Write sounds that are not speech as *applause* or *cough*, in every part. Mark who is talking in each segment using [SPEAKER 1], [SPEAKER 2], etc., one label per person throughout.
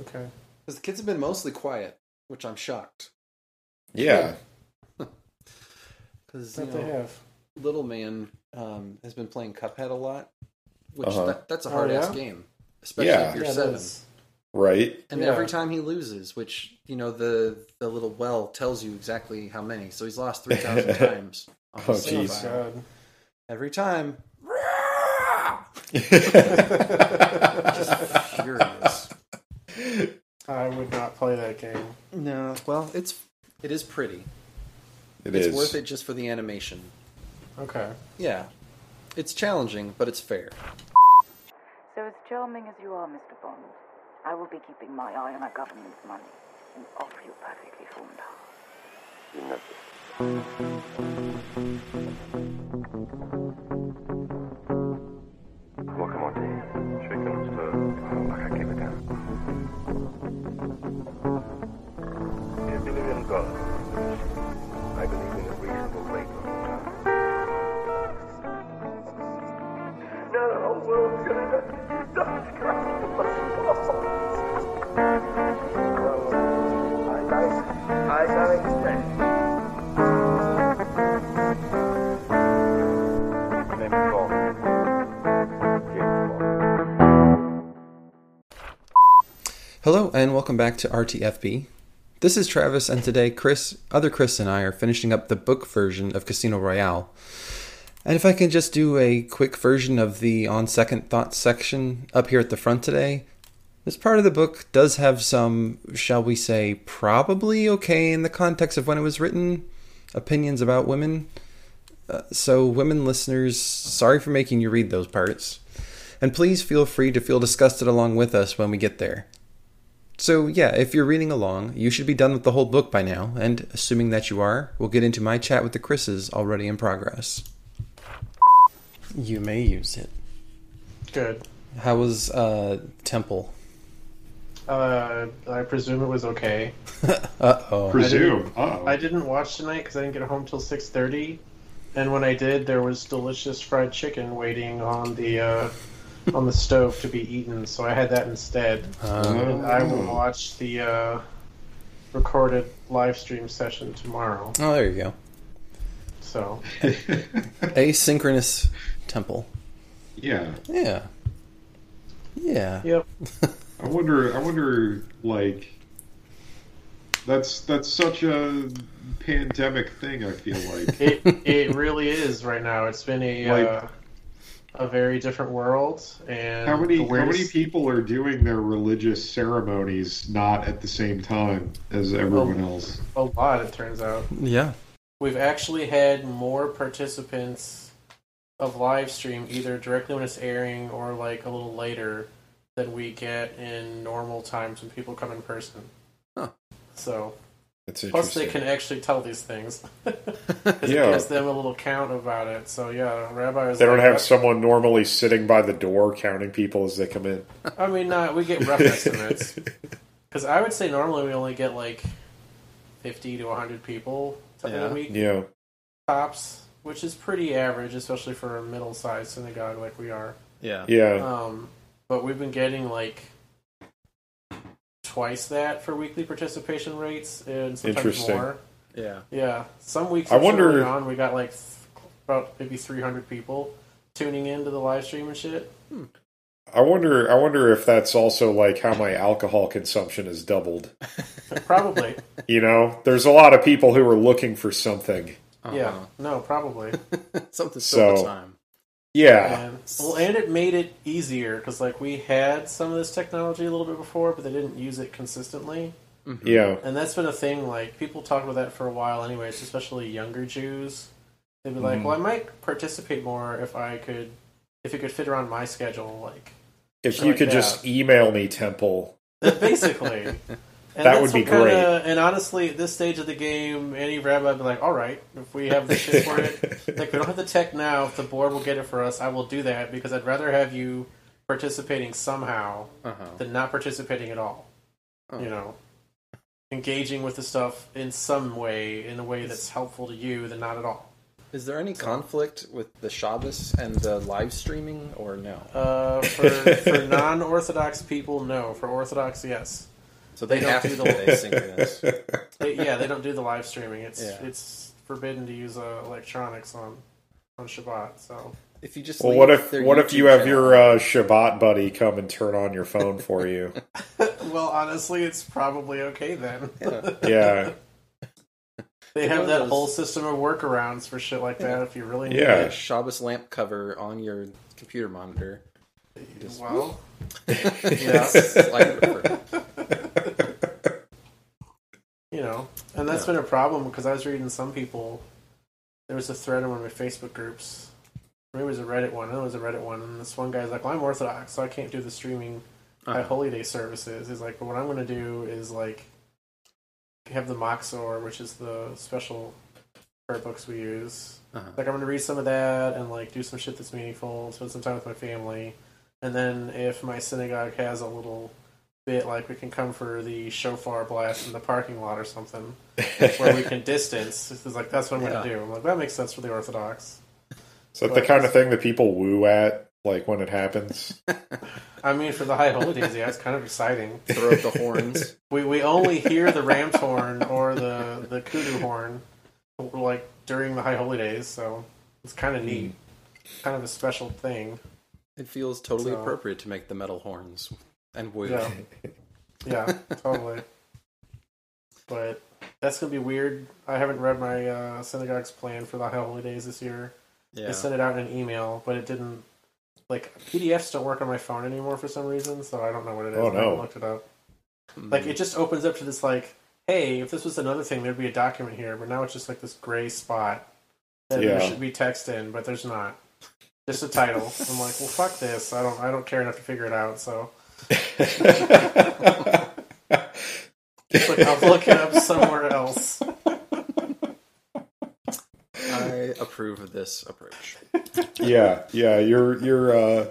[SPEAKER 1] Okay. Because the kids have been mostly quiet, which I'm shocked.
[SPEAKER 2] Yeah.
[SPEAKER 1] Because
[SPEAKER 3] that they have.
[SPEAKER 1] little man um, has been playing Cuphead a lot, which
[SPEAKER 2] Uh-huh.
[SPEAKER 1] that, that's a
[SPEAKER 3] Oh,
[SPEAKER 1] hard ass
[SPEAKER 3] yeah?
[SPEAKER 1] game, especially
[SPEAKER 2] Yeah.
[SPEAKER 1] if you're
[SPEAKER 3] Yeah, it
[SPEAKER 1] seven.
[SPEAKER 3] is.
[SPEAKER 4] *laughs*
[SPEAKER 2] Right.
[SPEAKER 1] And
[SPEAKER 3] Yeah.
[SPEAKER 1] every time he loses, which you know the the little well tells you exactly how many, so he's lost
[SPEAKER 2] *laughs*
[SPEAKER 1] three thousand times. on
[SPEAKER 2] Oh,
[SPEAKER 1] his
[SPEAKER 3] Oh,
[SPEAKER 2] Jeez.
[SPEAKER 1] survival.
[SPEAKER 3] God.
[SPEAKER 1] Every time,
[SPEAKER 2] I
[SPEAKER 3] *laughs*
[SPEAKER 1] furious.
[SPEAKER 3] I would not play that game.
[SPEAKER 1] no, well, it's it is pretty.
[SPEAKER 2] It
[SPEAKER 1] it's
[SPEAKER 2] is.
[SPEAKER 1] worth it just for the animation.
[SPEAKER 3] Okay.
[SPEAKER 1] Yeah, it's challenging, but it's fair.
[SPEAKER 5] So as charming as you are, Mr. Bond, I will be keeping my eye on our government's money and offer you perfectly formed heart.
[SPEAKER 6] What come on, Dave? Shaking us up. Like I give it down. If you believe in God, I believe in a reasonable rate of return. No, we'll I don't, I don't expect. Name is Paul. James Paul.
[SPEAKER 1] Hello and welcome back to RTFB. This is Travis, and today Chris, other Chris, and I are finishing up the book version of Casino Royale. And if I can just do a quick version of the on second thoughts section up here at the front today, this part of the book does have some, shall we say, probably okay in the context of when it was written, opinions about women. Uh, so, women listeners, sorry for making you read those parts. And please feel free to feel disgusted along with us when we get there. So, yeah, if you're reading along, you should be done with the whole book by now, and assuming that you are, we'll get into my chat with the Chris's already in progress. You may use it.
[SPEAKER 3] Good.
[SPEAKER 1] How was uh, Temple?
[SPEAKER 3] Uh, I presume it was okay.
[SPEAKER 1] Uh oh.
[SPEAKER 2] Presume. Oh.
[SPEAKER 3] I didn't watch tonight because I didn't get home till six thirty, and when I did, there was delicious fried chicken waiting on the uh, on the stove to be eaten. So I had that instead.
[SPEAKER 1] Oh.
[SPEAKER 3] And I will watch the uh, recorded live stream session tomorrow.
[SPEAKER 1] Oh, there you go.
[SPEAKER 3] So
[SPEAKER 1] Asynchronous Temple.
[SPEAKER 2] yeah.
[SPEAKER 1] Yeah. Yeah.
[SPEAKER 3] yep,
[SPEAKER 2] I wonder. I wonder. Like, that's that's such a pandemic thing. I feel
[SPEAKER 3] *laughs*
[SPEAKER 2] like.
[SPEAKER 3] it it really is right now. It's been a
[SPEAKER 2] Like-
[SPEAKER 3] uh, a very different world, and
[SPEAKER 2] How many
[SPEAKER 3] the
[SPEAKER 2] how many
[SPEAKER 3] weirdest-
[SPEAKER 2] people are doing their religious ceremonies not at the same time as everyone
[SPEAKER 3] Oh.
[SPEAKER 2] else?
[SPEAKER 3] a lot it turns out.
[SPEAKER 1] Yeah.
[SPEAKER 3] We've actually had more participants of live stream either directly when it's airing or like a little later than we get in normal times when people come in person.
[SPEAKER 1] Huh.
[SPEAKER 3] So
[SPEAKER 2] That's
[SPEAKER 3] plus they can actually tell these things. *laughs* 'Cause
[SPEAKER 4] Yeah.
[SPEAKER 3] It gives them a little count about it. So yeah, Rabbi was
[SPEAKER 4] They don't
[SPEAKER 3] like,
[SPEAKER 4] have someone normally sitting by the door counting people as they come in.
[SPEAKER 3] I mean not we get rough estimates. Because I would say normally we only get like fifty to hundred people
[SPEAKER 1] Yeah.
[SPEAKER 3] a week.
[SPEAKER 4] *laughs* Yeah.
[SPEAKER 3] tops, which is pretty average, especially for a middle-sized synagogue like we are.
[SPEAKER 1] Yeah.
[SPEAKER 4] Yeah.
[SPEAKER 3] Um, but we've been getting like twice that for weekly participation rates, and sometimes
[SPEAKER 4] Interesting.
[SPEAKER 3] more.
[SPEAKER 1] Yeah.
[SPEAKER 3] Yeah, some weeks.
[SPEAKER 4] I
[SPEAKER 3] especially
[SPEAKER 4] wonder-
[SPEAKER 3] early on we got like th- about maybe three hundred people tuning into the live stream and shit.
[SPEAKER 4] I wonder I wonder if that's also like how my alcohol consumption has doubled.
[SPEAKER 3] Probably.
[SPEAKER 4] You know? There's a lot of people who are looking for something.
[SPEAKER 3] Yeah.
[SPEAKER 7] Uh-huh. *laughs*
[SPEAKER 3] No, probably.
[SPEAKER 1] Something
[SPEAKER 4] So-
[SPEAKER 1] so time.
[SPEAKER 4] Yeah.
[SPEAKER 3] And, well, and it made it easier because like we had some of this technology a little bit before, but they didn't use it consistently.
[SPEAKER 4] Yeah.
[SPEAKER 3] And that's been a thing, like, people talk about that for a while, anyways, especially younger Jews. They'd be like, well, I might participate more if I could, if it could fit around my schedule, like,
[SPEAKER 4] If
[SPEAKER 3] Shit
[SPEAKER 4] you
[SPEAKER 3] like
[SPEAKER 4] could
[SPEAKER 3] that.
[SPEAKER 4] just email me temple. *laughs*
[SPEAKER 3] basically. And
[SPEAKER 4] That would
[SPEAKER 3] that's
[SPEAKER 4] be
[SPEAKER 3] what kinda-
[SPEAKER 4] great.
[SPEAKER 3] and honestly, at this stage of the game, any rabbi would be like, all right, if we have the shit for
[SPEAKER 4] *laughs*
[SPEAKER 3] it, like, we don't have the tech now, if the board will get it for us, I will do that because I'd rather have you participating somehow
[SPEAKER 1] Uh
[SPEAKER 7] Uh-huh.
[SPEAKER 1] huh.
[SPEAKER 3] than not participating at all.
[SPEAKER 4] Oh.
[SPEAKER 3] You know, engaging with the stuff in some way, in a way that's helpful to you, than not at all.
[SPEAKER 7] Is there any conflict with the Shabbos and the live streaming, or no?
[SPEAKER 3] Uh, for
[SPEAKER 4] *laughs*
[SPEAKER 3] for non-Orthodox people, no. For Orthodox, yes.
[SPEAKER 7] So they,
[SPEAKER 3] don't
[SPEAKER 7] have
[SPEAKER 3] do
[SPEAKER 7] to
[SPEAKER 3] the-
[SPEAKER 7] *laughs* be asynchronous.
[SPEAKER 3] They, yeah, they don't do the live streaming. It's
[SPEAKER 7] Yeah.
[SPEAKER 3] it's forbidden to use uh, electronics on on Shabbat. So
[SPEAKER 7] If you just
[SPEAKER 4] Well,
[SPEAKER 7] leave
[SPEAKER 4] what if
[SPEAKER 7] their
[SPEAKER 4] what if
[SPEAKER 7] YouTube
[SPEAKER 4] you have
[SPEAKER 7] channel-
[SPEAKER 4] your uh, Shabbat buddy come and turn on your phone for you?
[SPEAKER 3] well, honestly, it's probably okay then.
[SPEAKER 4] yeah,
[SPEAKER 3] *laughs* They
[SPEAKER 7] One
[SPEAKER 3] have
[SPEAKER 7] of
[SPEAKER 3] that
[SPEAKER 7] those-
[SPEAKER 3] whole system of workarounds for shit like that. If you really need
[SPEAKER 4] Yeah.
[SPEAKER 7] a Shabbos lamp cover on your
[SPEAKER 3] *laughs*
[SPEAKER 7] computer monitor?
[SPEAKER 3] it, well,
[SPEAKER 7] Yeah,
[SPEAKER 3] *laughs*
[SPEAKER 7] it's like-
[SPEAKER 3] you know, and that's been a problem because I was reading some people. There was a thread in one of my Facebook groups. Maybe it was a Reddit one. I know it was a Reddit one. And this one guy's like, "Well, I'm Orthodox, so I can't do the streaming at Holy Day services." He's like, "But what I'm going to do is like have the Moxor, which is the special prayer books we use.
[SPEAKER 7] Uh-huh.
[SPEAKER 3] Like, I'm going to read some of that and like do some shit that's meaningful, spend some time with my family, and then if my synagogue has a little bit, like we can come for the shofar blast in the parking lot or something." where we can distance. It's like that's what I'm gonna
[SPEAKER 7] Yeah.
[SPEAKER 3] do. I'm like that makes sense for the Orthodox.
[SPEAKER 4] *laughs* is that the kind of thing that people woo at like when it happens?
[SPEAKER 3] I mean, for the high holidays, yeah, it's kind of exciting.
[SPEAKER 7] *laughs* throw up the horns.
[SPEAKER 3] We we only hear the ram's horn or the the kudu horn like during the high holidays, so it's kind of neat, kind of a special thing.
[SPEAKER 7] It feels totally
[SPEAKER 3] So-
[SPEAKER 7] appropriate to make the metal horns and wood.
[SPEAKER 3] Yeah, yeah, totally. But that's gonna be weird. I haven't read my uh, synagogue's plan for the high holidays this year.
[SPEAKER 7] *laughs* Yeah.
[SPEAKER 3] I sent it out in an email, but it didn't. Like PDFs don't work on my phone anymore for some reason, so I don't know what it is.
[SPEAKER 4] Oh,
[SPEAKER 3] I haven't
[SPEAKER 4] no. Hmm.
[SPEAKER 3] looked it up.
[SPEAKER 7] Mm.
[SPEAKER 3] Like it just opens up to this like, hey, if this was another thing, there'd be a document here, but now it's just like this gray spot that there
[SPEAKER 4] Yeah.
[SPEAKER 3] should be text in, but there's not. Just a title.
[SPEAKER 4] *laughs*
[SPEAKER 3] I'm like, well, fuck this. I don't. I don't care enough to figure it out. So like, I'll look it up somewhere else.
[SPEAKER 7] I approve of this approach.
[SPEAKER 4] yeah, yeah. You're you're. Uh,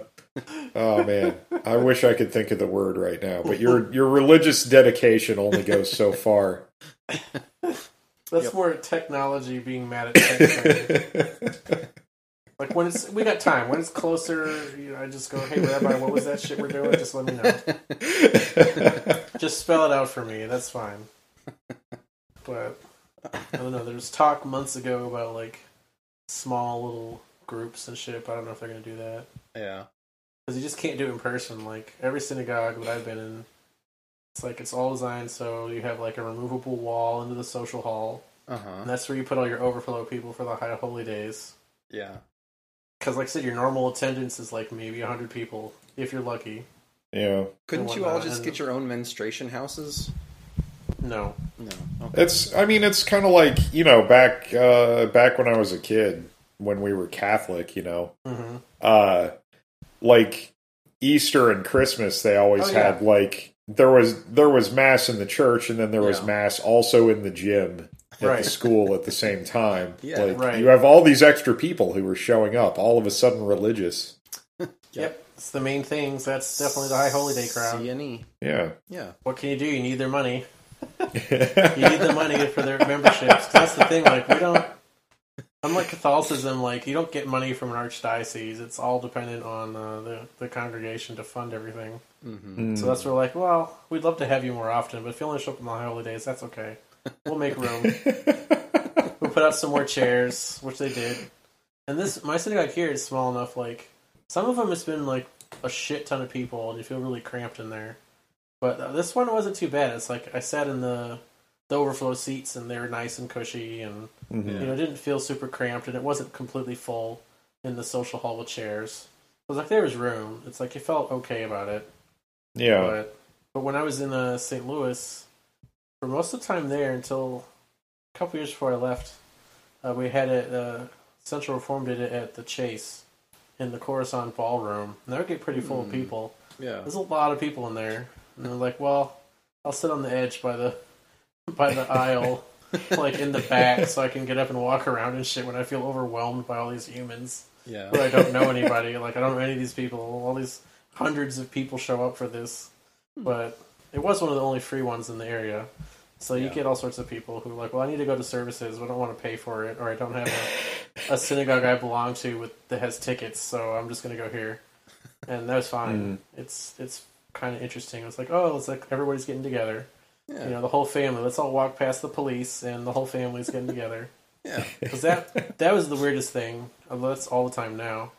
[SPEAKER 4] oh man, I wish I could think of the word right now, but your your religious dedication only goes so far.
[SPEAKER 3] That's
[SPEAKER 7] Yep.
[SPEAKER 3] more technology being mad at text. than- Like when it's we got time. When it's closer, you know, I just go, "Hey, Rabbi, what was that shit we're doing? Just let me know. Just spell it out for me. That's fine." But I don't know. There was talk months ago about like small little groups and shit. But I don't know if they're gonna do that
[SPEAKER 7] Yeah.
[SPEAKER 3] because you just can't do it in person. Like every synagogue that I've been in, it's like it's all designed so you have like a removable wall into the social hall,
[SPEAKER 7] Uh huh.
[SPEAKER 3] and that's where you put all your overflow people for the high holy days.
[SPEAKER 7] Yeah.
[SPEAKER 3] Because, like I said, your normal attendance is like maybe 100 people, if you're lucky.
[SPEAKER 4] Yeah,
[SPEAKER 7] Couldn't
[SPEAKER 3] And
[SPEAKER 7] you all
[SPEAKER 3] whatnot,
[SPEAKER 7] just
[SPEAKER 3] and-
[SPEAKER 7] get your own menstruation houses?
[SPEAKER 3] No.
[SPEAKER 7] No. Okay.
[SPEAKER 4] it's. I mean, it's kind of like you know back uh, back when I was a kid when we were Catholic. You know,
[SPEAKER 3] Mm-hmm.
[SPEAKER 4] uh, like Easter and Christmas, they always
[SPEAKER 3] Oh, yeah.
[SPEAKER 4] had like there was there was mass in the church, and then there was
[SPEAKER 7] Yeah.
[SPEAKER 4] mass also in the gym at
[SPEAKER 3] Right.
[SPEAKER 4] the school at the same time.
[SPEAKER 7] Yeah,
[SPEAKER 4] like
[SPEAKER 3] right.
[SPEAKER 4] you have all these extra people who were showing up, all of a sudden religious.
[SPEAKER 3] Yep. It's the main things. That's definitely the high holiday crowd.
[SPEAKER 7] CNE.
[SPEAKER 4] Yeah,
[SPEAKER 7] E.
[SPEAKER 4] *laughs*
[SPEAKER 7] Yeah.
[SPEAKER 3] What can you do? You need their money. You need the money for their memberships. 'Cause That's the thing. Like, we don't. Unlike Catholicism, like, you don't get money from an archdiocese. It's all dependent on uh, the, the congregation to fund everything.
[SPEAKER 7] Mm-hmm.
[SPEAKER 4] Mm.
[SPEAKER 3] So that's where, like, well, we'd love to have you more often, but if you only show up on the high holidays, that's okay. We'll make room. we put out some more chairs, which they did. And this, my synagogue here is small enough. Like some of them, it's been like a shit ton of people, and you feel really cramped in there. But uh, this one wasn't too bad. It's like I sat in the the overflow seats, and they were nice and cushy, and
[SPEAKER 4] Mm-hmm.
[SPEAKER 3] you know, it didn't feel super cramped, and it wasn't completely full in the social hall with chairs. It was like there was room. It's like you felt okay about it.
[SPEAKER 4] yeah,
[SPEAKER 3] But but when I was in uh, St. Louis, for most of the time there until a couple years before I left, uh, we had it. Uh, Central Reform did it at the Chase in the Coruscant Ballroom. And that would get pretty full of people.
[SPEAKER 7] Yeah.
[SPEAKER 3] There's a lot of people in there, and they're like, "Well, I'll sit on the edge by the by the aisle." like in the back, so I can get up and walk around and shit when I feel overwhelmed by all these humans
[SPEAKER 7] Yeah.
[SPEAKER 3] where I don't know
[SPEAKER 7] *laughs*
[SPEAKER 3] anybody. Like I don't know any of these people. All these hundreds of people show up for this, but it was one of the only free ones in the area. So you get all sorts of people who are like, well, I need to go to services, but I don't want to pay for it, or I don't have a, a synagogue I belong to with that has tickets, so I'm just going to go here. And that was fine. It's it's kind of interesting. It was like, oh, it's like everybody's getting together. You know, the whole family. Let's all walk past the police, and the whole family's getting together.
[SPEAKER 1] Yeah.
[SPEAKER 4] *laughs*
[SPEAKER 3] Because that that was the weirdest thing. Although that's all the time now.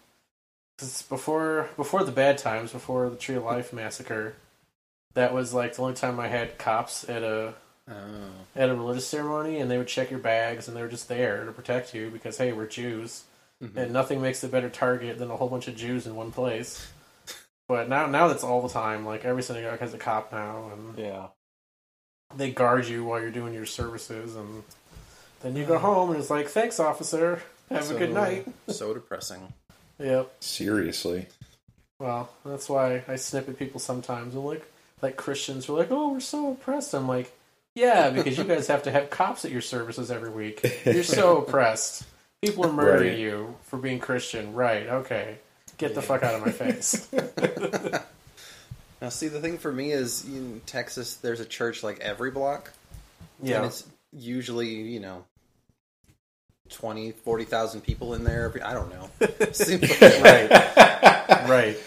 [SPEAKER 3] 'Cause before before the bad times, before the Tree of Life massacre, that was like the only time I had cops at a
[SPEAKER 1] Oh.
[SPEAKER 3] at a religious ceremony, and they would check your bags, and they were just there to protect you because hey, we're Jews,
[SPEAKER 7] Mm-hmm.
[SPEAKER 1] Mm-hmm.
[SPEAKER 3] and nothing makes a better target than a whole bunch of Jews in one place. But now now that's all the time. Like every synagogue has a cop now, and
[SPEAKER 8] Yeah.
[SPEAKER 3] they guard you while you're doing your services, and then you go home and it's like, thanks, officer. Have a good
[SPEAKER 1] So-
[SPEAKER 3] night.
[SPEAKER 1] So depressing.
[SPEAKER 3] Yep.
[SPEAKER 4] Seriously.
[SPEAKER 3] Well, that's why I snip at people sometimes. I'm like, like Christians were like, oh, we're so oppressed. I'm like,
[SPEAKER 1] *laughs*
[SPEAKER 3] yeah, because you guys have to have cops at your services every week. You're
[SPEAKER 1] *laughs*
[SPEAKER 3] so oppressed. People are murdering
[SPEAKER 4] Right.
[SPEAKER 3] you for being Christian. Right? Okay. Get the fuck out of my
[SPEAKER 1] *laughs*
[SPEAKER 3] face.
[SPEAKER 1] Now, see, the thing for me is in Texas, there's a church like every block, and
[SPEAKER 3] yeah.
[SPEAKER 1] it's usually you know. 20 40,000 people in there every, I
[SPEAKER 3] *laughs*
[SPEAKER 1] don't know. Seems like-
[SPEAKER 3] Right. Right.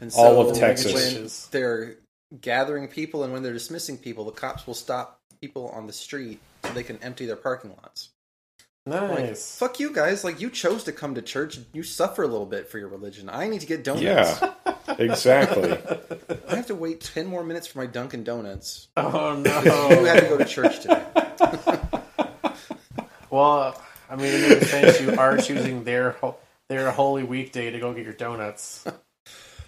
[SPEAKER 1] And
[SPEAKER 4] All of
[SPEAKER 1] when
[SPEAKER 4] Texas.
[SPEAKER 1] they're gathering people and when they're dismissing people, the cops will stop people on the street so they can empty their parking lots. *laughs* Like,
[SPEAKER 3] Nice.
[SPEAKER 1] fuck you guys. Like, you chose to come to church. You suffer a little bit for your religion. I need to get donuts.
[SPEAKER 4] Yeah. Exactly.
[SPEAKER 1] I have to wait 10 more minutes for my Dunkin' Donuts.
[SPEAKER 3] Oh
[SPEAKER 1] *laughs* You had
[SPEAKER 3] no.
[SPEAKER 1] to go to church today.
[SPEAKER 3] well, I mean, in a sense, you are choosing their ho- their holy weekday to go get your
[SPEAKER 1] *laughs*
[SPEAKER 3] donuts.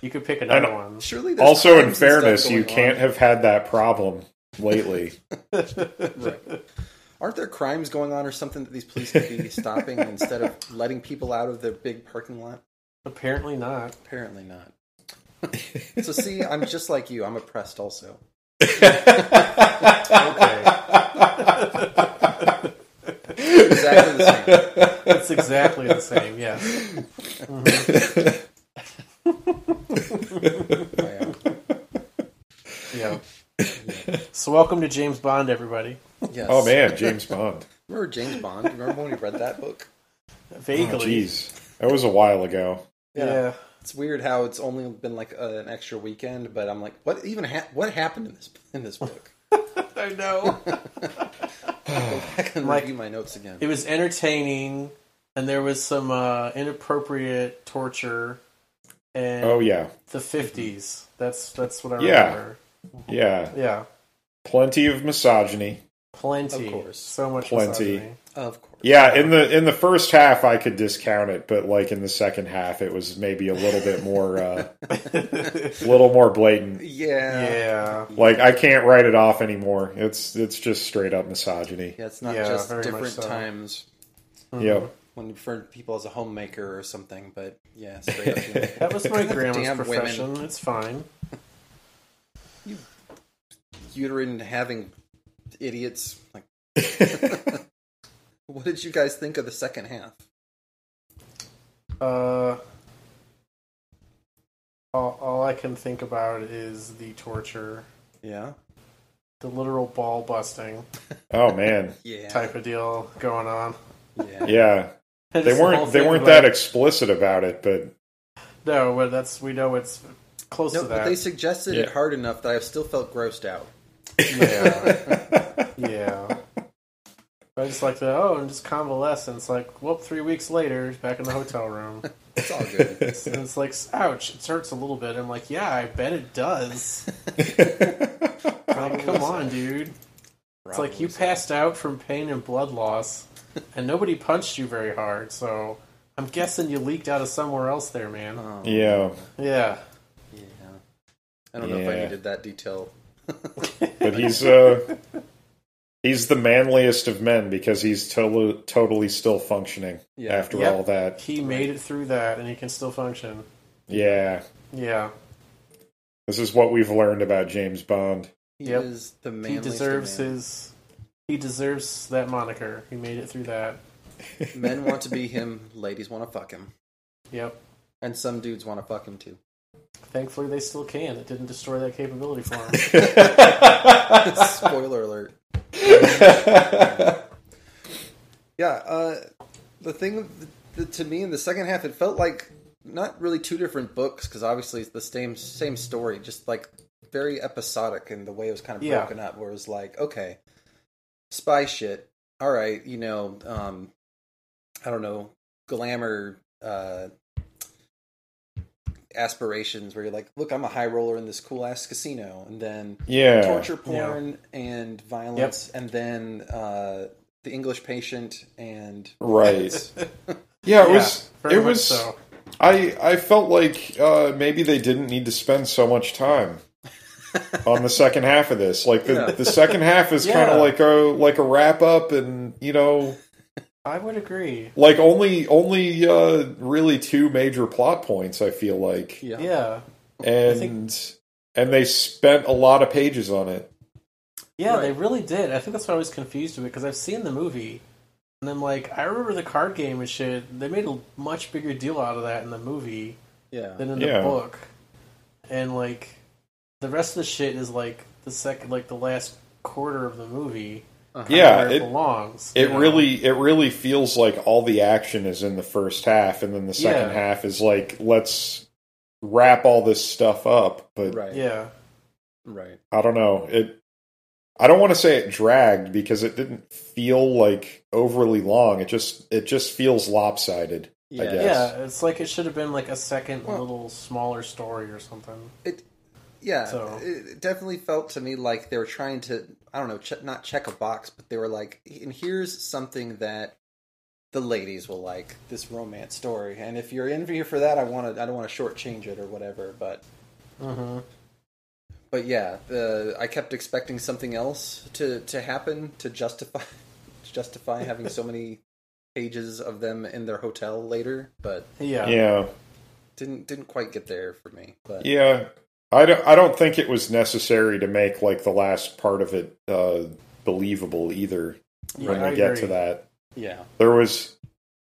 [SPEAKER 3] You could pick another
[SPEAKER 4] don't-
[SPEAKER 3] one.
[SPEAKER 1] Surely there's
[SPEAKER 4] also, in
[SPEAKER 1] crimes and stuff
[SPEAKER 4] fairness, you
[SPEAKER 1] going on.
[SPEAKER 4] can't have had that problem lately.
[SPEAKER 1] Aren't there crimes going on or something that these police could
[SPEAKER 4] *laughs*
[SPEAKER 1] be stopping instead of letting people out of their big parking lot?
[SPEAKER 3] Apparently not.
[SPEAKER 1] *laughs* Apparently not. so, see, I'm just like you. I'm oppressed also.
[SPEAKER 3] Okay.
[SPEAKER 1] Exactly the same.
[SPEAKER 3] That's exactly the same, yes.
[SPEAKER 1] I am.
[SPEAKER 3] Yeah. So welcome to James Bond, everybody.
[SPEAKER 1] Yes.
[SPEAKER 4] Oh man, James Bond.
[SPEAKER 1] Remember James Bond? Remember when we read that book?
[SPEAKER 4] Oh,
[SPEAKER 3] Vaguely.
[SPEAKER 4] Jeez, that was a while ago.
[SPEAKER 3] yeah.
[SPEAKER 1] It's weird how it's only been like uh, an extra weekend, but I'm like, what even ha- what happened in this in this book?
[SPEAKER 3] I know.
[SPEAKER 1] I can
[SPEAKER 3] Like-
[SPEAKER 1] review my notes again.
[SPEAKER 3] *laughs* it was entertaining and there was some uh, inappropriate torture and
[SPEAKER 4] Oh yeah,
[SPEAKER 3] the fifties. That's that's what I
[SPEAKER 4] Yeah.
[SPEAKER 3] remember.
[SPEAKER 4] yeah.
[SPEAKER 3] Yeah.
[SPEAKER 4] Plenty of misogyny.
[SPEAKER 3] Plenty.
[SPEAKER 1] Of course.
[SPEAKER 3] So much
[SPEAKER 4] Plenty.
[SPEAKER 3] misogyny.
[SPEAKER 1] Of course. *laughs*
[SPEAKER 4] Yeah, in the in the first half, I could discount it, but like in the second half, it was maybe a little bit more, uh, a little more blatant.
[SPEAKER 1] Yeah. Yeah.
[SPEAKER 3] Yeah.
[SPEAKER 4] Like I can't write it off anymore. It's it's just straight up misogyny.
[SPEAKER 1] it's not
[SPEAKER 3] Yeah,
[SPEAKER 1] just
[SPEAKER 3] very much
[SPEAKER 1] different
[SPEAKER 3] so.
[SPEAKER 1] times
[SPEAKER 4] Yep.
[SPEAKER 1] when you refer to people as a homemaker or something, but
[SPEAKER 3] *laughs*
[SPEAKER 1] yeah, straight up. you know,
[SPEAKER 3] That
[SPEAKER 1] *laughs*
[SPEAKER 3] was my grandma's
[SPEAKER 1] Damn women.
[SPEAKER 3] profession. It's fine.
[SPEAKER 1] uterine having idiots.
[SPEAKER 3] *laughs*
[SPEAKER 1] Like, what did you guys think of the second half?
[SPEAKER 3] Uh, all, all I can think about is the torture,
[SPEAKER 1] Yeah.
[SPEAKER 3] the literal ball busting
[SPEAKER 4] Oh man.
[SPEAKER 1] Yeah.
[SPEAKER 3] type of deal going on.
[SPEAKER 1] Yeah.
[SPEAKER 4] Yeah. They
[SPEAKER 3] It's the whole
[SPEAKER 4] weren't they
[SPEAKER 3] thing
[SPEAKER 4] weren't
[SPEAKER 3] about-
[SPEAKER 4] that explicit about it, but
[SPEAKER 3] No, but that's we know it's close
[SPEAKER 1] No,
[SPEAKER 3] to
[SPEAKER 1] but they
[SPEAKER 3] that.
[SPEAKER 1] suggested it
[SPEAKER 4] Yeah.
[SPEAKER 1] hard enough that I still felt grossed out.
[SPEAKER 3] Yeah, *laughs* yeah. But I just like the oh, and just convalescence. Like, whoop, three weeks later, back in the hotel room,
[SPEAKER 1] It's all good.
[SPEAKER 3] and *laughs* it's like, ouch, it hurts a little bit. I'm like, yeah, I bet it does. like, come on, dude. It's like you passed out from pain and blood
[SPEAKER 4] *laughs*
[SPEAKER 3] loss, and nobody punched you very hard, so I'm guessing you leaked out of somewhere else there, man.
[SPEAKER 4] yeah.
[SPEAKER 3] Yeah.
[SPEAKER 1] Yeah. I don't know if I
[SPEAKER 4] Yeah.
[SPEAKER 1] needed that detail.
[SPEAKER 4] But he's uh he's the manliest of men because he's totally totally still functioning
[SPEAKER 1] Yeah.
[SPEAKER 4] after
[SPEAKER 3] Yep.
[SPEAKER 4] all that.
[SPEAKER 3] He made it through that, and he can still function.
[SPEAKER 4] Yeah.
[SPEAKER 3] Yeah.
[SPEAKER 4] This is what we've learned about James Bond.
[SPEAKER 1] He
[SPEAKER 3] Yep.
[SPEAKER 1] is the man.
[SPEAKER 3] He deserves his. He deserves that moniker. He made it through that.
[SPEAKER 1] Men want to be him. Ladies want to fuck him,
[SPEAKER 3] Yep.
[SPEAKER 1] and some dudes want to fuck him too.
[SPEAKER 3] Thankfully,
[SPEAKER 4] *laughs*
[SPEAKER 3] they still can. It didn't destroy that capability for him.
[SPEAKER 1] *laughs* Spoiler alert. Yeah, uh, the thing that, to me in the second half, it felt like not really two different books because obviously it's the same same story, just like very episodic in the way it was kind of
[SPEAKER 3] Yeah.
[SPEAKER 1] broken up. Where it was like, okay, spy shit, all right, you know, um, I don't know, glamour uh, aspirations, where you're like, look, I'm a high roller in this cool ass casino, and then
[SPEAKER 4] Yeah.
[SPEAKER 1] torture porn and violence, and then uh, the English patient and
[SPEAKER 4] Right. Yeah, it
[SPEAKER 3] Yeah,
[SPEAKER 4] was.
[SPEAKER 3] very
[SPEAKER 4] it
[SPEAKER 3] much
[SPEAKER 4] was.
[SPEAKER 3] so.
[SPEAKER 4] I I felt like uh, maybe they didn't need to spend so much time on the second half of this. Like the,
[SPEAKER 1] Yeah.
[SPEAKER 4] the second half is kind
[SPEAKER 3] Yeah.
[SPEAKER 4] of like a like a wrap up, and you know,
[SPEAKER 3] I would agree.
[SPEAKER 4] like only only uh, really two major plot points. I feel like,
[SPEAKER 1] yeah.
[SPEAKER 3] Yeah.
[SPEAKER 4] and and they spent a lot of pages on it.
[SPEAKER 3] Yeah, they
[SPEAKER 1] Right.
[SPEAKER 3] really did. I think that's why I was confused with it because I've seen the movie, and I'm like, I remember the card game and shit. They made a much bigger deal out of that in the movie
[SPEAKER 1] Yeah.
[SPEAKER 3] than in the
[SPEAKER 4] Yeah.
[SPEAKER 3] book, and like the rest of the shit is like the second, like the last quarter of the movie.
[SPEAKER 1] Uh-huh.
[SPEAKER 4] Yeah,
[SPEAKER 3] where it,
[SPEAKER 4] it
[SPEAKER 3] belongs.
[SPEAKER 4] it
[SPEAKER 3] you know?
[SPEAKER 4] really it really feels like all the action is in the first half, and then the second
[SPEAKER 3] Yeah.
[SPEAKER 4] half is like let's wrap all this stuff up, but.
[SPEAKER 1] Right.
[SPEAKER 3] yeah,
[SPEAKER 1] Right.
[SPEAKER 4] I don't know. It I don't want to say it dragged because it didn't feel like overly long. It just it just feels lopsided.
[SPEAKER 1] Yeah.
[SPEAKER 4] I guess.
[SPEAKER 3] yeah. It's like it should have been like a second
[SPEAKER 1] Well-
[SPEAKER 3] little smaller story or something.
[SPEAKER 1] It yeah,
[SPEAKER 3] So-
[SPEAKER 1] it it definitely felt to me like they were trying to I don't know, che- not check a box, but they were like and here's something that the ladies will like this romance story, and if you're in here for that, I want to. I don't want to shortchange it or whatever. But
[SPEAKER 3] hmm
[SPEAKER 1] but yeah, the I kept expecting something else to to happen to justify *laughs* to justify having so many pages of them in their hotel later, but
[SPEAKER 3] Yeah,
[SPEAKER 4] Yeah.
[SPEAKER 1] didn't didn't quite get there for me. But
[SPEAKER 4] Yeah. I don't I don't think it was necessary to make like the last part of it uh believable either
[SPEAKER 3] Yeah,
[SPEAKER 4] when we
[SPEAKER 3] I
[SPEAKER 4] get
[SPEAKER 3] agree.
[SPEAKER 4] to that.
[SPEAKER 1] yeah,
[SPEAKER 4] There was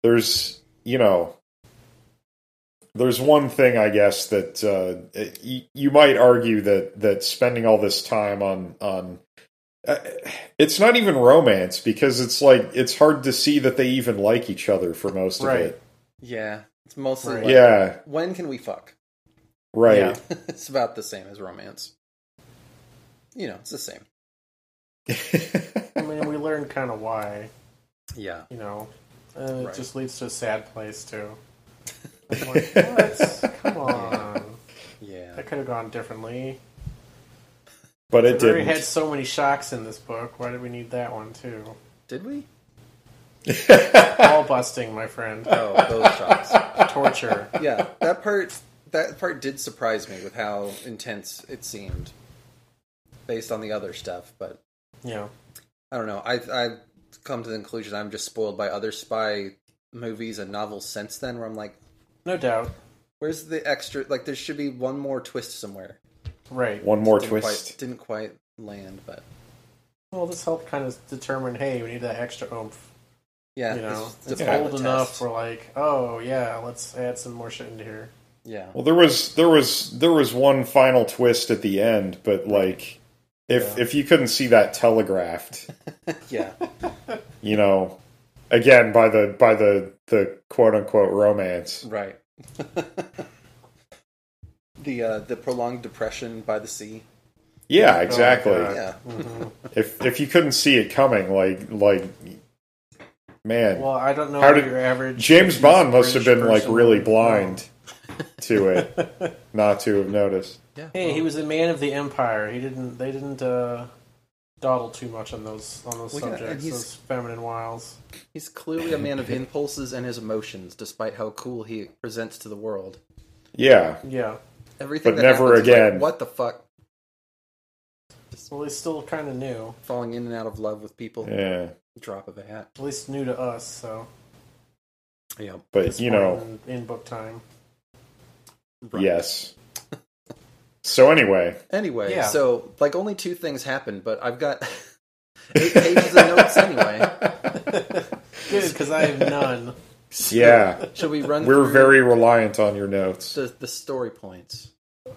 [SPEAKER 4] there's you know there's one thing I guess that uh, it- you, you might argue that that spending all this time on on uh, it's not even romance because it's like it's hard to see that they even like each other for most
[SPEAKER 3] Right.
[SPEAKER 4] of it.
[SPEAKER 1] yeah, it's mostly
[SPEAKER 3] Right.
[SPEAKER 1] like,
[SPEAKER 4] Yeah,
[SPEAKER 1] When can we fuck? *laughs*
[SPEAKER 4] right.
[SPEAKER 3] Yeah.
[SPEAKER 1] it's about the same as romance. You know, it's the same.
[SPEAKER 3] I mean, we learned kind of why.
[SPEAKER 1] Yeah.
[SPEAKER 3] you know, and it
[SPEAKER 1] Right.
[SPEAKER 3] just leads to a sad place too.
[SPEAKER 4] *laughs*
[SPEAKER 3] I'm like, what? Come on,
[SPEAKER 1] Yeah.
[SPEAKER 3] that could have gone differently.
[SPEAKER 4] *laughs* but it
[SPEAKER 3] We already
[SPEAKER 4] didn't.
[SPEAKER 3] had so many shocks in this book. Why did we need that one too?
[SPEAKER 1] Did *laughs* we?
[SPEAKER 3] Ball busting, my friend.
[SPEAKER 1] Oh, both shots.
[SPEAKER 3] Torture.
[SPEAKER 1] Yeah, that part that part did surprise me with how intense it seemed based on the other stuff, but
[SPEAKER 3] Yeah.
[SPEAKER 1] I don't know. I I've come to the conclusion I'm just spoiled by other spy movies and novels since then where I'm like,
[SPEAKER 3] No doubt.
[SPEAKER 1] where's the extra like there should be one more twist somewhere.
[SPEAKER 3] Right.
[SPEAKER 4] One more
[SPEAKER 1] Didn't quite-
[SPEAKER 4] twist.
[SPEAKER 1] didn't quite land, but
[SPEAKER 3] Well, this helped kind of determine. Hey, we need that extra oomph.
[SPEAKER 1] yeah,
[SPEAKER 3] you know,
[SPEAKER 1] it's-
[SPEAKER 3] it's
[SPEAKER 1] a pilot
[SPEAKER 3] old enough.
[SPEAKER 1] test.
[SPEAKER 3] We're like, oh yeah, let's add some more shit into here.
[SPEAKER 1] Yeah.
[SPEAKER 4] Well, there was there was there was one final twist at the end, but like if if you couldn't see that telegraphed,
[SPEAKER 1] *laughs* Yeah.
[SPEAKER 4] you know, again by the by the the quote unquote romance.
[SPEAKER 1] Right. the uh, the prolonged depression by the sea.
[SPEAKER 4] Yeah, exactly.
[SPEAKER 3] God.
[SPEAKER 1] Yeah.
[SPEAKER 4] Oh If if you couldn't see it coming, like like man,
[SPEAKER 3] Well, I don't know
[SPEAKER 4] How
[SPEAKER 3] what
[SPEAKER 4] did-
[SPEAKER 3] your average
[SPEAKER 4] James Bond must have
[SPEAKER 3] British
[SPEAKER 4] been like
[SPEAKER 3] person
[SPEAKER 4] really
[SPEAKER 3] would-
[SPEAKER 4] blind to it,
[SPEAKER 3] *laughs*
[SPEAKER 4] not to have noticed.
[SPEAKER 3] Hey, he was a man of the empire. He didn't. They didn't uh, dawdle too much on those on those
[SPEAKER 1] Look at- and
[SPEAKER 3] subjects.
[SPEAKER 1] he's-
[SPEAKER 3] Those feminine wiles.
[SPEAKER 1] He's clearly a man of impulses and his emotions, despite how cool he presents to the world.
[SPEAKER 4] Yeah,
[SPEAKER 3] Yeah.
[SPEAKER 1] Everything,
[SPEAKER 4] But
[SPEAKER 1] that
[SPEAKER 4] never
[SPEAKER 1] happens is like,
[SPEAKER 4] again.
[SPEAKER 1] what the fuck?
[SPEAKER 3] Well, he's still kind of new.
[SPEAKER 1] Falling in and out of love with people.
[SPEAKER 4] yeah,
[SPEAKER 1] Drop of a hat.
[SPEAKER 3] At least new to us. So
[SPEAKER 1] Yeah.
[SPEAKER 3] at
[SPEAKER 4] but
[SPEAKER 3] this
[SPEAKER 4] you
[SPEAKER 3] point
[SPEAKER 4] know,
[SPEAKER 3] in, in book time.
[SPEAKER 1] Right.
[SPEAKER 4] yes. So anyway,
[SPEAKER 1] Anyway,
[SPEAKER 3] Yeah.
[SPEAKER 1] so like only two things happened, but I've got *laughs* eight pages of notes anyway.
[SPEAKER 3] Good, because I have none.
[SPEAKER 4] *laughs*
[SPEAKER 3] *laughs*
[SPEAKER 4] yeah,
[SPEAKER 1] Should we run?
[SPEAKER 4] we're
[SPEAKER 1] through
[SPEAKER 4] very reliant on your notes.
[SPEAKER 1] the, the story points.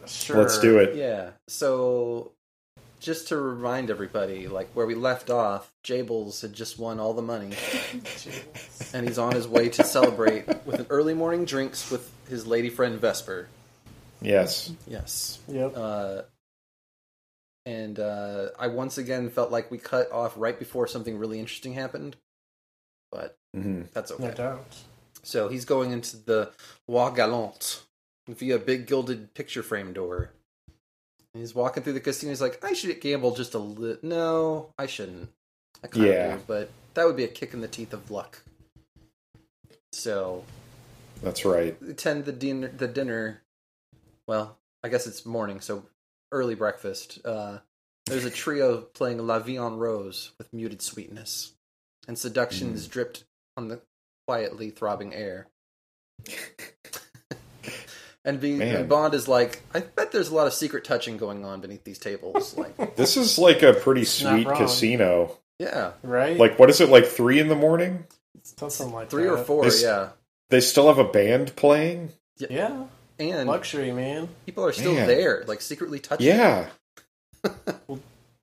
[SPEAKER 3] Sure.
[SPEAKER 4] Let's do it.
[SPEAKER 1] Yeah. So just to remind everybody, like where we left off, Jables had just won all the money, and he's on his way to celebrate with an early morning drinks with his lady friend Vesper.
[SPEAKER 4] Yes.
[SPEAKER 1] Yes.
[SPEAKER 3] Yep.
[SPEAKER 1] Uh, and uh, I once again felt like we cut off right before something really interesting happened, but
[SPEAKER 4] hmm
[SPEAKER 1] that's okay.
[SPEAKER 3] No doubt.
[SPEAKER 1] So he's going into the Roi Galant via a big gilded picture frame door. And he's walking through the casino. He's like, I should gamble just a little. No, I shouldn't. I kind
[SPEAKER 4] Yeah.
[SPEAKER 1] of do, but that would be a kick in the teeth of luck. So
[SPEAKER 4] That's right.
[SPEAKER 1] attend the dinner. The dinner. Well, I guess it's morning, so early breakfast. Uh, there's a trio playing La Vie en Rose with muted sweetness, and seduction
[SPEAKER 4] Hmm.
[SPEAKER 1] is dripped on the quietly throbbing
[SPEAKER 4] *laughs*
[SPEAKER 1] air. and, being,
[SPEAKER 4] Man.
[SPEAKER 1] and Bond is like, I bet there's a lot of secret touching going on beneath these tables.
[SPEAKER 4] *laughs*
[SPEAKER 1] Like,
[SPEAKER 4] This is like a pretty
[SPEAKER 3] not
[SPEAKER 4] sweet
[SPEAKER 3] wrong.
[SPEAKER 4] casino.
[SPEAKER 1] yeah,
[SPEAKER 3] Right?
[SPEAKER 4] Like, what is it, like three in the morning?
[SPEAKER 3] something like
[SPEAKER 1] three or
[SPEAKER 3] that.
[SPEAKER 1] four,
[SPEAKER 4] This-
[SPEAKER 1] yeah,
[SPEAKER 4] They still have a band playing?
[SPEAKER 3] Yeah,
[SPEAKER 1] and
[SPEAKER 3] luxury, man.
[SPEAKER 1] people are still
[SPEAKER 4] Man.
[SPEAKER 1] there, like secretly touching.
[SPEAKER 4] Yeah.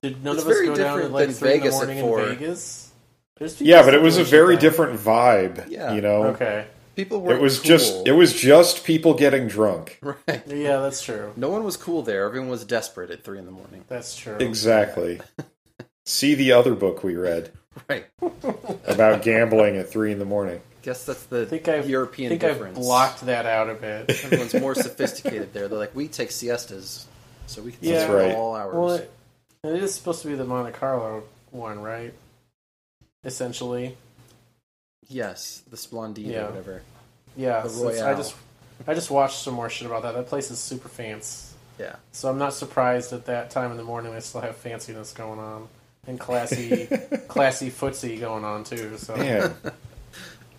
[SPEAKER 3] Did none
[SPEAKER 1] It's
[SPEAKER 3] of us
[SPEAKER 1] very
[SPEAKER 3] go down at
[SPEAKER 1] different
[SPEAKER 3] like
[SPEAKER 1] than
[SPEAKER 3] three in
[SPEAKER 1] Vegas
[SPEAKER 3] the
[SPEAKER 1] at
[SPEAKER 3] morning
[SPEAKER 1] four.
[SPEAKER 3] in Vegas? There's people
[SPEAKER 4] Yeah, but it
[SPEAKER 3] still
[SPEAKER 4] was a
[SPEAKER 3] doing
[SPEAKER 4] very
[SPEAKER 3] that.
[SPEAKER 4] different vibe.
[SPEAKER 1] Yeah.
[SPEAKER 4] You know?
[SPEAKER 3] Okay.
[SPEAKER 1] people were
[SPEAKER 4] It was
[SPEAKER 1] *laughs*
[SPEAKER 4] just it was just people getting drunk.
[SPEAKER 1] right.
[SPEAKER 3] Yeah, that's true.
[SPEAKER 1] No one was cool there. Everyone was desperate at three in
[SPEAKER 3] *laughs*
[SPEAKER 1] the morning.
[SPEAKER 3] That's true.
[SPEAKER 4] Exactly.
[SPEAKER 1] *laughs*
[SPEAKER 4] See the other book we read
[SPEAKER 1] Right.
[SPEAKER 4] about gambling at three in the morning.
[SPEAKER 1] Guess that's
[SPEAKER 3] I
[SPEAKER 1] the
[SPEAKER 3] think I've
[SPEAKER 1] European
[SPEAKER 3] think
[SPEAKER 1] difference.
[SPEAKER 3] I've blocked that out a bit.
[SPEAKER 1] *laughs* Everyone's more sophisticated there. They're like, we take siestas, so we can
[SPEAKER 3] Yeah.
[SPEAKER 1] sleep
[SPEAKER 3] That's
[SPEAKER 1] at
[SPEAKER 4] right.
[SPEAKER 1] all hours.
[SPEAKER 3] well, it, it is supposed to be the Monte Carlo one, right? Essentially,
[SPEAKER 1] yes, the Splendide
[SPEAKER 3] Yeah.
[SPEAKER 1] or whatever.
[SPEAKER 3] yeah.
[SPEAKER 1] The
[SPEAKER 3] since I
[SPEAKER 1] Royale.
[SPEAKER 3] just I just watched some more shit about that. That place is super fancy,
[SPEAKER 1] Yeah.
[SPEAKER 3] so I'm not surprised at that time in the morning they still have fanciness going on and
[SPEAKER 1] *laughs*
[SPEAKER 3] classy classy footsie going on too. So
[SPEAKER 4] *laughs* Man,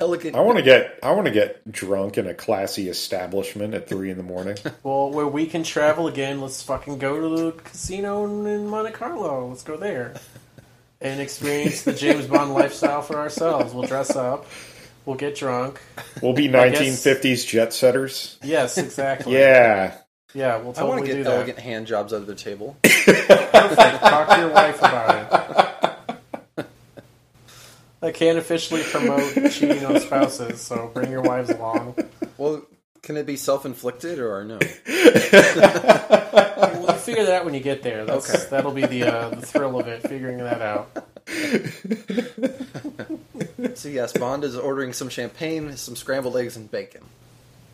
[SPEAKER 1] Elegant.
[SPEAKER 4] I want to get I want to get drunk in a classy establishment at three in the morning.
[SPEAKER 3] Well, where we can travel again, let's fucking go to the casino in- in Monte Carlo. Let's go
[SPEAKER 1] *laughs*
[SPEAKER 3] there and experience the James Bond lifestyle for ourselves. We'll dress up. We'll get drunk.
[SPEAKER 1] *laughs*
[SPEAKER 4] We'll be
[SPEAKER 3] I guess-
[SPEAKER 4] 1950s jet setters.
[SPEAKER 3] Yes, exactly.
[SPEAKER 4] Yeah,
[SPEAKER 3] Yeah, we'll
[SPEAKER 1] I want
[SPEAKER 3] totally
[SPEAKER 1] to
[SPEAKER 3] do
[SPEAKER 1] get
[SPEAKER 3] that.
[SPEAKER 1] elegant hand jobs out of the table.
[SPEAKER 3] Talk to your wife about it. I can't officially promote cheating on spouses, so bring your wives along.
[SPEAKER 1] Well, can it be self-inflicted or no?
[SPEAKER 3] We'll figure that out when you get there. That's,
[SPEAKER 1] Okay.
[SPEAKER 3] That'll be the, uh, the thrill of it, figuring that out.
[SPEAKER 1] So yes, Bond is ordering some champagne, some scrambled eggs, and bacon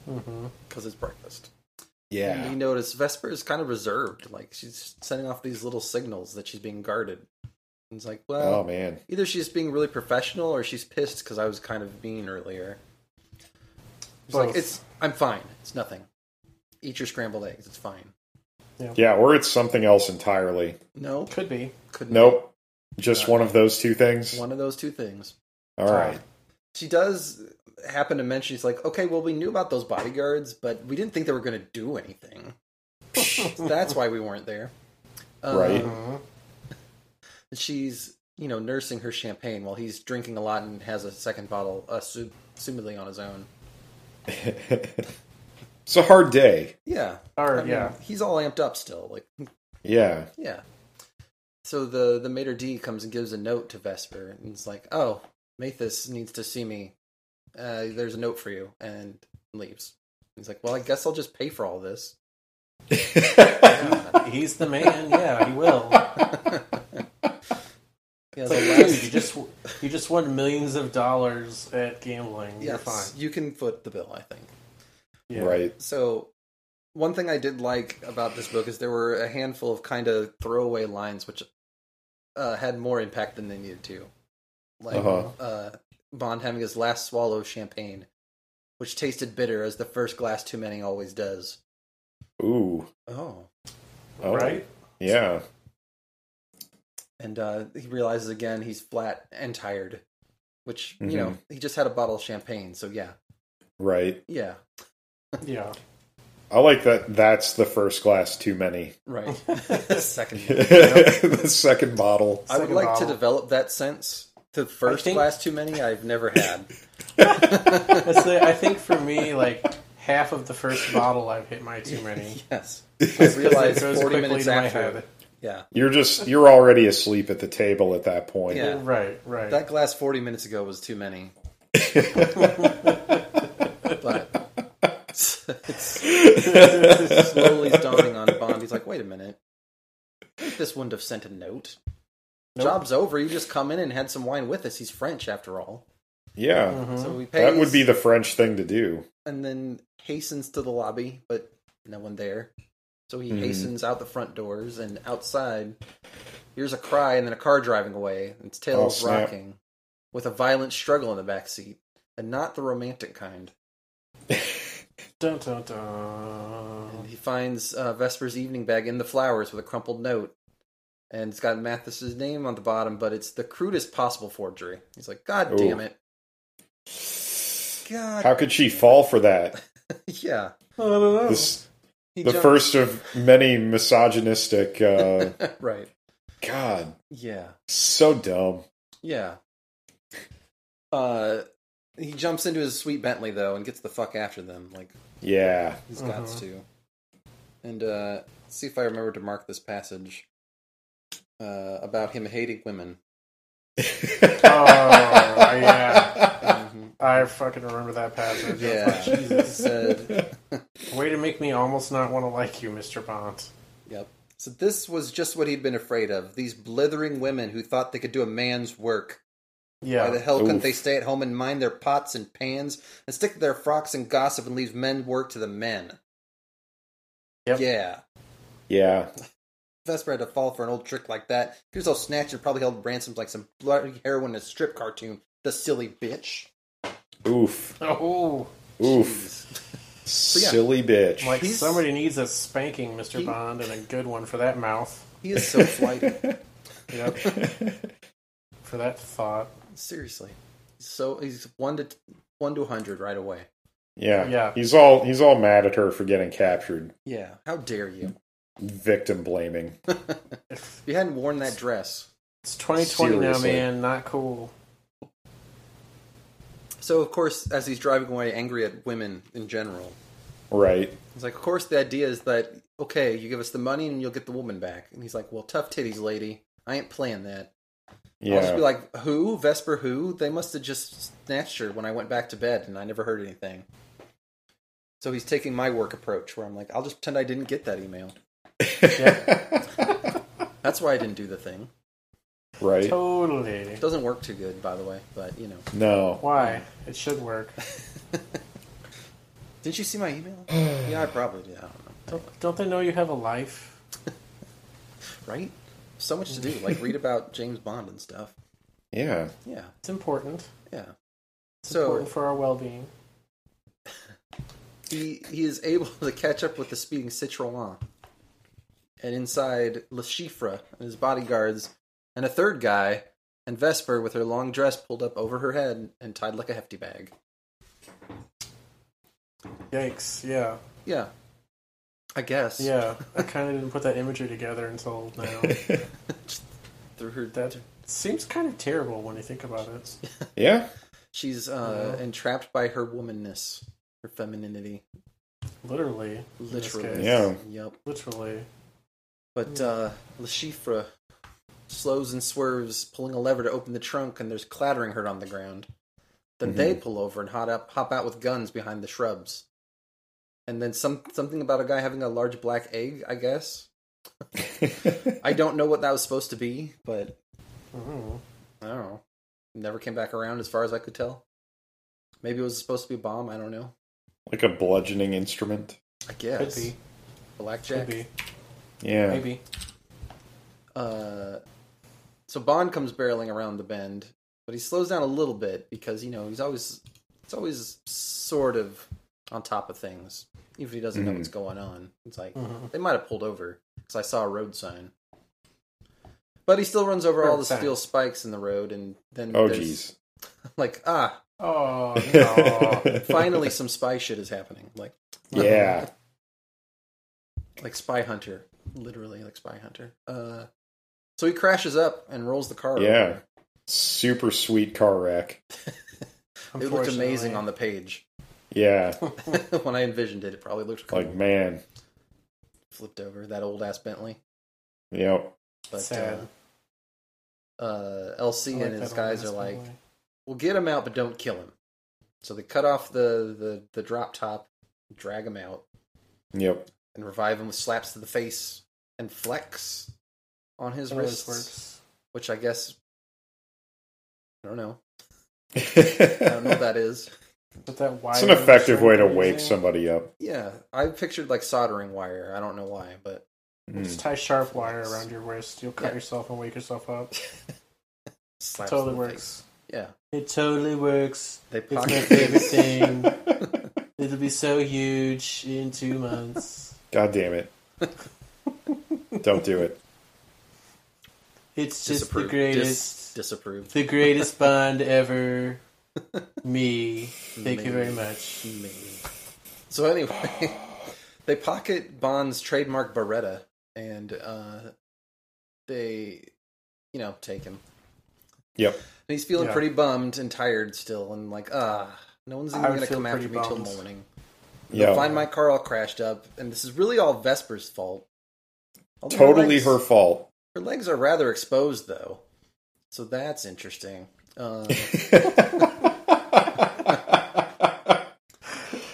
[SPEAKER 3] Mm-hmm.
[SPEAKER 1] because it's breakfast. And
[SPEAKER 4] yeah.
[SPEAKER 1] you notice Vesper is kind of reserved. Like she's sending off these little signals that she's being guarded. And it's like, well,
[SPEAKER 4] Oh man,
[SPEAKER 1] either she's being really professional or she's pissed because I was kind of mean earlier. It's like
[SPEAKER 3] Both.
[SPEAKER 1] it's I'm fine. It's nothing. Eat your scrambled eggs. It's fine.
[SPEAKER 4] yeah. Or it's something else entirely.
[SPEAKER 1] No,
[SPEAKER 3] Could be.
[SPEAKER 1] couldn't.
[SPEAKER 4] Nope, just one of those two
[SPEAKER 1] be.
[SPEAKER 4] things.
[SPEAKER 1] One of those two things.
[SPEAKER 4] All right.
[SPEAKER 1] She does happen to mention. She's like, okay, well, we knew about those bodyguards, but we didn't think they were going to do anything. *laughs* That's why we weren't there. Uh, Uh-huh.
[SPEAKER 4] Right.
[SPEAKER 1] she's you know nursing her champagne while he's drinking a lot and has a second bottle uh, su- assumedly on his own
[SPEAKER 4] *laughs* It's a hard day.
[SPEAKER 1] yeah
[SPEAKER 3] Or,
[SPEAKER 1] I mean,
[SPEAKER 3] yeah.
[SPEAKER 1] he's all amped up still like
[SPEAKER 4] Yeah.
[SPEAKER 1] yeah so the the mater d comes and gives a note to vesper and it's like oh mathis needs to see me uh, there's a note for you and leaves he's like well i guess i'll just pay for all this
[SPEAKER 3] He's the man. Yeah, he will.
[SPEAKER 1] yeah,
[SPEAKER 3] It's
[SPEAKER 1] the
[SPEAKER 3] like,
[SPEAKER 1] last-
[SPEAKER 3] dude, you just you just won millions of dollars at gambling. You're
[SPEAKER 1] yes,
[SPEAKER 3] fine.
[SPEAKER 1] you can foot the bill i think
[SPEAKER 3] Yeah.
[SPEAKER 4] Right.
[SPEAKER 1] So, one thing I did like about this book is there were a handful of kind of throwaway lines which uh, had more impact than they needed to. Like
[SPEAKER 4] Uh-huh.
[SPEAKER 1] uh Bond having his last swallow of champagne, which tasted bitter as the first glass too many always does.
[SPEAKER 4] Ooh.
[SPEAKER 1] Oh.
[SPEAKER 4] Oh,
[SPEAKER 3] Right.
[SPEAKER 4] Yeah.
[SPEAKER 1] And uh, he realizes again he's flat and tired, which, you know,
[SPEAKER 4] Mhm.
[SPEAKER 1] he just had a bottle of champagne. So, yeah.
[SPEAKER 4] Right.
[SPEAKER 1] Yeah. *laughs*
[SPEAKER 3] Yeah.
[SPEAKER 4] I like that. That's the first glass too many. *laughs*
[SPEAKER 1] Right. Second. one.
[SPEAKER 4] the second bottle.
[SPEAKER 1] I would
[SPEAKER 3] Second
[SPEAKER 1] like
[SPEAKER 3] bottle.
[SPEAKER 1] to develop that sense. The first
[SPEAKER 3] think-
[SPEAKER 1] glass too many I've never had.
[SPEAKER 3] That's the, I think for me, like
[SPEAKER 1] *laughs*
[SPEAKER 3] half of the first bottle, I've hit my too many.
[SPEAKER 1] yes. I
[SPEAKER 4] *laughs*
[SPEAKER 3] Because
[SPEAKER 1] realized 40 minutes after.
[SPEAKER 3] head.
[SPEAKER 1] Yeah.
[SPEAKER 4] You're just you're already asleep at the table at that point.
[SPEAKER 1] Yeah.
[SPEAKER 3] Right, right.
[SPEAKER 1] That glass 40 minutes ago was too
[SPEAKER 4] *laughs*
[SPEAKER 1] many. but it's, *laughs*
[SPEAKER 4] *laughs*
[SPEAKER 1] it's slowly dawning on Bond. He's like, wait a minute. I think This wouldn't have sent a note.
[SPEAKER 3] Nope.
[SPEAKER 1] Job's over. You just come in and had some wine with us. He's French, after all.
[SPEAKER 4] Yeah.
[SPEAKER 3] Mhm.
[SPEAKER 1] So we pay.
[SPEAKER 4] That would be the French thing to do.
[SPEAKER 1] and then hastens to the lobby, but no one there. So he
[SPEAKER 4] Mhm.
[SPEAKER 1] hastens out the front doors and outside. Hears a cry and then a car driving away. Its tail
[SPEAKER 4] Oh,
[SPEAKER 1] is
[SPEAKER 4] snap.
[SPEAKER 1] rocking, with a violent struggle in the back seat, and not the romantic kind.
[SPEAKER 3] Dun, dun, dun.
[SPEAKER 1] And he finds uh, Vesper's evening bag in the flowers with a crumpled note, and it's got Mathis's name on the bottom, but it's the crudest possible forgery. He's like, God
[SPEAKER 4] Ooh.
[SPEAKER 1] damn it! God,
[SPEAKER 4] How could she fall for that?
[SPEAKER 1] *laughs* yeah.
[SPEAKER 3] I don't know.
[SPEAKER 4] This
[SPEAKER 1] He
[SPEAKER 4] the
[SPEAKER 1] jumped-
[SPEAKER 4] first of many misogynistic uh *laughs*
[SPEAKER 1] right?
[SPEAKER 4] God,
[SPEAKER 1] Yeah.
[SPEAKER 4] so dumb.
[SPEAKER 1] Yeah. Uh, he jumps into his sweet Bentley though and gets the fuck after them. Like
[SPEAKER 4] Yeah.
[SPEAKER 1] he's
[SPEAKER 3] Uh-huh.
[SPEAKER 1] got to. And uh, let's see if I remember to mark this passage uh, about him hating women.
[SPEAKER 3] Oh,
[SPEAKER 4] *laughs*
[SPEAKER 3] yeah.
[SPEAKER 1] Mhm.
[SPEAKER 3] I fucking remember that passage. I was
[SPEAKER 1] Yeah,
[SPEAKER 3] like, Oh, *laughs* Jesus. *laughs*
[SPEAKER 1] said.
[SPEAKER 3] Way to make me almost not want to like you, Mr. Bond.
[SPEAKER 1] Yep. So this was just what he'd been afraid of. These blithering women who thought they could do a man's work. Why the
[SPEAKER 3] Yeah.
[SPEAKER 1] hell couldn't
[SPEAKER 4] Oof.
[SPEAKER 1] they stay at home and mind their pots and pans and stick to their frocks and gossip and leave men work to the men?
[SPEAKER 3] Yep.
[SPEAKER 1] Yeah.
[SPEAKER 4] Yeah.
[SPEAKER 1] Vesper had to fall for an old trick like that. He was all snatched and probably held ransom like some bloody heroin in a strip cartoon. The silly bitch.
[SPEAKER 4] Oof.
[SPEAKER 3] Oh,
[SPEAKER 4] Oof.
[SPEAKER 1] yeah.
[SPEAKER 4] Silly bitch.
[SPEAKER 3] like
[SPEAKER 1] He's-
[SPEAKER 3] somebody needs a spanking, Mr.
[SPEAKER 1] He-
[SPEAKER 3] Bond, and a good one for that mouth.
[SPEAKER 1] He is so flighty.
[SPEAKER 3] Yep. for that thought.
[SPEAKER 1] Seriously. So he's one to one to a hundred right away.
[SPEAKER 4] yeah.
[SPEAKER 3] Yeah.
[SPEAKER 4] He's all he's all mad at her for getting captured.
[SPEAKER 1] Yeah. How dare you?
[SPEAKER 4] Victim blaming.
[SPEAKER 1] if you hadn't worn that dress.
[SPEAKER 3] It's 2020 now,
[SPEAKER 4] Seriously.
[SPEAKER 3] man. Not cool.
[SPEAKER 1] So of course, as he's driving away, angry at women in general,
[SPEAKER 4] Right.
[SPEAKER 1] He's like, of course, the idea is that okay, you give us the money and you'll get the woman back. And he's like, well, tough titties, lady. I ain't playing that. I'll just
[SPEAKER 4] Yeah.
[SPEAKER 1] be like, who Vesper? Who? They must have just snatched her when I went back to bed, and I never heard anything. So he's taking my work approach, where I'm like, I'll just pretend I didn't get that email. *laughs* That's why I didn't do the thing.
[SPEAKER 4] right.
[SPEAKER 3] Totally.
[SPEAKER 1] It doesn't work too good, by the way. But you know,
[SPEAKER 4] No.
[SPEAKER 3] Why? It should work.
[SPEAKER 1] didn't you see my
[SPEAKER 3] *sighs*
[SPEAKER 1] email? yeah, I probably did. I don't know.
[SPEAKER 3] Don't, don't they know you have a life?
[SPEAKER 1] Right? So much to do, like read about James Bond and stuff.
[SPEAKER 4] Yeah.
[SPEAKER 1] Yeah,
[SPEAKER 3] It's important.
[SPEAKER 1] yeah.
[SPEAKER 3] It's
[SPEAKER 1] So-
[SPEAKER 3] important for our well-being.
[SPEAKER 1] he he is able to catch up with the speeding Citroën, and inside Le Chiffre and his bodyguards, and a third guy, and Vesper with her long dress pulled up over her head and tied like a hefty bag.
[SPEAKER 3] Yikes! Yeah,
[SPEAKER 1] Yeah, I guess.
[SPEAKER 3] yeah. I kind of didn't put that imagery together until
[SPEAKER 1] *laughs*
[SPEAKER 3] now.
[SPEAKER 1] through her
[SPEAKER 3] That seems kind of terrible when you think about it.
[SPEAKER 4] Yeah. *laughs*
[SPEAKER 1] she's uh, entrapped by her womanness, her femininity,
[SPEAKER 3] Literally, in this
[SPEAKER 1] literally.
[SPEAKER 3] case.
[SPEAKER 4] Yeah.
[SPEAKER 1] Yep.
[SPEAKER 3] literally. Hmm.
[SPEAKER 1] But uh, Le Chiffre slows and swerves, pulling a lever to open the trunk, and there's clattering heard on the ground. Then they
[SPEAKER 3] Mm-hmm.
[SPEAKER 1] pull over and hot up, hop out with guns behind the shrubs. And then some something about a guy having a large black egg, I guess. I don't know what that was supposed to be, but
[SPEAKER 3] Mm.
[SPEAKER 1] I don't know. Never came back around as far as I could tell. Maybe it was supposed to be a bomb, I don't know.
[SPEAKER 4] like a bludgeoning instrument.
[SPEAKER 1] I
[SPEAKER 3] Could
[SPEAKER 1] guess.
[SPEAKER 3] be,
[SPEAKER 1] Blackjack.
[SPEAKER 3] could be,
[SPEAKER 4] Yeah.
[SPEAKER 3] maybe.
[SPEAKER 1] Uh, so Bond comes barreling around the bend, but he slows down a little bit because you know he's always it's always sort of on top of things, even if he doesn't know
[SPEAKER 4] Mhm.
[SPEAKER 1] what's going on. It's like
[SPEAKER 3] Mhm.
[SPEAKER 1] they might have pulled over because I saw a road sign, but he still runs over all
[SPEAKER 3] Road
[SPEAKER 1] the
[SPEAKER 3] sign.
[SPEAKER 1] steel spikes in the road, and then
[SPEAKER 4] Oh
[SPEAKER 1] there's-
[SPEAKER 4] jeez.
[SPEAKER 1] *laughs* like
[SPEAKER 4] *laughs*
[SPEAKER 1] ah,
[SPEAKER 3] Oh no!
[SPEAKER 1] finally some spy shit is happening, like
[SPEAKER 4] Yeah.
[SPEAKER 1] like Spy Hunter, literally like Spy Hunter. Uh, so he crashes up and rolls the car. over.
[SPEAKER 4] Yeah. Super sweet car wreck.
[SPEAKER 1] *laughs* It looked amazing on the page *laughs*
[SPEAKER 4] Yeah.
[SPEAKER 1] when I envisioned it. It probably looked cool.
[SPEAKER 4] Like man.
[SPEAKER 1] flipped over that old ass Bentley.
[SPEAKER 4] Yep.
[SPEAKER 1] But
[SPEAKER 3] Sad.
[SPEAKER 1] Uh, uh, LC
[SPEAKER 3] I like
[SPEAKER 1] and his
[SPEAKER 3] that
[SPEAKER 1] guys are
[SPEAKER 3] old
[SPEAKER 1] like,
[SPEAKER 3] ass guy.
[SPEAKER 1] "Well, get him out, but don't kill him." So they cut off the the, the drop top, drag him out,
[SPEAKER 4] Yep. *laughs*
[SPEAKER 1] and revive him with slaps to the face and flex on his
[SPEAKER 3] Always
[SPEAKER 1] wrists,
[SPEAKER 3] works.
[SPEAKER 1] which I guess I don't know. I don't know what
[SPEAKER 4] it's
[SPEAKER 3] *laughs*
[SPEAKER 1] that is.
[SPEAKER 3] But that wire
[SPEAKER 4] an effective way to
[SPEAKER 3] they're
[SPEAKER 4] wake
[SPEAKER 3] using,
[SPEAKER 4] somebody up.
[SPEAKER 1] Yeah, I pictured like soldering wire. I don't know why, but
[SPEAKER 4] Mm.
[SPEAKER 3] Just tie sharp wire around your wrist. You'll cut
[SPEAKER 1] Yeah.
[SPEAKER 3] yourself and wake yourself up.
[SPEAKER 1] slaps
[SPEAKER 3] totally
[SPEAKER 1] to the
[SPEAKER 3] works.
[SPEAKER 1] face. Yeah,
[SPEAKER 3] It totally works.
[SPEAKER 1] they
[SPEAKER 3] It's my
[SPEAKER 1] pocket.
[SPEAKER 3] favorite thing.
[SPEAKER 1] *laughs*
[SPEAKER 3] It'll be so huge in two months.
[SPEAKER 4] God
[SPEAKER 1] *laughs*
[SPEAKER 4] damn it. Don't do it.
[SPEAKER 3] It's just
[SPEAKER 1] Disapprove.
[SPEAKER 3] the greatest,
[SPEAKER 1] Dis- disapprove.
[SPEAKER 3] the
[SPEAKER 1] *laughs*
[SPEAKER 3] greatest Bond ever. Me. Thank
[SPEAKER 1] Me.
[SPEAKER 3] you very much.
[SPEAKER 1] Me. So anyway, *laughs* they pocket Bond's trademark Beretta, and uh, they, you know, take him.
[SPEAKER 4] Yep.
[SPEAKER 1] And he's feeling
[SPEAKER 3] Yeah.
[SPEAKER 1] pretty bummed and tired still, and like, ah, no one's even
[SPEAKER 3] I would
[SPEAKER 1] going to
[SPEAKER 3] feel
[SPEAKER 1] come after
[SPEAKER 3] pretty
[SPEAKER 1] me till
[SPEAKER 3] bummed.
[SPEAKER 1] morning.
[SPEAKER 4] Yeah.
[SPEAKER 1] Find my car all crashed up, and this is really all Vesper's fault. Although
[SPEAKER 4] Totally
[SPEAKER 1] legs-
[SPEAKER 4] her fault.
[SPEAKER 1] Her legs are rather exposed, though, so that's interesting. Uh,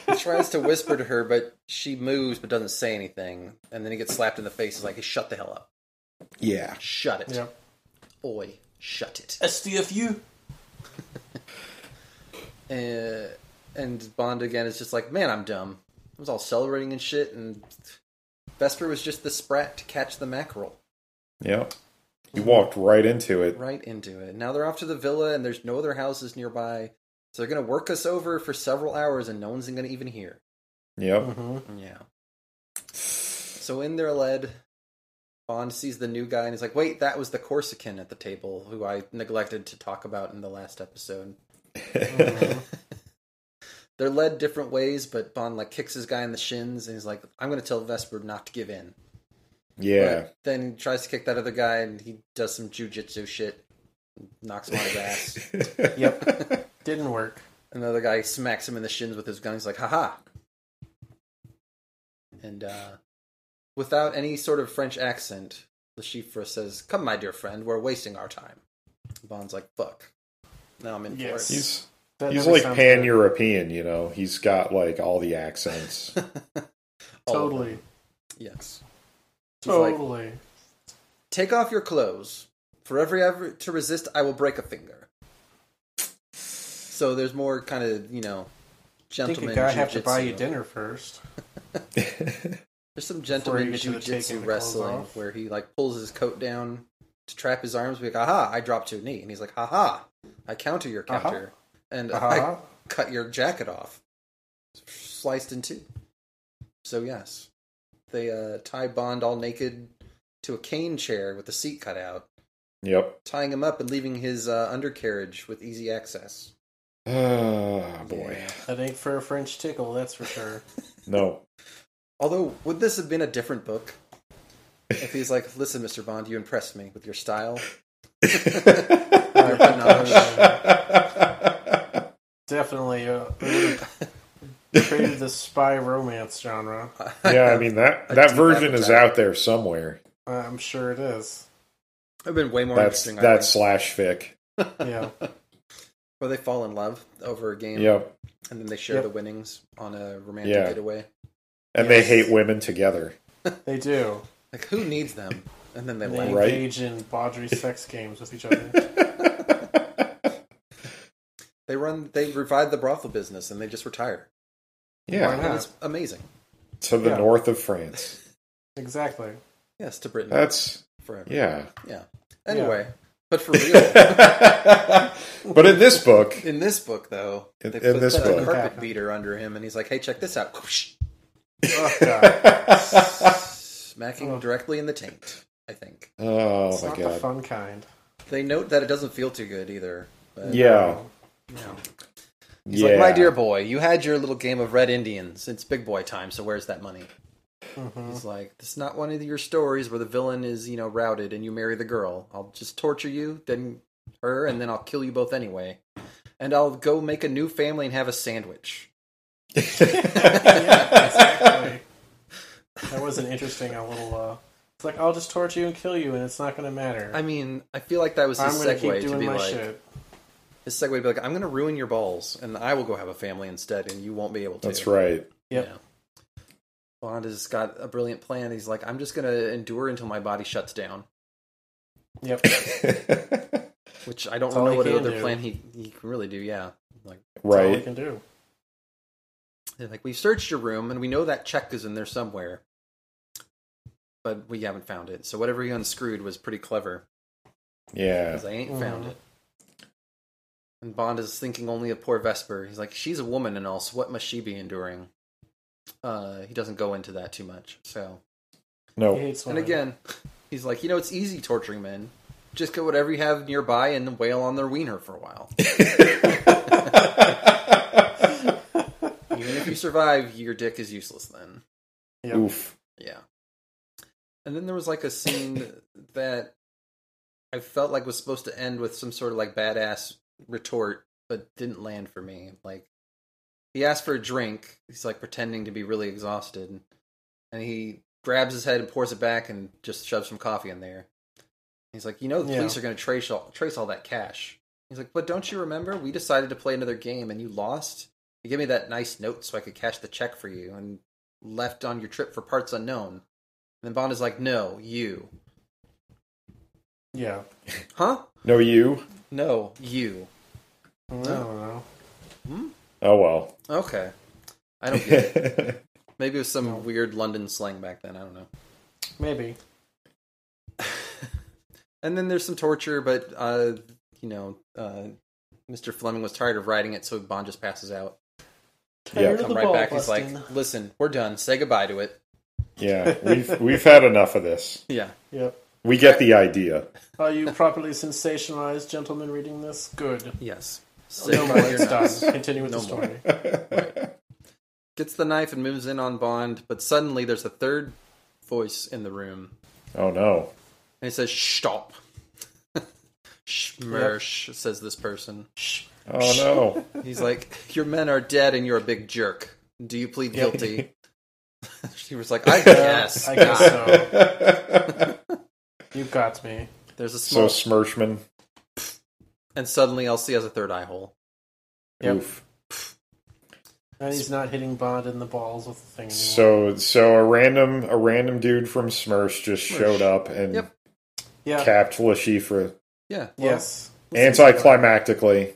[SPEAKER 1] he tries to whisper to her, but she moves but doesn't say anything. And then he gets slapped in the face. He's like, hey, "Shut the hell up!
[SPEAKER 4] yeah.
[SPEAKER 1] Shut it!
[SPEAKER 3] Yeah.
[SPEAKER 1] Oi, shut it!"
[SPEAKER 3] SDFU.
[SPEAKER 1] Uh, and Bond again is just like, "Man, I'm dumb. I was all celebrating and shit, and Vesper was just the sprat to catch the mackerel
[SPEAKER 4] Yep. You walked right into it.
[SPEAKER 1] Mm-hmm. right into it. Now they're off to the villa, and there's no other houses nearby, so they're gonna work us over for several hours, and no one's gonna even hear."
[SPEAKER 4] Yep.
[SPEAKER 1] Mm-hmm.
[SPEAKER 4] *laughs*
[SPEAKER 3] hmm
[SPEAKER 1] Yeah. So in their lead, Bond sees the new guy and he's like, wait, that was the Corsican at the table who I neglected to talk about in the last episode. Mm-hmm. They're led different ways, but Bond like kicks his guy in the shins and he's like, I'm gonna tell Vesper not to give in.
[SPEAKER 4] yeah.
[SPEAKER 1] But then he tries to kick that other guy and he does some jujitsu shit, knocks him on his ass.
[SPEAKER 4] Yep.
[SPEAKER 3] Didn't work.
[SPEAKER 1] Another guy smacks him in the shins with his gun. He's like, haha. And uh, without any sort of French accent, the Chiffre says, Come, my dear friend, we're wasting our time. Bond's like, Fuck. Now I'm in
[SPEAKER 3] Yes.
[SPEAKER 1] for it.
[SPEAKER 4] He's
[SPEAKER 3] That
[SPEAKER 4] he's
[SPEAKER 3] never
[SPEAKER 4] like
[SPEAKER 3] sounds
[SPEAKER 4] pan
[SPEAKER 3] good.
[SPEAKER 4] European, you know. He's got like all
[SPEAKER 1] *laughs*
[SPEAKER 4] the accents.
[SPEAKER 1] All of them.
[SPEAKER 3] Totally.
[SPEAKER 1] Yes. He's like,
[SPEAKER 3] Totally.
[SPEAKER 1] Take off your clothes. For every effort to resist, I will break a finger. So there's more kind of, you know,
[SPEAKER 3] I think
[SPEAKER 1] gentleman.
[SPEAKER 3] a guy have to
[SPEAKER 1] jujitsu.
[SPEAKER 3] buy you dinner first.
[SPEAKER 1] There's some
[SPEAKER 3] Before you
[SPEAKER 1] gentleman
[SPEAKER 3] get to the taking
[SPEAKER 1] jujitsu
[SPEAKER 3] the clothes
[SPEAKER 1] wrestling
[SPEAKER 3] off.
[SPEAKER 1] where he like pulls his coat down to trap his arms. Be like, aha! I dropped to a knee, and he's like, haha! I counter your
[SPEAKER 3] Aha.
[SPEAKER 1] counter, and
[SPEAKER 3] Uh-huh.
[SPEAKER 1] *laughs* I cut your jacket off, sliced in two. So yes, they uh, tie Bond all naked to a cane chair with the seat cut out,
[SPEAKER 4] yep.
[SPEAKER 1] tying him up and leaving his uh, undercarriage with easy access.
[SPEAKER 4] Oh boy.
[SPEAKER 1] *sighs* Yeah.
[SPEAKER 3] That ain't for a French tickle, that's for sure.
[SPEAKER 1] *laughs*
[SPEAKER 4] No.
[SPEAKER 1] Although, would this have been a different book? If he's like, listen, Mr. Bond, you impressed me with your style. *laughs*
[SPEAKER 3] Definitely uh, created the spy romance genre.
[SPEAKER 4] yeah, I
[SPEAKER 1] *laughs*
[SPEAKER 4] mean that
[SPEAKER 1] A
[SPEAKER 4] that
[SPEAKER 1] deep
[SPEAKER 4] version is
[SPEAKER 1] appetite.
[SPEAKER 4] out there somewhere.
[SPEAKER 3] I'm sure it is.
[SPEAKER 1] I've been way more
[SPEAKER 4] That's
[SPEAKER 1] interesting. I
[SPEAKER 4] that
[SPEAKER 1] think.
[SPEAKER 4] slash fic.
[SPEAKER 3] Yeah.
[SPEAKER 1] where they fall in love over a game,
[SPEAKER 4] Yep.
[SPEAKER 1] and then they share
[SPEAKER 3] Yep.
[SPEAKER 1] the winnings on a romantic
[SPEAKER 4] Yeah.
[SPEAKER 1] getaway.
[SPEAKER 3] Yes.
[SPEAKER 4] And they hate women together.
[SPEAKER 3] They
[SPEAKER 1] *laughs*
[SPEAKER 3] do.
[SPEAKER 1] Like who needs them? And then they
[SPEAKER 3] They
[SPEAKER 1] leave.
[SPEAKER 4] Right.
[SPEAKER 3] engage in
[SPEAKER 1] *laughs*
[SPEAKER 3] tawdry sex games with each other.
[SPEAKER 1] They run. They revive the brothel business, and they just retire.
[SPEAKER 3] Why
[SPEAKER 4] Yeah.
[SPEAKER 3] not?
[SPEAKER 1] And it's amazing.
[SPEAKER 4] To the
[SPEAKER 3] Yeah.
[SPEAKER 4] north of France.
[SPEAKER 3] Exactly.
[SPEAKER 1] Yes, to Britain
[SPEAKER 4] That's
[SPEAKER 1] forever.
[SPEAKER 4] yeah. *laughs*
[SPEAKER 1] Anyway, but for real,
[SPEAKER 4] but in this book, *laughs*
[SPEAKER 1] in this book though,
[SPEAKER 4] In-
[SPEAKER 1] they
[SPEAKER 4] in
[SPEAKER 1] put
[SPEAKER 4] this
[SPEAKER 1] a
[SPEAKER 4] book.
[SPEAKER 1] carpet beater under him, and he's like, "Hey, check this out!"
[SPEAKER 4] *laughs*
[SPEAKER 1] Whoosh.
[SPEAKER 3] Oh, God.
[SPEAKER 1] smacking
[SPEAKER 3] Oh.
[SPEAKER 1] directly in the taint. I think
[SPEAKER 4] oh
[SPEAKER 3] It's
[SPEAKER 4] my
[SPEAKER 3] not the
[SPEAKER 4] god.
[SPEAKER 3] fun kind.
[SPEAKER 1] they note that it doesn't feel too good either. but-
[SPEAKER 4] Yeah.
[SPEAKER 1] Oh. No. He's
[SPEAKER 4] Yeah.
[SPEAKER 1] like, my dear boy, you had your little game of Red Indians. It's big boy time, so where's that money?
[SPEAKER 3] Mhm.
[SPEAKER 1] He's like, this is not one of your stories where the villain is, you know, routed and you marry the girl. I'll just torture you, then her, and then I'll kill you both anyway. And I'll go make a new family and have a sandwich.
[SPEAKER 3] yeah, exactly. That was an interesting uh, little uh, It's like I'll just torture you and kill you, and it's not going to matter.
[SPEAKER 1] I mean, I feel like that was his
[SPEAKER 3] I'm going to
[SPEAKER 1] segue
[SPEAKER 3] keep
[SPEAKER 1] to
[SPEAKER 3] doing
[SPEAKER 1] be
[SPEAKER 3] my
[SPEAKER 1] like
[SPEAKER 3] shit.
[SPEAKER 1] his segue to be like, I'm going to ruin your balls, and I will go have a family instead, and you won't be able to.
[SPEAKER 4] That's right. *laughs*
[SPEAKER 3] Yep.
[SPEAKER 1] Yeah. Bond has got a brilliant plan. He's like, I'm just going to endure until my body shuts down,
[SPEAKER 3] Yep.
[SPEAKER 1] which I don't
[SPEAKER 3] That's all
[SPEAKER 1] know
[SPEAKER 3] he
[SPEAKER 1] what
[SPEAKER 3] can
[SPEAKER 1] other
[SPEAKER 3] do.
[SPEAKER 1] plan he, he can really do. Yeah. Like,
[SPEAKER 3] That's all we
[SPEAKER 4] right.
[SPEAKER 3] can do.
[SPEAKER 1] they're like, we've searched your room, and we know that check is in there somewhere, but we haven't found it. So whatever he unscrewed was pretty clever.
[SPEAKER 4] Yeah.
[SPEAKER 1] because I ain't found it. And Bond is thinking only of poor Vesper. He's like, she's a woman and all, so what must she be enduring? Uh, he doesn't go into that too much. So,
[SPEAKER 3] He
[SPEAKER 4] No.
[SPEAKER 3] hates
[SPEAKER 1] Oh. and
[SPEAKER 3] women.
[SPEAKER 1] again, he's like, you know, it's easy torturing men. Just get whatever you have nearby and wail on their wiener for a while. Even if you survive, your dick is useless then.
[SPEAKER 3] Yep.
[SPEAKER 4] Oof.
[SPEAKER 1] Yeah. And then there was like a scene that I felt like was supposed to end with some sort of like badass retort, but didn't land for me. Like he asked for a drink. He's like pretending to be really exhausted, and he grabs his head and pours it back and just shoves some coffee in there. He's like, you know, the
[SPEAKER 3] Yeah.
[SPEAKER 1] police are going to trace all, trace all that cash. He's like, but don't you remember we decided to play another game and you lost? You gave me that nice note so I could cash the check for you and left on your trip for parts unknown. And then Bond is like, no, you,
[SPEAKER 3] Yeah.
[SPEAKER 1] huh?
[SPEAKER 4] No, you.
[SPEAKER 1] No, you.
[SPEAKER 3] I don't know.
[SPEAKER 4] Oh well. *laughs*
[SPEAKER 1] Okay, I *laughs* don't get it. Maybe it was some weird London slang back then. I don't know.
[SPEAKER 3] Maybe.
[SPEAKER 1] And then there's some torture, but uh, you know, uh, Mr. Fleming was tired of writing it, so Bond just passes out.
[SPEAKER 4] yeah.
[SPEAKER 1] Come right back. He's like, "Listen, we're done. Say goodbye to it."
[SPEAKER 4] Yeah. We've we've had enough of this.
[SPEAKER 1] Yeah,
[SPEAKER 3] Yep.
[SPEAKER 4] We get the idea.
[SPEAKER 3] Are you properly sensationalized gentlemen reading this? Good.
[SPEAKER 1] yes. Say
[SPEAKER 3] No more.
[SPEAKER 1] goodbye to your
[SPEAKER 3] It's
[SPEAKER 1] nuts.
[SPEAKER 3] done. Continue with
[SPEAKER 1] No
[SPEAKER 3] the
[SPEAKER 1] more.
[SPEAKER 3] story.
[SPEAKER 1] Gets the knife and moves in on Bond, but suddenly there's a third voice in the room,
[SPEAKER 4] Oh no.
[SPEAKER 1] and it says, "Stop." *laughs* Schmersh says this person.
[SPEAKER 4] Oh
[SPEAKER 1] *laughs*
[SPEAKER 4] no.
[SPEAKER 1] He's like, "Your men are dead, and you're a big jerk. Do you plead guilty?" *laughs* she was like, "I guess."
[SPEAKER 3] I guess so. *laughs* You got me.
[SPEAKER 1] *laughs* There's a
[SPEAKER 4] so
[SPEAKER 1] small,
[SPEAKER 4] Smirchman.
[SPEAKER 1] and suddenly Elsie has a third eye hole.
[SPEAKER 3] Yep.
[SPEAKER 4] Oof.
[SPEAKER 3] And he's not hitting Bond in the balls with the thing anymore.
[SPEAKER 4] So so a random a random dude from Smurfs just showed up and
[SPEAKER 1] Yep.
[SPEAKER 3] yeah.
[SPEAKER 4] capped Lashifra
[SPEAKER 1] Yeah.
[SPEAKER 3] yes. *laughs*
[SPEAKER 4] anticlimactically.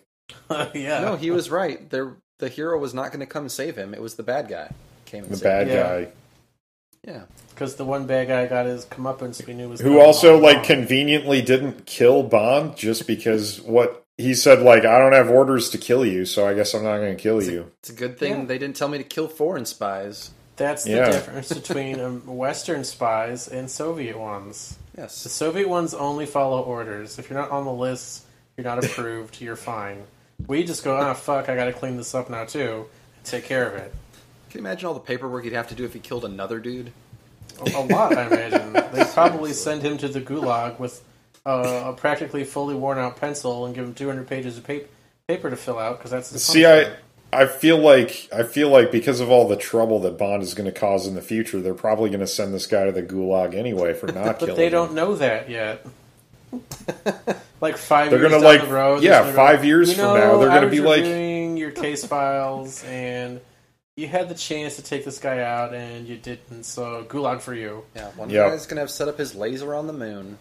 [SPEAKER 3] yeah.
[SPEAKER 1] No, he was right. There, the hero was not going to come and save him. It was the bad guy came and
[SPEAKER 4] The
[SPEAKER 1] saved
[SPEAKER 4] bad
[SPEAKER 3] Yeah.
[SPEAKER 4] guy
[SPEAKER 1] Him.
[SPEAKER 3] Because the one bad guy got his comeuppance we knew was
[SPEAKER 4] who
[SPEAKER 3] coming
[SPEAKER 4] also
[SPEAKER 3] all
[SPEAKER 4] like
[SPEAKER 3] along.
[SPEAKER 4] conveniently didn't kill Bond just because what he said like I don't have orders to kill you, so I guess I'm not going to kill you.
[SPEAKER 1] It's a good thing
[SPEAKER 3] Yeah.
[SPEAKER 1] they didn't tell me to kill foreign spies.
[SPEAKER 3] That's the
[SPEAKER 4] Yeah.
[SPEAKER 3] difference between um, Western spies and Soviet ones. The
[SPEAKER 1] Yes.
[SPEAKER 3] Soviet ones only follow orders. If you're not on the list, you're
[SPEAKER 4] *laughs*
[SPEAKER 3] not approved, you're fine. We just go, ah, fuck, I gotta clean this up now too, and take care of it.
[SPEAKER 1] Can you imagine all the paperwork he'd have to do if he killed another dude?
[SPEAKER 3] A lot, I
[SPEAKER 4] *laughs*
[SPEAKER 3] imagine. They probably send him to the gulag with uh, a practically fully worn out pencil and give him 200 pages of paper, paper to fill out because that's the
[SPEAKER 4] See, I
[SPEAKER 3] punishment.
[SPEAKER 4] I feel like I feel like because of all the trouble that Bond is going to cause in the future, they're probably going to send this guy to the gulag
[SPEAKER 3] *laughs*
[SPEAKER 4] anyway for not killing.
[SPEAKER 3] But they
[SPEAKER 4] him.
[SPEAKER 3] don't know that yet. *laughs* like 5
[SPEAKER 4] They're
[SPEAKER 3] years
[SPEAKER 4] gonna
[SPEAKER 3] down
[SPEAKER 4] like
[SPEAKER 3] the road,
[SPEAKER 4] yeah,
[SPEAKER 3] they're gonna go,
[SPEAKER 4] five years
[SPEAKER 3] you
[SPEAKER 4] from
[SPEAKER 3] know,
[SPEAKER 4] now they're
[SPEAKER 3] I
[SPEAKER 4] going to
[SPEAKER 3] was
[SPEAKER 4] be like
[SPEAKER 3] reviewing your case files, and you had the chance to take this guy out, and you didn't. So gulag for you.
[SPEAKER 1] Yeah. One
[SPEAKER 4] Yeah.
[SPEAKER 1] guy's going to have set up his laser on the moon.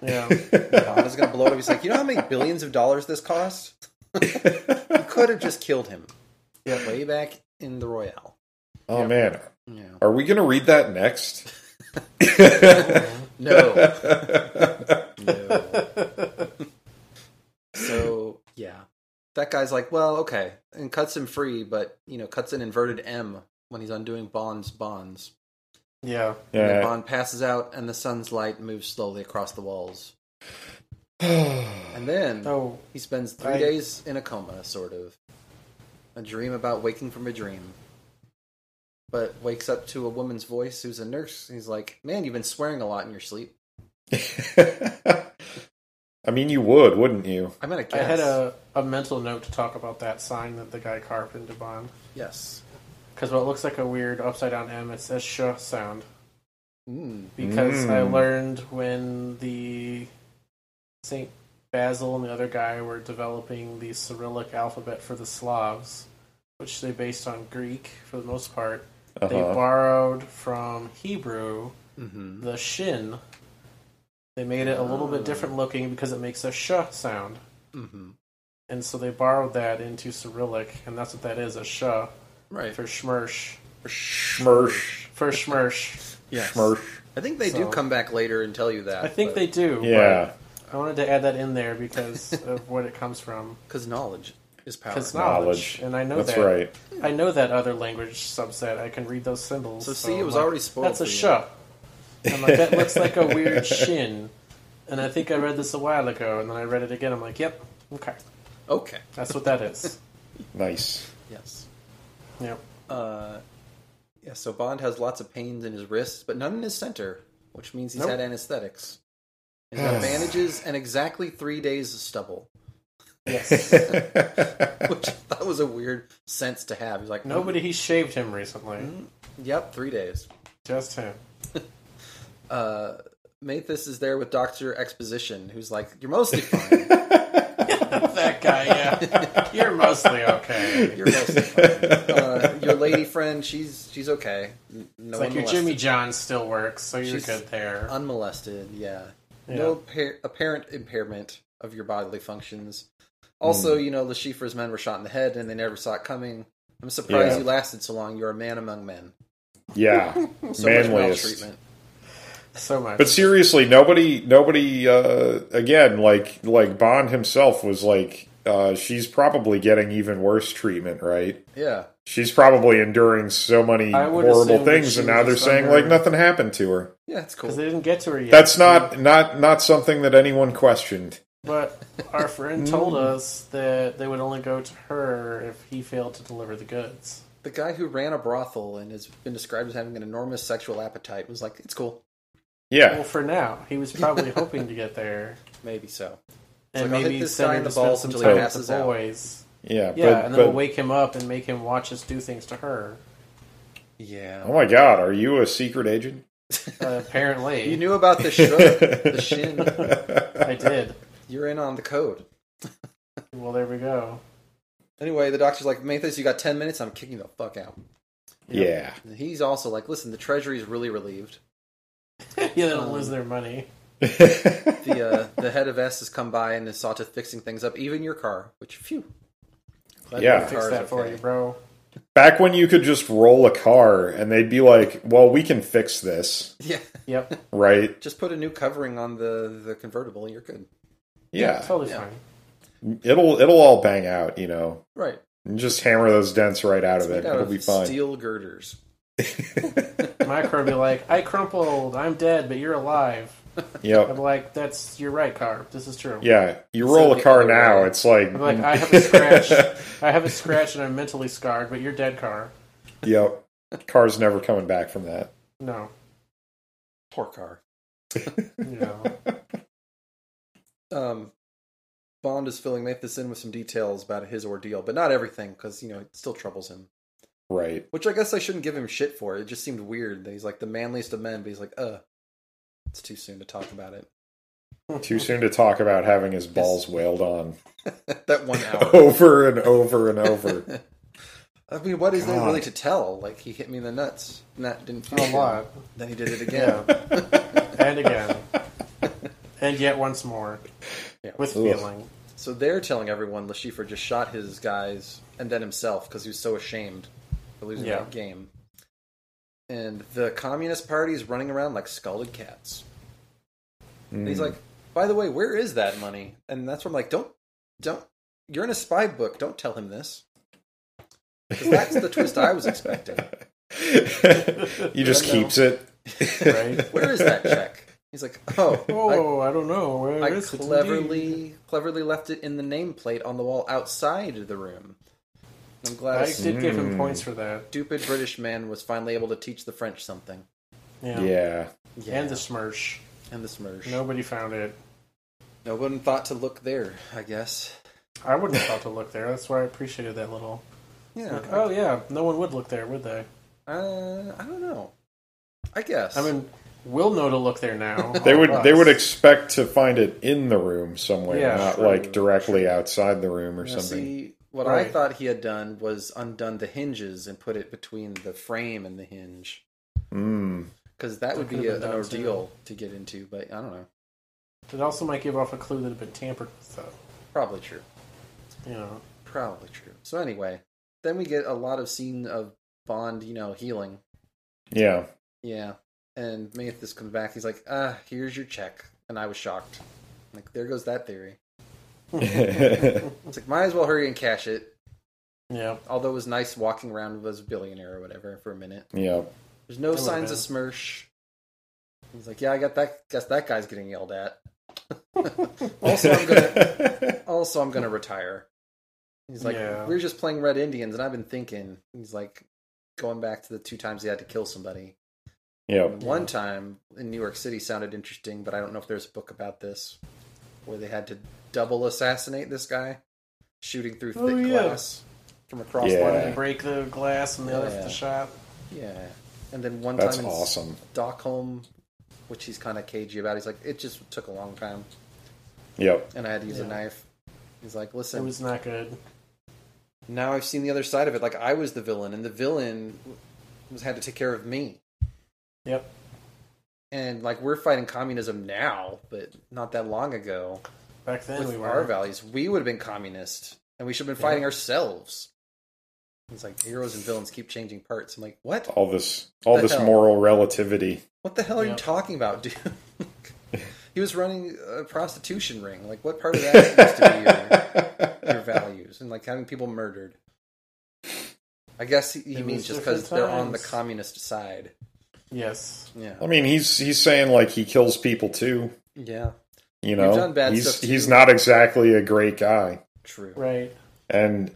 [SPEAKER 4] *laughs*
[SPEAKER 3] Yeah,
[SPEAKER 1] Bond is going to blow it up. He's like, you know how many billions of dollars this cost? you could have just killed him.
[SPEAKER 3] Yeah.
[SPEAKER 1] Way back in the Royale.
[SPEAKER 4] oh man,
[SPEAKER 1] Yeah.
[SPEAKER 4] are we going to read that
[SPEAKER 3] *laughs*
[SPEAKER 4] next?
[SPEAKER 1] No. no. so yeah, that guy's like, well, okay, and cuts him free, but you know, cuts an inverted M when he's undoing Bond's bonds.
[SPEAKER 3] yeah.
[SPEAKER 1] And then
[SPEAKER 4] Yeah.
[SPEAKER 1] Bond passes out, and the sun's light moves slowly across the walls. and then
[SPEAKER 3] Oh,
[SPEAKER 1] he spends three
[SPEAKER 3] I-
[SPEAKER 1] days in a coma, sort of a dream about waking from a dream. But wakes up to a woman's voice who's a nurse. and He's like, "Man, you've been swearing a lot in your sleep."
[SPEAKER 4] *laughs* I mean, you would, wouldn't you?
[SPEAKER 1] I'm gonna
[SPEAKER 3] I
[SPEAKER 1] guess.
[SPEAKER 3] had a, a mental note to talk about that sign that the guy carved into Bond
[SPEAKER 1] yes.
[SPEAKER 3] because what looks like a weird upside down M, it's a sh sound.
[SPEAKER 1] Mm.
[SPEAKER 3] because
[SPEAKER 4] Mm.
[SPEAKER 3] I learned when the Saint Basil and the other guy were developing the Cyrillic alphabet for the Slavs, which they based on Greek for the most part. They
[SPEAKER 4] Uh-huh.
[SPEAKER 3] borrowed from Hebrew
[SPEAKER 1] Mm-hmm.
[SPEAKER 3] the shin. They made it a little
[SPEAKER 4] Ah.
[SPEAKER 3] bit different looking because it makes a sh sound,
[SPEAKER 1] Mm-hmm.
[SPEAKER 3] and so they borrowed that into Cyrillic, and that's what that is—a sh
[SPEAKER 1] Right.
[SPEAKER 3] for schmersh,
[SPEAKER 4] Schmersh.
[SPEAKER 3] for
[SPEAKER 4] *laughs*
[SPEAKER 3] schmersh.
[SPEAKER 1] Yes.
[SPEAKER 4] Schmersh.
[SPEAKER 1] I think they do
[SPEAKER 3] So-
[SPEAKER 1] come back later and tell you that.
[SPEAKER 3] I think they do.
[SPEAKER 4] Yeah.
[SPEAKER 3] but I wanted to add that in there because of what it comes from.
[SPEAKER 1] because knowledge is power.
[SPEAKER 3] Because knowledge,
[SPEAKER 4] Knowledge.
[SPEAKER 3] and I know
[SPEAKER 4] That's
[SPEAKER 3] that.
[SPEAKER 4] right.
[SPEAKER 3] I know that other language subset. I can read those symbols.
[SPEAKER 1] So see, it
[SPEAKER 3] I'm
[SPEAKER 1] was
[SPEAKER 3] like,
[SPEAKER 1] already spoiled
[SPEAKER 3] That's a
[SPEAKER 1] for you.
[SPEAKER 3] shuh. I'm like, that looks like a
[SPEAKER 1] *laughs*
[SPEAKER 3] weird shin. And I think I read this a while ago, and then I read it again. I'm like, yep, okay,
[SPEAKER 1] Okay.
[SPEAKER 3] that's what that is. *laughs*
[SPEAKER 4] Nice.
[SPEAKER 1] Yes.
[SPEAKER 3] yep.
[SPEAKER 1] Uh, yeah. So Bond has lots of pains in his wrists, but none in his center, which means he's
[SPEAKER 3] Nope.
[SPEAKER 1] had anesthetics.
[SPEAKER 3] *sighs*
[SPEAKER 1] He's got bandages and exactly three days of stubble,
[SPEAKER 3] Yes.
[SPEAKER 4] yeah.
[SPEAKER 1] *laughs* which I thought was a weird sense to have. He's like, "Mm,
[SPEAKER 3] Nobody he shaved him recently.
[SPEAKER 1] Hmm? Yep, three days.
[SPEAKER 3] Just
[SPEAKER 1] *laughs*
[SPEAKER 3] him.
[SPEAKER 1] Uh, Mathis is there with Doctor Exposition, who's like, "You're mostly fine.
[SPEAKER 3] That guy. Yeah. *laughs* You're mostly okay.
[SPEAKER 1] You're
[SPEAKER 3] *laughs*
[SPEAKER 1] mostly fine. Uh, your lady friend, she's she's okay. N- No
[SPEAKER 3] It's like your
[SPEAKER 1] molested.
[SPEAKER 3] Jimmy John still works, so you're
[SPEAKER 1] She's-
[SPEAKER 3] good there.
[SPEAKER 1] unmolested. Yeah,
[SPEAKER 3] Yeah.
[SPEAKER 1] no par- apparent impairment of your bodily functions. Also, you know, Lashifra's men were shot in the head, and they never saw it coming. I'm surprised
[SPEAKER 4] Yeah.
[SPEAKER 1] you lasted so long. You're a man among men.
[SPEAKER 3] *laughs*
[SPEAKER 1] So much
[SPEAKER 4] Manliest.
[SPEAKER 1] maltreatment.
[SPEAKER 3] so much.
[SPEAKER 4] But seriously, nobody, nobody. Uh, again, like like Bond himself was like, uh, she's probably getting even worse treatment, right?
[SPEAKER 1] Yeah,
[SPEAKER 4] She's probably enduring so many
[SPEAKER 3] I would
[SPEAKER 4] horrible
[SPEAKER 3] assume that
[SPEAKER 4] things,
[SPEAKER 3] she
[SPEAKER 4] and now
[SPEAKER 3] was
[SPEAKER 4] they're
[SPEAKER 3] just
[SPEAKER 4] saying
[SPEAKER 3] under-
[SPEAKER 4] like nothing happened to her.
[SPEAKER 1] yeah, it's
[SPEAKER 3] because
[SPEAKER 1] cool.
[SPEAKER 3] they didn't get to her yet.
[SPEAKER 4] That's not not not something that anyone questioned.
[SPEAKER 3] But our friend told
[SPEAKER 4] Mm.
[SPEAKER 3] us that they would only go to her if he failed to deliver the goods.
[SPEAKER 1] the guy who ran a brothel and has been described as having an enormous sexual appetite was like, "It's cool,
[SPEAKER 3] Well,
[SPEAKER 4] Yeah,
[SPEAKER 3] for now, he was
[SPEAKER 4] *laughs*
[SPEAKER 3] probably hoping to get there
[SPEAKER 1] maybe so." It's
[SPEAKER 3] and
[SPEAKER 1] like, I'll hit
[SPEAKER 3] maybe
[SPEAKER 1] this
[SPEAKER 3] send
[SPEAKER 1] guy
[SPEAKER 3] him
[SPEAKER 1] in
[SPEAKER 3] to
[SPEAKER 1] the balls
[SPEAKER 3] spend some
[SPEAKER 1] until he
[SPEAKER 3] time with
[SPEAKER 1] passes
[SPEAKER 3] the
[SPEAKER 1] out.
[SPEAKER 3] boys.
[SPEAKER 4] yeah,
[SPEAKER 3] Yeah,
[SPEAKER 4] but,
[SPEAKER 3] and then
[SPEAKER 4] but
[SPEAKER 3] we'll wake him up and make him watch us do things to
[SPEAKER 4] *laughs*
[SPEAKER 3] her.
[SPEAKER 1] Yeah,
[SPEAKER 4] oh my god, are you a secret
[SPEAKER 3] *laughs*
[SPEAKER 4] agent? *laughs*
[SPEAKER 3] Uh, apparently,
[SPEAKER 1] you knew about the shrug, the shin.
[SPEAKER 3] I did.
[SPEAKER 1] You're in on the code.
[SPEAKER 3] Well, there we go. *laughs*
[SPEAKER 1] Anyway, the doctor's like, Mathis, you got 10 minutes, I'm kicking the fuck out.
[SPEAKER 4] *laughs* Yeah,
[SPEAKER 1] And he's also like, listen, the Treasury's really relieved.
[SPEAKER 3] yeah, they don't lose
[SPEAKER 1] Um,
[SPEAKER 3] their money.
[SPEAKER 1] The uh, the head of S has come by and is saw to fixing things up, even your car, which, phew. Glad
[SPEAKER 4] Yeah.
[SPEAKER 1] your
[SPEAKER 3] Fix
[SPEAKER 1] car's
[SPEAKER 3] that for
[SPEAKER 1] okay.
[SPEAKER 3] you, bro.
[SPEAKER 4] back when you could just roll a car and they'd be like, "Well, we can fix this,"
[SPEAKER 1] Yeah.
[SPEAKER 4] *laughs*
[SPEAKER 3] Yep,
[SPEAKER 4] right?
[SPEAKER 1] Just put a new covering on the, the convertible and you're good.
[SPEAKER 4] Yeah,
[SPEAKER 3] totally
[SPEAKER 1] Yeah.
[SPEAKER 3] fine.
[SPEAKER 4] it'll it'll all bang out, you know.
[SPEAKER 1] Right.
[SPEAKER 4] And just hammer those dents right out of
[SPEAKER 1] Made
[SPEAKER 4] it.
[SPEAKER 1] out
[SPEAKER 4] It'll
[SPEAKER 1] of
[SPEAKER 4] be fine.
[SPEAKER 1] Steel girders.
[SPEAKER 3] Micro be like, I crumpled. I'm dead, but you're alive. I'm
[SPEAKER 4] Yep.
[SPEAKER 3] like, that's you're right, Carp. This is true.
[SPEAKER 4] Yeah, you roll a
[SPEAKER 1] the
[SPEAKER 4] car
[SPEAKER 1] other
[SPEAKER 4] now.
[SPEAKER 1] way.
[SPEAKER 4] It's like,
[SPEAKER 3] I'm like, I have
[SPEAKER 4] *laughs*
[SPEAKER 3] a scratch. I have a scratch and I'm mentally scarred, but you're dead, car.
[SPEAKER 4] yep, car's never coming back from that.
[SPEAKER 3] No.
[SPEAKER 1] Poor car.
[SPEAKER 3] No.
[SPEAKER 1] Um, Bond is filling Mathis in with some details about his ordeal, but not everything, because, you know, it still troubles him.
[SPEAKER 4] Right.
[SPEAKER 1] Which I guess I shouldn't give him shit for. It just seemed weird that he's like the manliest of men, but he's like, uh, it's too soon to talk about it.
[SPEAKER 4] Too soon to talk about having his balls wailed on *laughs*
[SPEAKER 1] that one hour.
[SPEAKER 4] over and over and over.
[SPEAKER 1] *laughs* I mean, what is there
[SPEAKER 4] God.
[SPEAKER 1] really to tell? Like, he hit me in the nuts, and that didn't feel
[SPEAKER 3] A
[SPEAKER 1] good.
[SPEAKER 3] lot.
[SPEAKER 1] Then he did it again. Yeah.
[SPEAKER 3] And again. And yet once more.
[SPEAKER 1] Yeah.
[SPEAKER 3] With
[SPEAKER 4] Ugh.
[SPEAKER 3] feeling.
[SPEAKER 1] So they're telling everyone Lashifer just shot his guys and then himself because he was so ashamed for losing
[SPEAKER 3] Yeah.
[SPEAKER 1] that game. And the Communist Party is running around like scalded cats. And he's like, by the way, where is that money? And that's where I'm like, don't, don't, you're in a spy book. Don't tell him this. 'Cause that's the twist I was expecting.
[SPEAKER 4] he just
[SPEAKER 1] I know.
[SPEAKER 4] keeps it. *laughs*
[SPEAKER 3] Right?
[SPEAKER 1] Where is that check? He's like, oh,
[SPEAKER 3] Oh, I, don't know.
[SPEAKER 1] I,
[SPEAKER 3] Where
[SPEAKER 1] I
[SPEAKER 3] is it indeed?
[SPEAKER 1] cleverly, cleverly left it in the nameplate on the wall outside the room. I'm glad
[SPEAKER 3] I
[SPEAKER 1] a
[SPEAKER 3] did give
[SPEAKER 4] Mm.
[SPEAKER 3] him points for that.
[SPEAKER 1] stupid British man was finally able to teach the French something.
[SPEAKER 3] Yeah.
[SPEAKER 4] Yeah.
[SPEAKER 1] Yeah.
[SPEAKER 3] And the smirch.
[SPEAKER 1] and the Smursh.
[SPEAKER 3] Nobody found it.
[SPEAKER 1] No one thought to look there. I guess.
[SPEAKER 3] I wouldn't have thought to look there. That's why I appreciated that little.
[SPEAKER 1] Yeah.
[SPEAKER 3] Like, oh yeah, no one would look there, would they?
[SPEAKER 1] Uh, I don't know. I guess.
[SPEAKER 3] I mean, will know to look there now.
[SPEAKER 4] They would
[SPEAKER 3] Us.
[SPEAKER 4] they would expect to find it in the room somewhere,
[SPEAKER 3] Yeah,
[SPEAKER 4] not
[SPEAKER 3] true,
[SPEAKER 4] like directly outside the room or
[SPEAKER 1] Now,
[SPEAKER 4] something.
[SPEAKER 1] See, what I
[SPEAKER 3] Right.
[SPEAKER 1] thought he had done was undone the hinges and put it between the frame and the hinge,
[SPEAKER 4] Mm.
[SPEAKER 1] because that would
[SPEAKER 3] could've
[SPEAKER 1] be a,
[SPEAKER 3] been
[SPEAKER 1] an
[SPEAKER 3] done, too.
[SPEAKER 1] ordeal to get into. But I don't know.
[SPEAKER 3] It also might give off a clue that had been tampered with, though.
[SPEAKER 1] Probably true.
[SPEAKER 3] You know,
[SPEAKER 1] Probably true. So anyway, then we get a lot of scene of Bond, you know, healing.
[SPEAKER 4] Yeah. *laughs*
[SPEAKER 1] Yeah. And Mathis comes back. He's like, "Ah, here's your check." And I was shocked. Like, there goes that theory. It's like, might as well hurry and cash it.
[SPEAKER 3] yeah.
[SPEAKER 1] Although it was nice walking around with a billionaire or whatever for a minute.
[SPEAKER 4] yeah.
[SPEAKER 1] There's no
[SPEAKER 3] would've
[SPEAKER 1] signs
[SPEAKER 3] been.
[SPEAKER 1] of smirsh. He's like, "Yeah, I got that. Guess that guy's getting yelled at." *laughs* also, I'm gonna
[SPEAKER 4] *laughs*
[SPEAKER 1] also I'm gonna retire. He's like,
[SPEAKER 3] Yeah.
[SPEAKER 1] we're just playing Red Indians, and I've been thinking. He's like, going back to the two times he had to kill somebody.
[SPEAKER 4] yeah.
[SPEAKER 1] And One time in New York City sounded interesting, but I don't know if there's a book about this where they had to double assassinate this guy, shooting through thick
[SPEAKER 3] Oh, yeah.
[SPEAKER 1] glass from across
[SPEAKER 4] Yeah.
[SPEAKER 3] One to
[SPEAKER 1] London.
[SPEAKER 3] break the glass and the other for
[SPEAKER 1] Yeah.
[SPEAKER 3] the shot.
[SPEAKER 1] Yeah, and then one
[SPEAKER 4] That's
[SPEAKER 1] time in
[SPEAKER 4] awesome.
[SPEAKER 1] Stockholm, which he's kind of cagey about. He's like, it just took a long time,
[SPEAKER 4] Yep.
[SPEAKER 1] and I had to use a
[SPEAKER 3] Yeah.
[SPEAKER 1] knife. He's like,
[SPEAKER 3] It
[SPEAKER 1] listen,
[SPEAKER 3] was not good.
[SPEAKER 1] now I've seen the other side of it. Like I was the villain, and the villain was had to take care of me.
[SPEAKER 3] Yep.
[SPEAKER 1] And like we're fighting communism now, but not that long ago.
[SPEAKER 3] Back then
[SPEAKER 1] with
[SPEAKER 3] we
[SPEAKER 1] our
[SPEAKER 3] were.
[SPEAKER 1] values, we would have been communist, and we should have been fighting ourselves. It's like heroes and villains keep changing parts. I'm like, what?
[SPEAKER 4] All this all
[SPEAKER 1] The
[SPEAKER 4] this
[SPEAKER 1] hell?
[SPEAKER 4] moral relativity.
[SPEAKER 1] What the hell are
[SPEAKER 3] Yeah.
[SPEAKER 1] you talking
[SPEAKER 3] *laughs*
[SPEAKER 1] about, dude? he was running a prostitution ring. Like, what part of that used to be your, your values? And like having people murdered. I guess he, he
[SPEAKER 3] It
[SPEAKER 1] means
[SPEAKER 3] was
[SPEAKER 1] just because
[SPEAKER 3] different
[SPEAKER 1] they're on the
[SPEAKER 3] times.
[SPEAKER 1] communist side.
[SPEAKER 3] Yes.
[SPEAKER 1] Yeah,
[SPEAKER 4] *laughs* I mean, he's he's saying like he kills people too.
[SPEAKER 1] yeah,
[SPEAKER 4] You know,
[SPEAKER 1] done bad
[SPEAKER 4] he's
[SPEAKER 1] stuff, too.
[SPEAKER 4] he's not exactly a great guy.
[SPEAKER 1] true.
[SPEAKER 3] Right.
[SPEAKER 4] And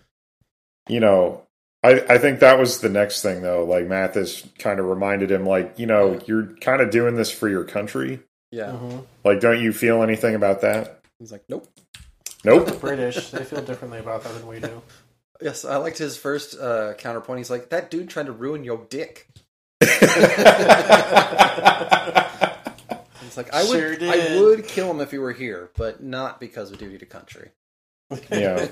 [SPEAKER 4] you know, I I think that was the next thing though. Like Mathis kind of reminded him, like you know, you're kind of doing this for your country.
[SPEAKER 1] Yeah,
[SPEAKER 3] hmm
[SPEAKER 4] Like, don't you feel anything about that?
[SPEAKER 1] he's like, nope.
[SPEAKER 3] *laughs*
[SPEAKER 4] Nope.
[SPEAKER 3] British. They feel differently about that than we
[SPEAKER 4] *laughs*
[SPEAKER 3] do.
[SPEAKER 1] Yes, I liked his first uh, counterpoint. He's like, that dude trying to ruin your
[SPEAKER 3] *laughs*
[SPEAKER 1] dick. It's like I would,
[SPEAKER 3] Sure
[SPEAKER 1] I
[SPEAKER 3] did.
[SPEAKER 1] would kill him if he were here, but not because of duty to country.
[SPEAKER 4] yeah.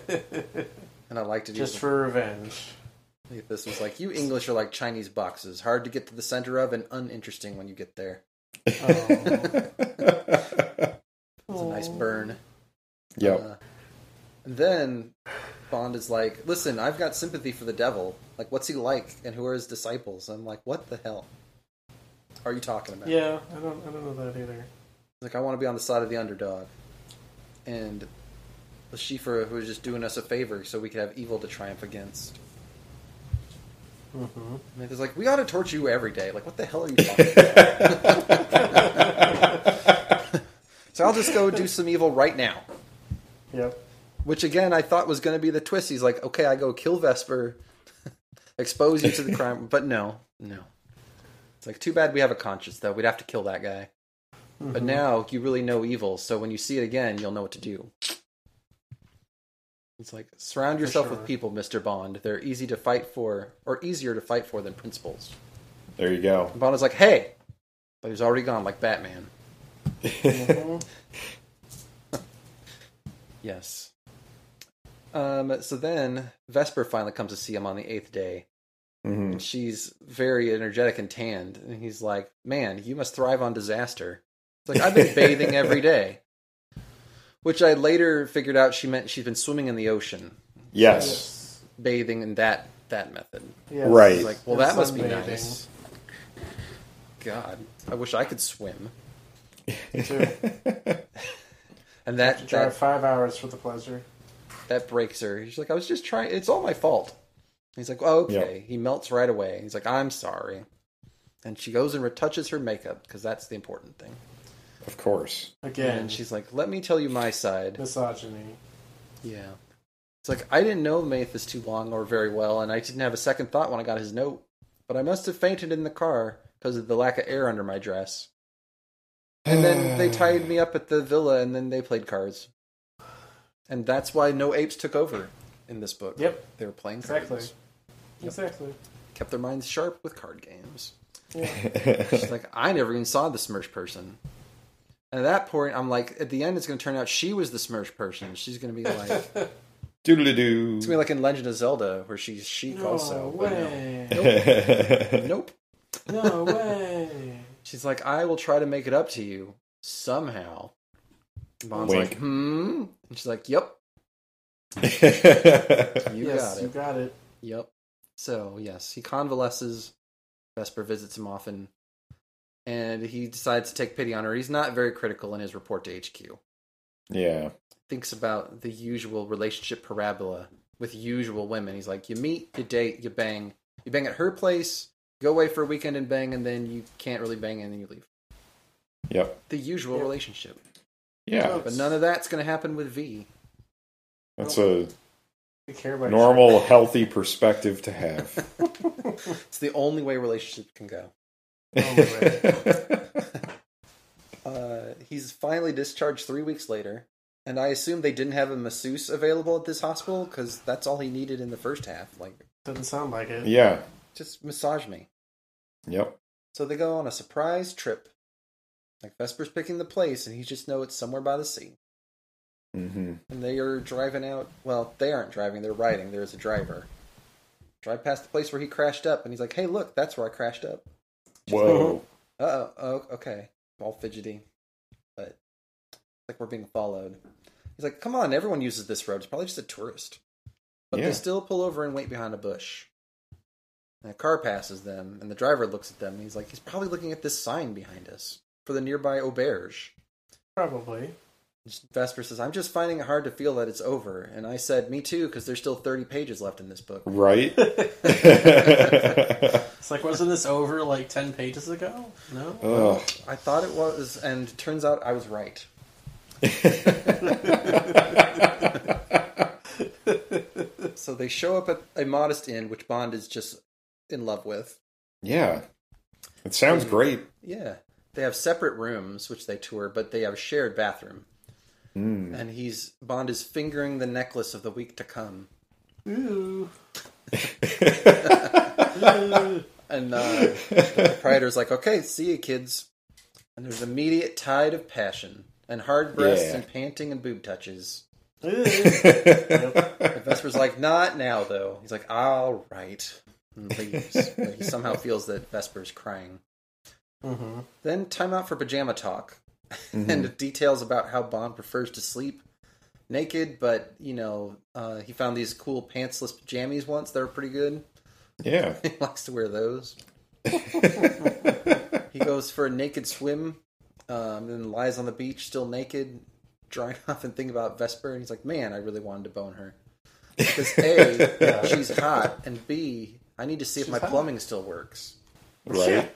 [SPEAKER 1] And I liked it
[SPEAKER 3] Just
[SPEAKER 1] even
[SPEAKER 3] for revenge.
[SPEAKER 1] if this was like you English are like Chinese boxes, hard to get to the center of and uninteresting when you
[SPEAKER 3] *laughs*
[SPEAKER 1] get there.
[SPEAKER 3] Oh.
[SPEAKER 1] It's a nice burn.
[SPEAKER 4] yep.
[SPEAKER 1] Uh, and then Bond is like, "Listen, I've got sympathy for the devil. Like, what's he like, and who are his disciples?" I'm like, "What the hell are you talking about?"
[SPEAKER 3] yeah, I don't. I don't know that either.
[SPEAKER 1] Like I want to be on the side of the underdog. And the Shifa who was just doing us a favor so we could have evil to triumph against.
[SPEAKER 3] Mm-hmm.
[SPEAKER 1] And it's like, we ought to torture you every day. Like, what
[SPEAKER 3] *laughs*
[SPEAKER 1] the hell are you talking about? *laughs* so I'll just go do some evil right now.
[SPEAKER 3] Yep.
[SPEAKER 4] *laughs*
[SPEAKER 1] Which again I thought was gonna be the twist. He's like, Okay, I go kill Vesper, *laughs* expose you to the crime but no, no. It's like too bad we have a conscience though. We'd have to kill that guy. But now you really know evil, so when you see it again, you'll know what to do. It's like surround yourself
[SPEAKER 3] sure.
[SPEAKER 1] with people, Mr. Bond. They're easy to fight for, or easier to fight for than principles.
[SPEAKER 4] There you go.
[SPEAKER 1] And Bond is like, hey, but he's already gone, like Batman.
[SPEAKER 3] Mm-hmm.
[SPEAKER 1] yes. Um, so then Vesper finally comes to see him on the eighth day,
[SPEAKER 4] hmm
[SPEAKER 1] and she's very energetic and tanned. And he's like, "Man, you must thrive on disaster." It's like I've been bathing every day, which I later figured out she meant she's been swimming in the ocean,
[SPEAKER 4] Yes.
[SPEAKER 1] bathing in that that method.
[SPEAKER 3] Yes.
[SPEAKER 4] Right.
[SPEAKER 1] It's like, well,
[SPEAKER 3] And
[SPEAKER 1] that must be
[SPEAKER 3] sunbathing.
[SPEAKER 1] nice. God, I wish I could swim.
[SPEAKER 3] Too.
[SPEAKER 1] And
[SPEAKER 3] To
[SPEAKER 1] that
[SPEAKER 3] drive
[SPEAKER 1] that,
[SPEAKER 3] five hours for the pleasure.
[SPEAKER 1] that breaks her. She's like, I was just trying. It's all my fault. He's like, oh, okay. He melts right away. He's like, I'm sorry. And she goes and retouches her makeup because that's the important thing.
[SPEAKER 4] *laughs* Of course. *laughs*
[SPEAKER 3] Again,
[SPEAKER 1] And she's like, let me tell you my side.
[SPEAKER 3] misogyny.
[SPEAKER 1] Yeah. It's like I didn't know Mathis too long or very well, and I didn't have a second thought when I got his note. But I must have fainted in the car because of the lack of air under my dress. And
[SPEAKER 3] *sighs*
[SPEAKER 1] then they tied me up at the villa, and then they played cards. And that's why no apes took over in this book.
[SPEAKER 3] Yep.
[SPEAKER 1] they were playing
[SPEAKER 3] Exactly.
[SPEAKER 1] cards.
[SPEAKER 3] Exactly.
[SPEAKER 1] Kept their minds sharp with card games. She's like, I never even saw the Smirch person. And at that point, I'm like, at the end, it's going to turn out she was the Smirch person. She's going to be like, it's going
[SPEAKER 4] Doodle
[SPEAKER 1] to be like in Legend of Zelda, where she's chic
[SPEAKER 3] No
[SPEAKER 1] also. but no.
[SPEAKER 3] way.
[SPEAKER 4] doo. *laughs*
[SPEAKER 1] Nope. *laughs*
[SPEAKER 3] No way.
[SPEAKER 1] She's like, I will try to make it up to you somehow. Vaughn's
[SPEAKER 4] Wink.
[SPEAKER 1] like, hmm. And she's like, yep, you
[SPEAKER 3] yes,
[SPEAKER 1] got it.
[SPEAKER 3] you got it.
[SPEAKER 1] Yep. So yes, he convalesces. Vesper visits him often, and he decides to take pity on her. He's not very critical in his report to HQ.
[SPEAKER 4] yeah.
[SPEAKER 1] Thinks about the usual relationship parabola with usual women. He's like, you meet, you date, you bang, you bang at her place, go away for a weekend and bang, and then you can't really bang, and then you leave.
[SPEAKER 4] Yep.
[SPEAKER 1] The usual
[SPEAKER 3] Yep.
[SPEAKER 1] relationship,
[SPEAKER 4] Yeah.
[SPEAKER 1] Oh, but none of that's going to happen with V.
[SPEAKER 4] That's a
[SPEAKER 3] We care about each
[SPEAKER 4] normal, healthy perspective to have.
[SPEAKER 1] It's the only way relationship can go. Uh, he's finally discharged three weeks later, and I assume they didn't have a masseuse available at this hospital because that's all he needed in the first half. Like,
[SPEAKER 3] Doesn't sound like it.
[SPEAKER 4] *laughs* yeah.
[SPEAKER 1] just massage me.
[SPEAKER 4] Yep.
[SPEAKER 1] So they go on a surprise trip. Like Vesper's picking the place, and he just know it's somewhere by the sea.
[SPEAKER 4] hmm
[SPEAKER 1] And they are driving out. Well, they aren't driving; they're riding. There is a driver. Drive past the place where he crashed up, and he's like, "Hey, look, that's where I crashed up."
[SPEAKER 3] *laughs*
[SPEAKER 4] Whoa.
[SPEAKER 1] Uh oh, okay. All fidgety. But it's like we're being followed. He's like, come on, everyone uses this road. It's probably just a tourist. But
[SPEAKER 4] Yeah.
[SPEAKER 1] they still pull over and wait behind a bush. And a car passes them, and the driver looks at them, and he's like, he's probably looking at this sign behind us for the nearby auberge.
[SPEAKER 3] Probably.
[SPEAKER 1] Vesper says, I'm just finding it hard to feel that it's over. And I said, me too, because there's still 30 pages left in this book.
[SPEAKER 3] *laughs*
[SPEAKER 4] Right. *laughs*
[SPEAKER 3] It's like, wasn't this over like 10 pages ago? No?
[SPEAKER 1] Uh.
[SPEAKER 4] Ugh.
[SPEAKER 1] I thought it was, and it turns out I was
[SPEAKER 4] *laughs*
[SPEAKER 1] right. So they show up at a modest inn, which Bond is just in love with.
[SPEAKER 4] yeah. It sounds great.
[SPEAKER 1] Yeah. They have separate rooms, which they tour, but they have a shared bathroom.
[SPEAKER 4] Mm.
[SPEAKER 1] And he's Bond is fingering the necklace of the week to come.
[SPEAKER 3] Ooh.
[SPEAKER 1] And uh,
[SPEAKER 4] *laughs*
[SPEAKER 1] the proprietor's like, okay, see you, kids. And there's immediate tide of passion and hard breasts
[SPEAKER 4] Yeah.
[SPEAKER 1] and panting and boob touches.
[SPEAKER 3] Ooh.
[SPEAKER 1] And Vesper's like, not now, though. He's like, all right. And leaves. but he somehow feels that Vesper's crying.
[SPEAKER 3] hmm
[SPEAKER 1] Then time out for pajama talk *laughs* and details about how Bond prefers to sleep naked, but you know uh, he found these cool pantsless pajamas once that were pretty good.
[SPEAKER 3] *laughs*
[SPEAKER 4] Yeah.
[SPEAKER 1] *laughs* He likes to wear those. he goes for a naked swim, um, then lies on the beach still naked, drying *laughs* off and thinking about Vesper. And he's like, "Man, I really wanted to bone her because a she's hot, and b I need to see if my
[SPEAKER 3] hot.
[SPEAKER 1] plumbing still works."
[SPEAKER 4] Right.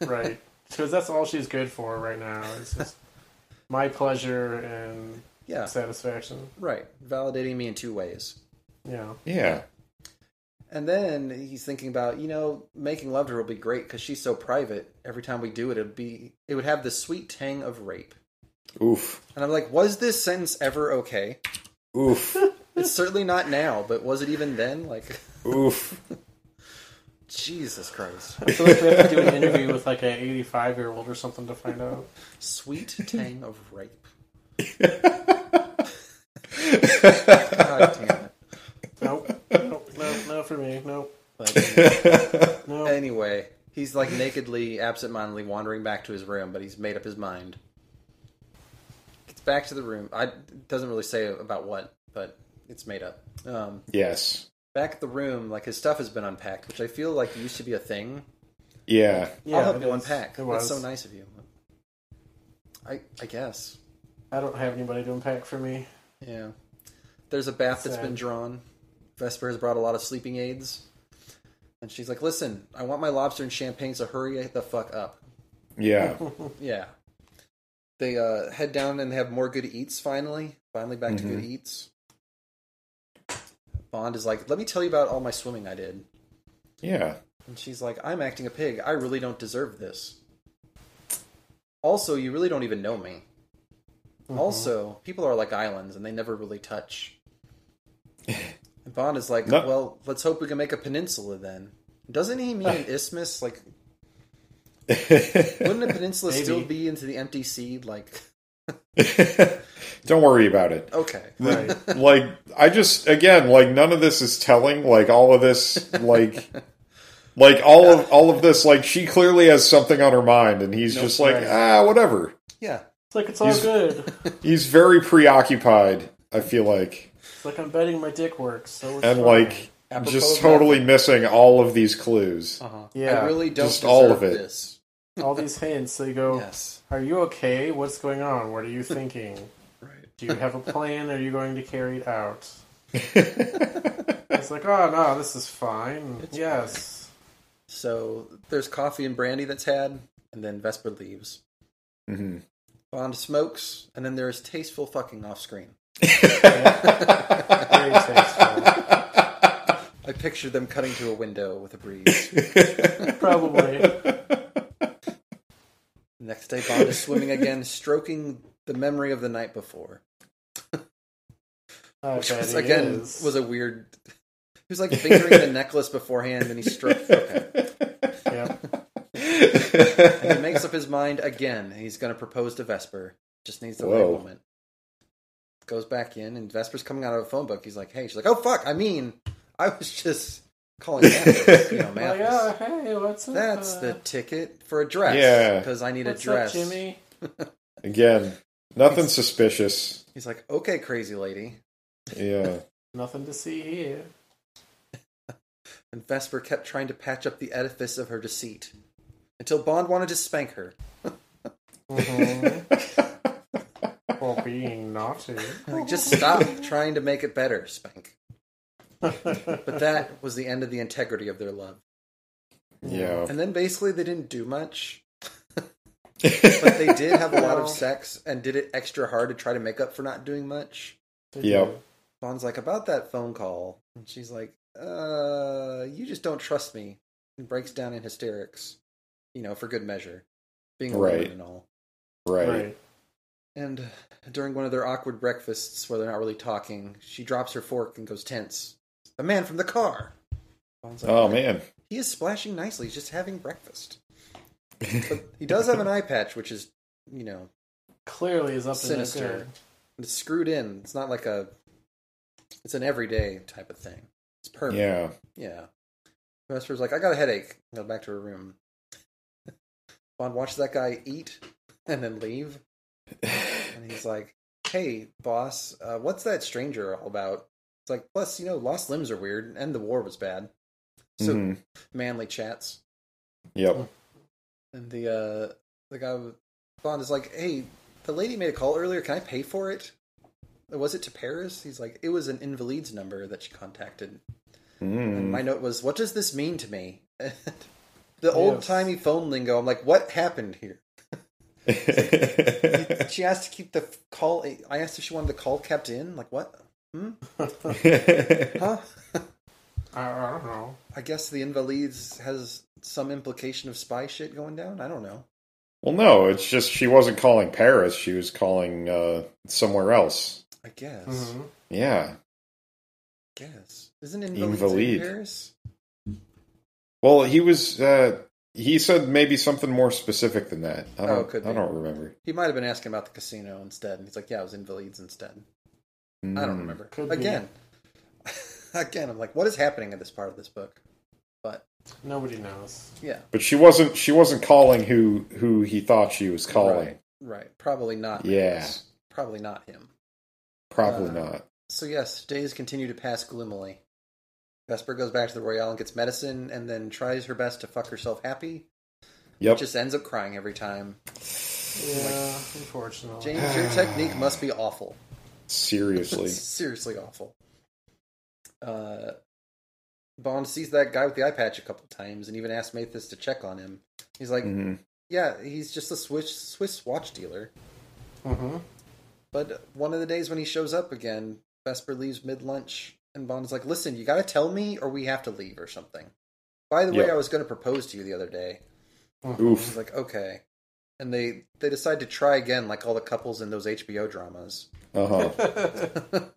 [SPEAKER 3] Right. Because that's all she's good for right now. It's just my pleasure and
[SPEAKER 1] Yeah,
[SPEAKER 3] satisfaction.
[SPEAKER 1] right. Validating me in two ways.
[SPEAKER 3] Yeah.
[SPEAKER 4] Yeah.
[SPEAKER 1] And then he's thinking about, you know, making love to her will be great because she's so private. Every time we do it, it'd be it would have the sweet tang of rape.
[SPEAKER 4] Oof.
[SPEAKER 1] And I'm like, was this sentence ever okay?
[SPEAKER 4] Oof.
[SPEAKER 1] It's certainly not now, but was it even then? Like,
[SPEAKER 4] Oof.
[SPEAKER 1] Jesus Christ,
[SPEAKER 3] I feel like we have to do an interview with like an 85 year old or something to find out.
[SPEAKER 1] sweet tang of rape. God damn it.
[SPEAKER 3] Nope. Nope. No, no for me. Nope.
[SPEAKER 1] But
[SPEAKER 3] No.
[SPEAKER 1] anyway, he's like nakedly, absentmindedly wandering back to his room, but he's made up his mind. Gets back to the room. I doesn't really say about what, but it's made up. Um,
[SPEAKER 4] Yes.
[SPEAKER 1] back at the room, like his stuff has been unpacked, which I feel like used to be a thing.
[SPEAKER 4] Yeah.
[SPEAKER 3] Yeah,
[SPEAKER 1] I'll help
[SPEAKER 3] it
[SPEAKER 1] you
[SPEAKER 3] is.
[SPEAKER 1] unpack.
[SPEAKER 3] It
[SPEAKER 1] That's
[SPEAKER 3] was.
[SPEAKER 1] so nice of you. I I guess.
[SPEAKER 3] I don't have anybody to unpack for
[SPEAKER 1] *laughs*
[SPEAKER 3] me.
[SPEAKER 1] Yeah. There's a bath that's
[SPEAKER 3] Sad.
[SPEAKER 1] been drawn. Vesper has brought a lot of sleeping aids. And she's like, listen, I want my lobster and champagne, so hurry the fuck up.
[SPEAKER 4] Yeah.
[SPEAKER 1] Yeah. They uh, head down and have more good eats finally. Finally back to good eats. Bond is like, let me tell you about all my swimming I did.
[SPEAKER 4] Yeah. *laughs*
[SPEAKER 1] And she's like, I'm acting a pig. I really don't deserve this. Also, you really don't even know me. Also, people are like islands and they never really touch. And Bond is like,
[SPEAKER 4] No.
[SPEAKER 1] well, let's hope we can make a peninsula then. Doesn't he mean an isthmus? Like, Wouldn't the peninsula
[SPEAKER 3] Maybe.
[SPEAKER 1] still be into the empty sea? Like,
[SPEAKER 4] Don't worry about it.
[SPEAKER 1] okay.
[SPEAKER 3] Right.
[SPEAKER 4] like I just again like none of this is telling like all of this like like all of all of this like she clearly has something on her mind and he's
[SPEAKER 1] Nope,
[SPEAKER 4] just like
[SPEAKER 3] right.
[SPEAKER 4] ah whatever.
[SPEAKER 1] Yeah.
[SPEAKER 3] It's like it's all
[SPEAKER 4] He's-
[SPEAKER 3] good.
[SPEAKER 4] He's very preoccupied, I feel like.
[SPEAKER 3] It's like I'm betting my dick works. So it's
[SPEAKER 4] And
[SPEAKER 3] fine.
[SPEAKER 4] like
[SPEAKER 1] Apropos
[SPEAKER 4] just
[SPEAKER 1] of
[SPEAKER 4] totally missing all of these clues.
[SPEAKER 1] Uh-huh.
[SPEAKER 3] Yeah.
[SPEAKER 1] I really don't
[SPEAKER 4] Just
[SPEAKER 1] deserve
[SPEAKER 4] all of it.
[SPEAKER 1] this.
[SPEAKER 3] all these hints, they go,
[SPEAKER 1] Yes.
[SPEAKER 3] "Are you okay? What's going on? What are
[SPEAKER 1] *laughs*
[SPEAKER 3] you thinking? Do you have a plan? Are you going to carry it out?" It's like, "Oh no, this is fine. yes,
[SPEAKER 1] So there's coffee and brandy that's had, and then Vesper leaves.
[SPEAKER 4] Mhm.
[SPEAKER 1] Bond smokes, and then there's tasteful fucking off screen.
[SPEAKER 3] very tasteful,
[SPEAKER 1] *laughs* I picture them cutting to a window with a breeze. *laughs*
[SPEAKER 3] probably."
[SPEAKER 1] Next day, Bond is swimming again, stroking the memory of the night before.
[SPEAKER 3] I
[SPEAKER 1] Which
[SPEAKER 3] bet
[SPEAKER 1] was,
[SPEAKER 3] he
[SPEAKER 1] again
[SPEAKER 3] is.
[SPEAKER 1] was a weird. He was like fingering the necklace beforehand, and he
[SPEAKER 4] *laughs*
[SPEAKER 1] stroked. Okay.
[SPEAKER 3] Yep.
[SPEAKER 1] And he makes up his mind again. He's going to propose to Vesper. Just needs the right
[SPEAKER 4] Whoa.
[SPEAKER 1] woman. Goes back in, and Vesper's coming out of a phone book. He's like, "Hey," she's like, "Oh fuck!" I mean, I was just
[SPEAKER 4] *laughs*
[SPEAKER 1] calling Mathis. You know,
[SPEAKER 3] Like,
[SPEAKER 1] Mathis.
[SPEAKER 3] oh, hey, what's up?
[SPEAKER 1] *laughs* That's the
[SPEAKER 3] uh,
[SPEAKER 1] ticket for a dress.
[SPEAKER 4] Yeah.
[SPEAKER 1] because I need
[SPEAKER 3] what's
[SPEAKER 1] a dress.
[SPEAKER 3] up, Jimmy?
[SPEAKER 4] *laughs* Again, nothing suspicious.
[SPEAKER 1] He's like, "Okay, crazy lady."
[SPEAKER 4] Yeah.
[SPEAKER 3] Nothing to see here.
[SPEAKER 1] And Vesper kept trying to patch up the edifice of her deceit until Bond wanted to spank her.
[SPEAKER 3] Mhm. For
[SPEAKER 1] *laughs*
[SPEAKER 3] being naughty. *laughs*
[SPEAKER 1] Like, just stop trying to make it better, Spank. but that was the end of the integrity of their love.
[SPEAKER 4] Yeah.
[SPEAKER 1] And then basically they didn't do
[SPEAKER 4] *laughs*
[SPEAKER 1] much, but they did have a lot of sex and did it extra hard to try to make up for not doing much.
[SPEAKER 4] Yep.
[SPEAKER 1] Bond's like, about that phone call. And she's like, uh, you just don't trust me. And breaks down in hysterics, you know, for good measure, being a
[SPEAKER 4] Right.
[SPEAKER 1] woman and all.
[SPEAKER 4] Right.
[SPEAKER 3] Right.
[SPEAKER 1] And during one of their awkward breakfasts where they're not really talking, she drops her fork and goes tense. A man from the car. Bond's like,
[SPEAKER 4] Oh man.
[SPEAKER 1] He is splashing nicely. He's just having breakfast. But he does have an eye patch, which is, you know,
[SPEAKER 3] Clearly is up to this
[SPEAKER 1] Sinister. it's screwed in. It's not like a. It's an everyday type of thing. It's permanent.
[SPEAKER 4] Yeah.
[SPEAKER 1] Yeah. Vesper's like, I got a headache. Go back to her room. Bond watches that guy eat and then leave. And he's like, hey, boss, uh, what's that stranger all about? It's like, plus, you know, lost limbs are weird, and the war was bad. So
[SPEAKER 4] Mhm.
[SPEAKER 1] manly chats.
[SPEAKER 4] Yep.
[SPEAKER 1] And the uh the guy with- Bond is like, "Hey, the lady made a call earlier. Can I pay for it? Or Was it to Paris?" He's like, "It was an invalids number that she contacted." And
[SPEAKER 4] Mm. *laughs*
[SPEAKER 1] my note was, "What does this mean to me?" *laughs* And the old timey phone lingo. I'm like, "What happened here?" She asked to keep the f- call. I asked if she wanted the call kept in. Like, what? Hmm? Huh?
[SPEAKER 3] I, I don't know.
[SPEAKER 1] I guess the invalids has some implication of spy shit going down. I don't know.
[SPEAKER 4] well, no, it's just she wasn't calling Paris; she was calling uh, somewhere else.
[SPEAKER 1] I guess.
[SPEAKER 3] Mhm.
[SPEAKER 4] Yeah.
[SPEAKER 1] Guess. Isn't invalids in
[SPEAKER 4] Invalid.
[SPEAKER 1] Paris?
[SPEAKER 4] Well, he was. Uh, he said maybe something more specific than that. I don't.
[SPEAKER 1] Oh, could
[SPEAKER 4] I
[SPEAKER 1] be.
[SPEAKER 4] don't remember.
[SPEAKER 1] He might have been asking about the casino instead, and he's like, "Yeah, it was Invalides instead." I don't
[SPEAKER 4] Mm.
[SPEAKER 1] remember.
[SPEAKER 3] Could be.
[SPEAKER 1] again, *laughs* again, I'm like, "What is happening in this part of this book?" But
[SPEAKER 3] Nobody knows.
[SPEAKER 1] yeah,
[SPEAKER 4] But she wasn't. She wasn't calling who who he thought she was calling.
[SPEAKER 1] right, right, probably not.
[SPEAKER 4] Yeah.
[SPEAKER 1] Magnus. probably not him.
[SPEAKER 4] Probably
[SPEAKER 1] Uh,
[SPEAKER 4] not.
[SPEAKER 1] So yes, days continue to pass gloomily. Vesper goes back to the Royale and gets medicine, and then tries her best to fuck herself happy.
[SPEAKER 4] Yep.
[SPEAKER 1] Just ends up crying
[SPEAKER 3] *sighs*
[SPEAKER 1] every time.
[SPEAKER 3] Yeah, unfortunately.
[SPEAKER 1] James, your technique must be awful. *laughs*
[SPEAKER 4] Seriously.
[SPEAKER 1] seriously awful. Uh, Bond sees that guy with the eye patch a couple times and even asks Mathis to check on him. He's like,
[SPEAKER 4] Mhm.
[SPEAKER 1] "Yeah, he's just a Swiss Swiss watch dealer."
[SPEAKER 3] Mm-hmm.
[SPEAKER 1] But one of the days when he shows up again, Vesper leaves mid lunch, and Bond is like, "Listen, you got to tell me, or we have to leave, or something." By the way,
[SPEAKER 4] Yeah.
[SPEAKER 1] I was going to propose to you the other day. He's
[SPEAKER 4] Oof.
[SPEAKER 1] like, "Okay," and they they decide to try again, like all the couples in those HBO dramas.
[SPEAKER 4] Uh huh.
[SPEAKER 1] *laughs*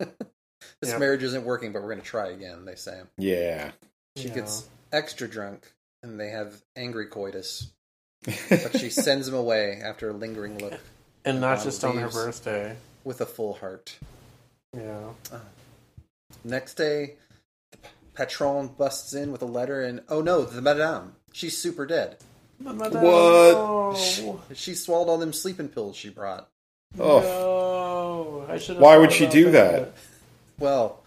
[SPEAKER 1] this
[SPEAKER 3] Yeah.
[SPEAKER 1] marriage isn't working, but we're going to try again. They say.
[SPEAKER 4] Yeah.
[SPEAKER 1] She gets extra drunk, and they have angry coitus. but she sends
[SPEAKER 3] *laughs*
[SPEAKER 1] him away after a lingering look
[SPEAKER 3] and not
[SPEAKER 1] Uh,
[SPEAKER 3] just on her
[SPEAKER 1] leaves.
[SPEAKER 3] birthday.
[SPEAKER 1] with a full heart.
[SPEAKER 3] Yeah.
[SPEAKER 1] Next day, the patron busts in with a letter and oh no, the madame. She's super dead.
[SPEAKER 3] What?
[SPEAKER 1] She swallowed all them sleeping pills she brought.
[SPEAKER 4] *laughs* Oh,
[SPEAKER 3] No, I should.
[SPEAKER 4] Why would she do that?
[SPEAKER 1] Well,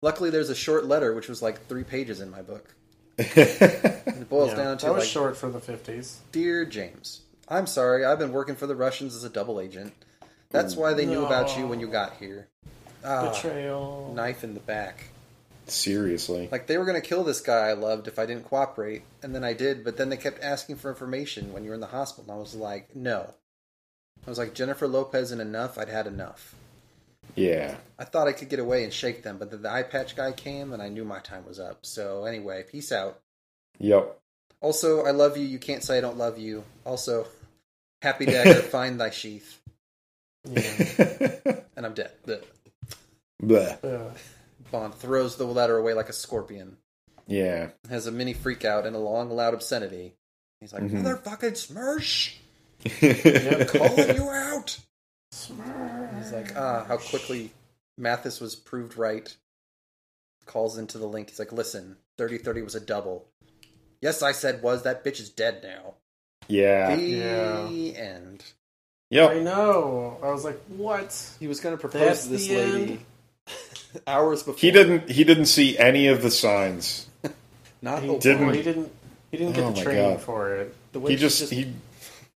[SPEAKER 1] luckily there's a short letter which was like three pages in my book. And it boils
[SPEAKER 3] Yeah,
[SPEAKER 1] down to
[SPEAKER 3] that was
[SPEAKER 1] like,
[SPEAKER 3] short for the fifties.
[SPEAKER 1] Dear James, I'm sorry, I've been working for the Russians as a double agent. That's why they knew about you when you got here. Ah,
[SPEAKER 3] Betrayal.
[SPEAKER 1] *laughs* knife in the back.
[SPEAKER 4] *laughs* seriously.
[SPEAKER 1] Like they were gonna kill this guy I loved if I didn't cooperate, and then I did, but then they kept asking for information when you were in the hospital, and I was like, no. I was like, Jennifer Lopez and enough, I'd had enough.
[SPEAKER 4] Yeah.
[SPEAKER 1] I thought I could get away and shake them, but then the eye patch guy came and I knew my time was up. So anyway, peace out.
[SPEAKER 4] Yep. *laughs*
[SPEAKER 1] Also, I love you, you can't say I don't love you. Also, happy dagger, find thy sheath.
[SPEAKER 3] Yeah.
[SPEAKER 1] And I'm dead. Blech.
[SPEAKER 4] Bleh.
[SPEAKER 3] Uh,
[SPEAKER 1] Bond throws the letter away like a scorpion,
[SPEAKER 4] Yeah.
[SPEAKER 1] has a mini freak out and a long, loud obscenity. He's like,
[SPEAKER 4] Mhm.
[SPEAKER 1] motherfucking smirsh! calling
[SPEAKER 4] yep.
[SPEAKER 1] Oh, you out. He's like, ah, how quickly Mathis was proved right. Calls into the link. He's like, listen, 30 30 was a double. Yes, I said was. That bitch is dead now.
[SPEAKER 4] *laughs* Uh, Yeah.
[SPEAKER 1] the
[SPEAKER 3] Yeah.
[SPEAKER 1] end.
[SPEAKER 3] I know. I was like, what?
[SPEAKER 1] He was going to propose
[SPEAKER 3] That's
[SPEAKER 1] to this
[SPEAKER 3] the
[SPEAKER 1] lady *laughs* hours before.
[SPEAKER 4] He didn't. He didn't see any of the signs.
[SPEAKER 1] Not
[SPEAKER 3] He
[SPEAKER 1] open-
[SPEAKER 4] didn't.
[SPEAKER 3] He didn't. He didn't get
[SPEAKER 4] Oh
[SPEAKER 3] the
[SPEAKER 4] my
[SPEAKER 3] training
[SPEAKER 4] God.
[SPEAKER 3] for it.
[SPEAKER 1] The way
[SPEAKER 4] He
[SPEAKER 1] she's
[SPEAKER 4] just. He.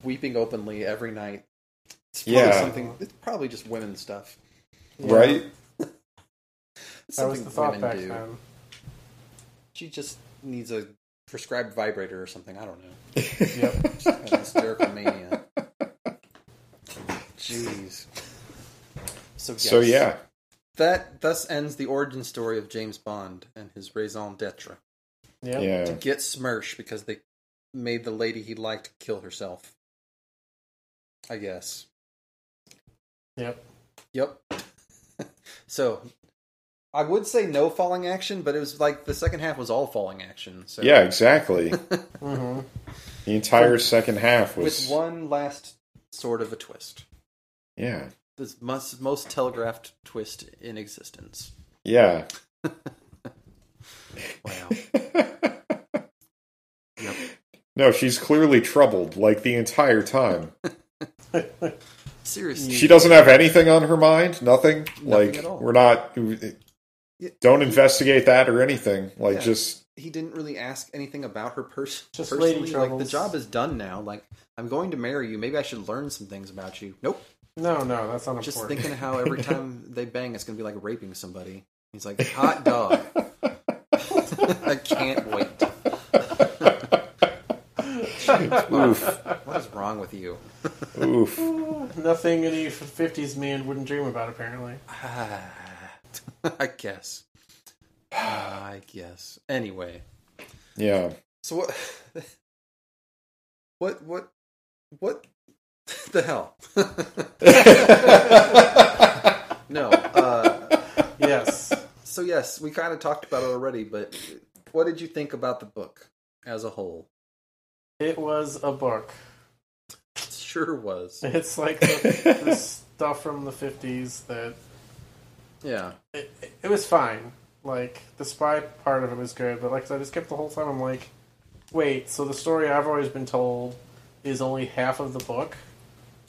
[SPEAKER 1] weeping openly every night. It's probably
[SPEAKER 4] Yeah.
[SPEAKER 1] something. It's probably just women stuff.
[SPEAKER 3] Yeah.
[SPEAKER 4] Right.
[SPEAKER 1] It's
[SPEAKER 3] That was
[SPEAKER 1] something
[SPEAKER 3] the thought
[SPEAKER 1] women
[SPEAKER 3] back
[SPEAKER 1] do.
[SPEAKER 4] *laughs*
[SPEAKER 3] then.
[SPEAKER 1] She just needs a prescribed vibrator or something. I don't know.
[SPEAKER 3] Yep.
[SPEAKER 1] Kind of hysterical mania. Jeez. So,
[SPEAKER 4] So
[SPEAKER 1] yes.
[SPEAKER 4] yeah.
[SPEAKER 1] That thus ends the origin story of James Bond and his raison d'etre.
[SPEAKER 3] Yep.
[SPEAKER 1] To
[SPEAKER 4] Yeah.
[SPEAKER 1] get Smirsh because they made the lady he liked kill herself. I guess.
[SPEAKER 3] Yep.
[SPEAKER 1] Yep. *laughs* so I would say no falling action, but it was like the second half was all falling action. So *laughs*
[SPEAKER 4] Yeah. Exactly.
[SPEAKER 3] Mm-hmm.
[SPEAKER 4] The entire second half was.
[SPEAKER 1] with one last sort of a twist.
[SPEAKER 4] Yeah.
[SPEAKER 1] This most, most telegraphed twist in existence.
[SPEAKER 4] Yeah.
[SPEAKER 1] Wow.
[SPEAKER 4] No, she's clearly troubled, like the entire time.
[SPEAKER 1] *laughs* Mm-hmm. Seriously.
[SPEAKER 4] She doesn't have anything on her mind. Nothing.
[SPEAKER 1] at
[SPEAKER 4] like
[SPEAKER 1] all.
[SPEAKER 4] we're not. Don't investigate that or anything. Like
[SPEAKER 1] Yeah. *laughs*
[SPEAKER 4] just.
[SPEAKER 1] He didn't really ask anything about her person.
[SPEAKER 3] Just
[SPEAKER 1] personally.
[SPEAKER 3] lady
[SPEAKER 1] like the
[SPEAKER 3] troubles.
[SPEAKER 1] job is done now. Like I'm going to marry you. Maybe I should learn some things about you. Nope.
[SPEAKER 3] No, no, that's not
[SPEAKER 1] Just
[SPEAKER 3] important.
[SPEAKER 1] thinking
[SPEAKER 3] *laughs*
[SPEAKER 1] how every time they bang, it's gonna be like raping somebody. He's like,
[SPEAKER 3] *laughs*
[SPEAKER 1] hot dog. *laughs* I can't wait.
[SPEAKER 4] Oof.
[SPEAKER 1] What is wrong with you? *sighs*
[SPEAKER 4] Oof.
[SPEAKER 3] *laughs* Nothing any fifties man wouldn't dream about, apparently.
[SPEAKER 1] I guess. *sighs* I guess. Anyway.
[SPEAKER 4] Yeah.
[SPEAKER 1] So what? *laughs* What? What? What? *laughs* The hell? no. Uh,
[SPEAKER 4] *laughs*
[SPEAKER 3] Yes.
[SPEAKER 1] so yes, we kind of talked about it already, but what did you think about the book as a whole?
[SPEAKER 3] it was a book.
[SPEAKER 1] It sure was.
[SPEAKER 3] It's like the,
[SPEAKER 4] *laughs*
[SPEAKER 3] the stuff from the fifties that
[SPEAKER 1] Yeah.
[SPEAKER 3] it, it was fine. Like the spy part of it was good, but like I just kept the whole time. I'm like, wait, so the story I've always been told is only half of the book,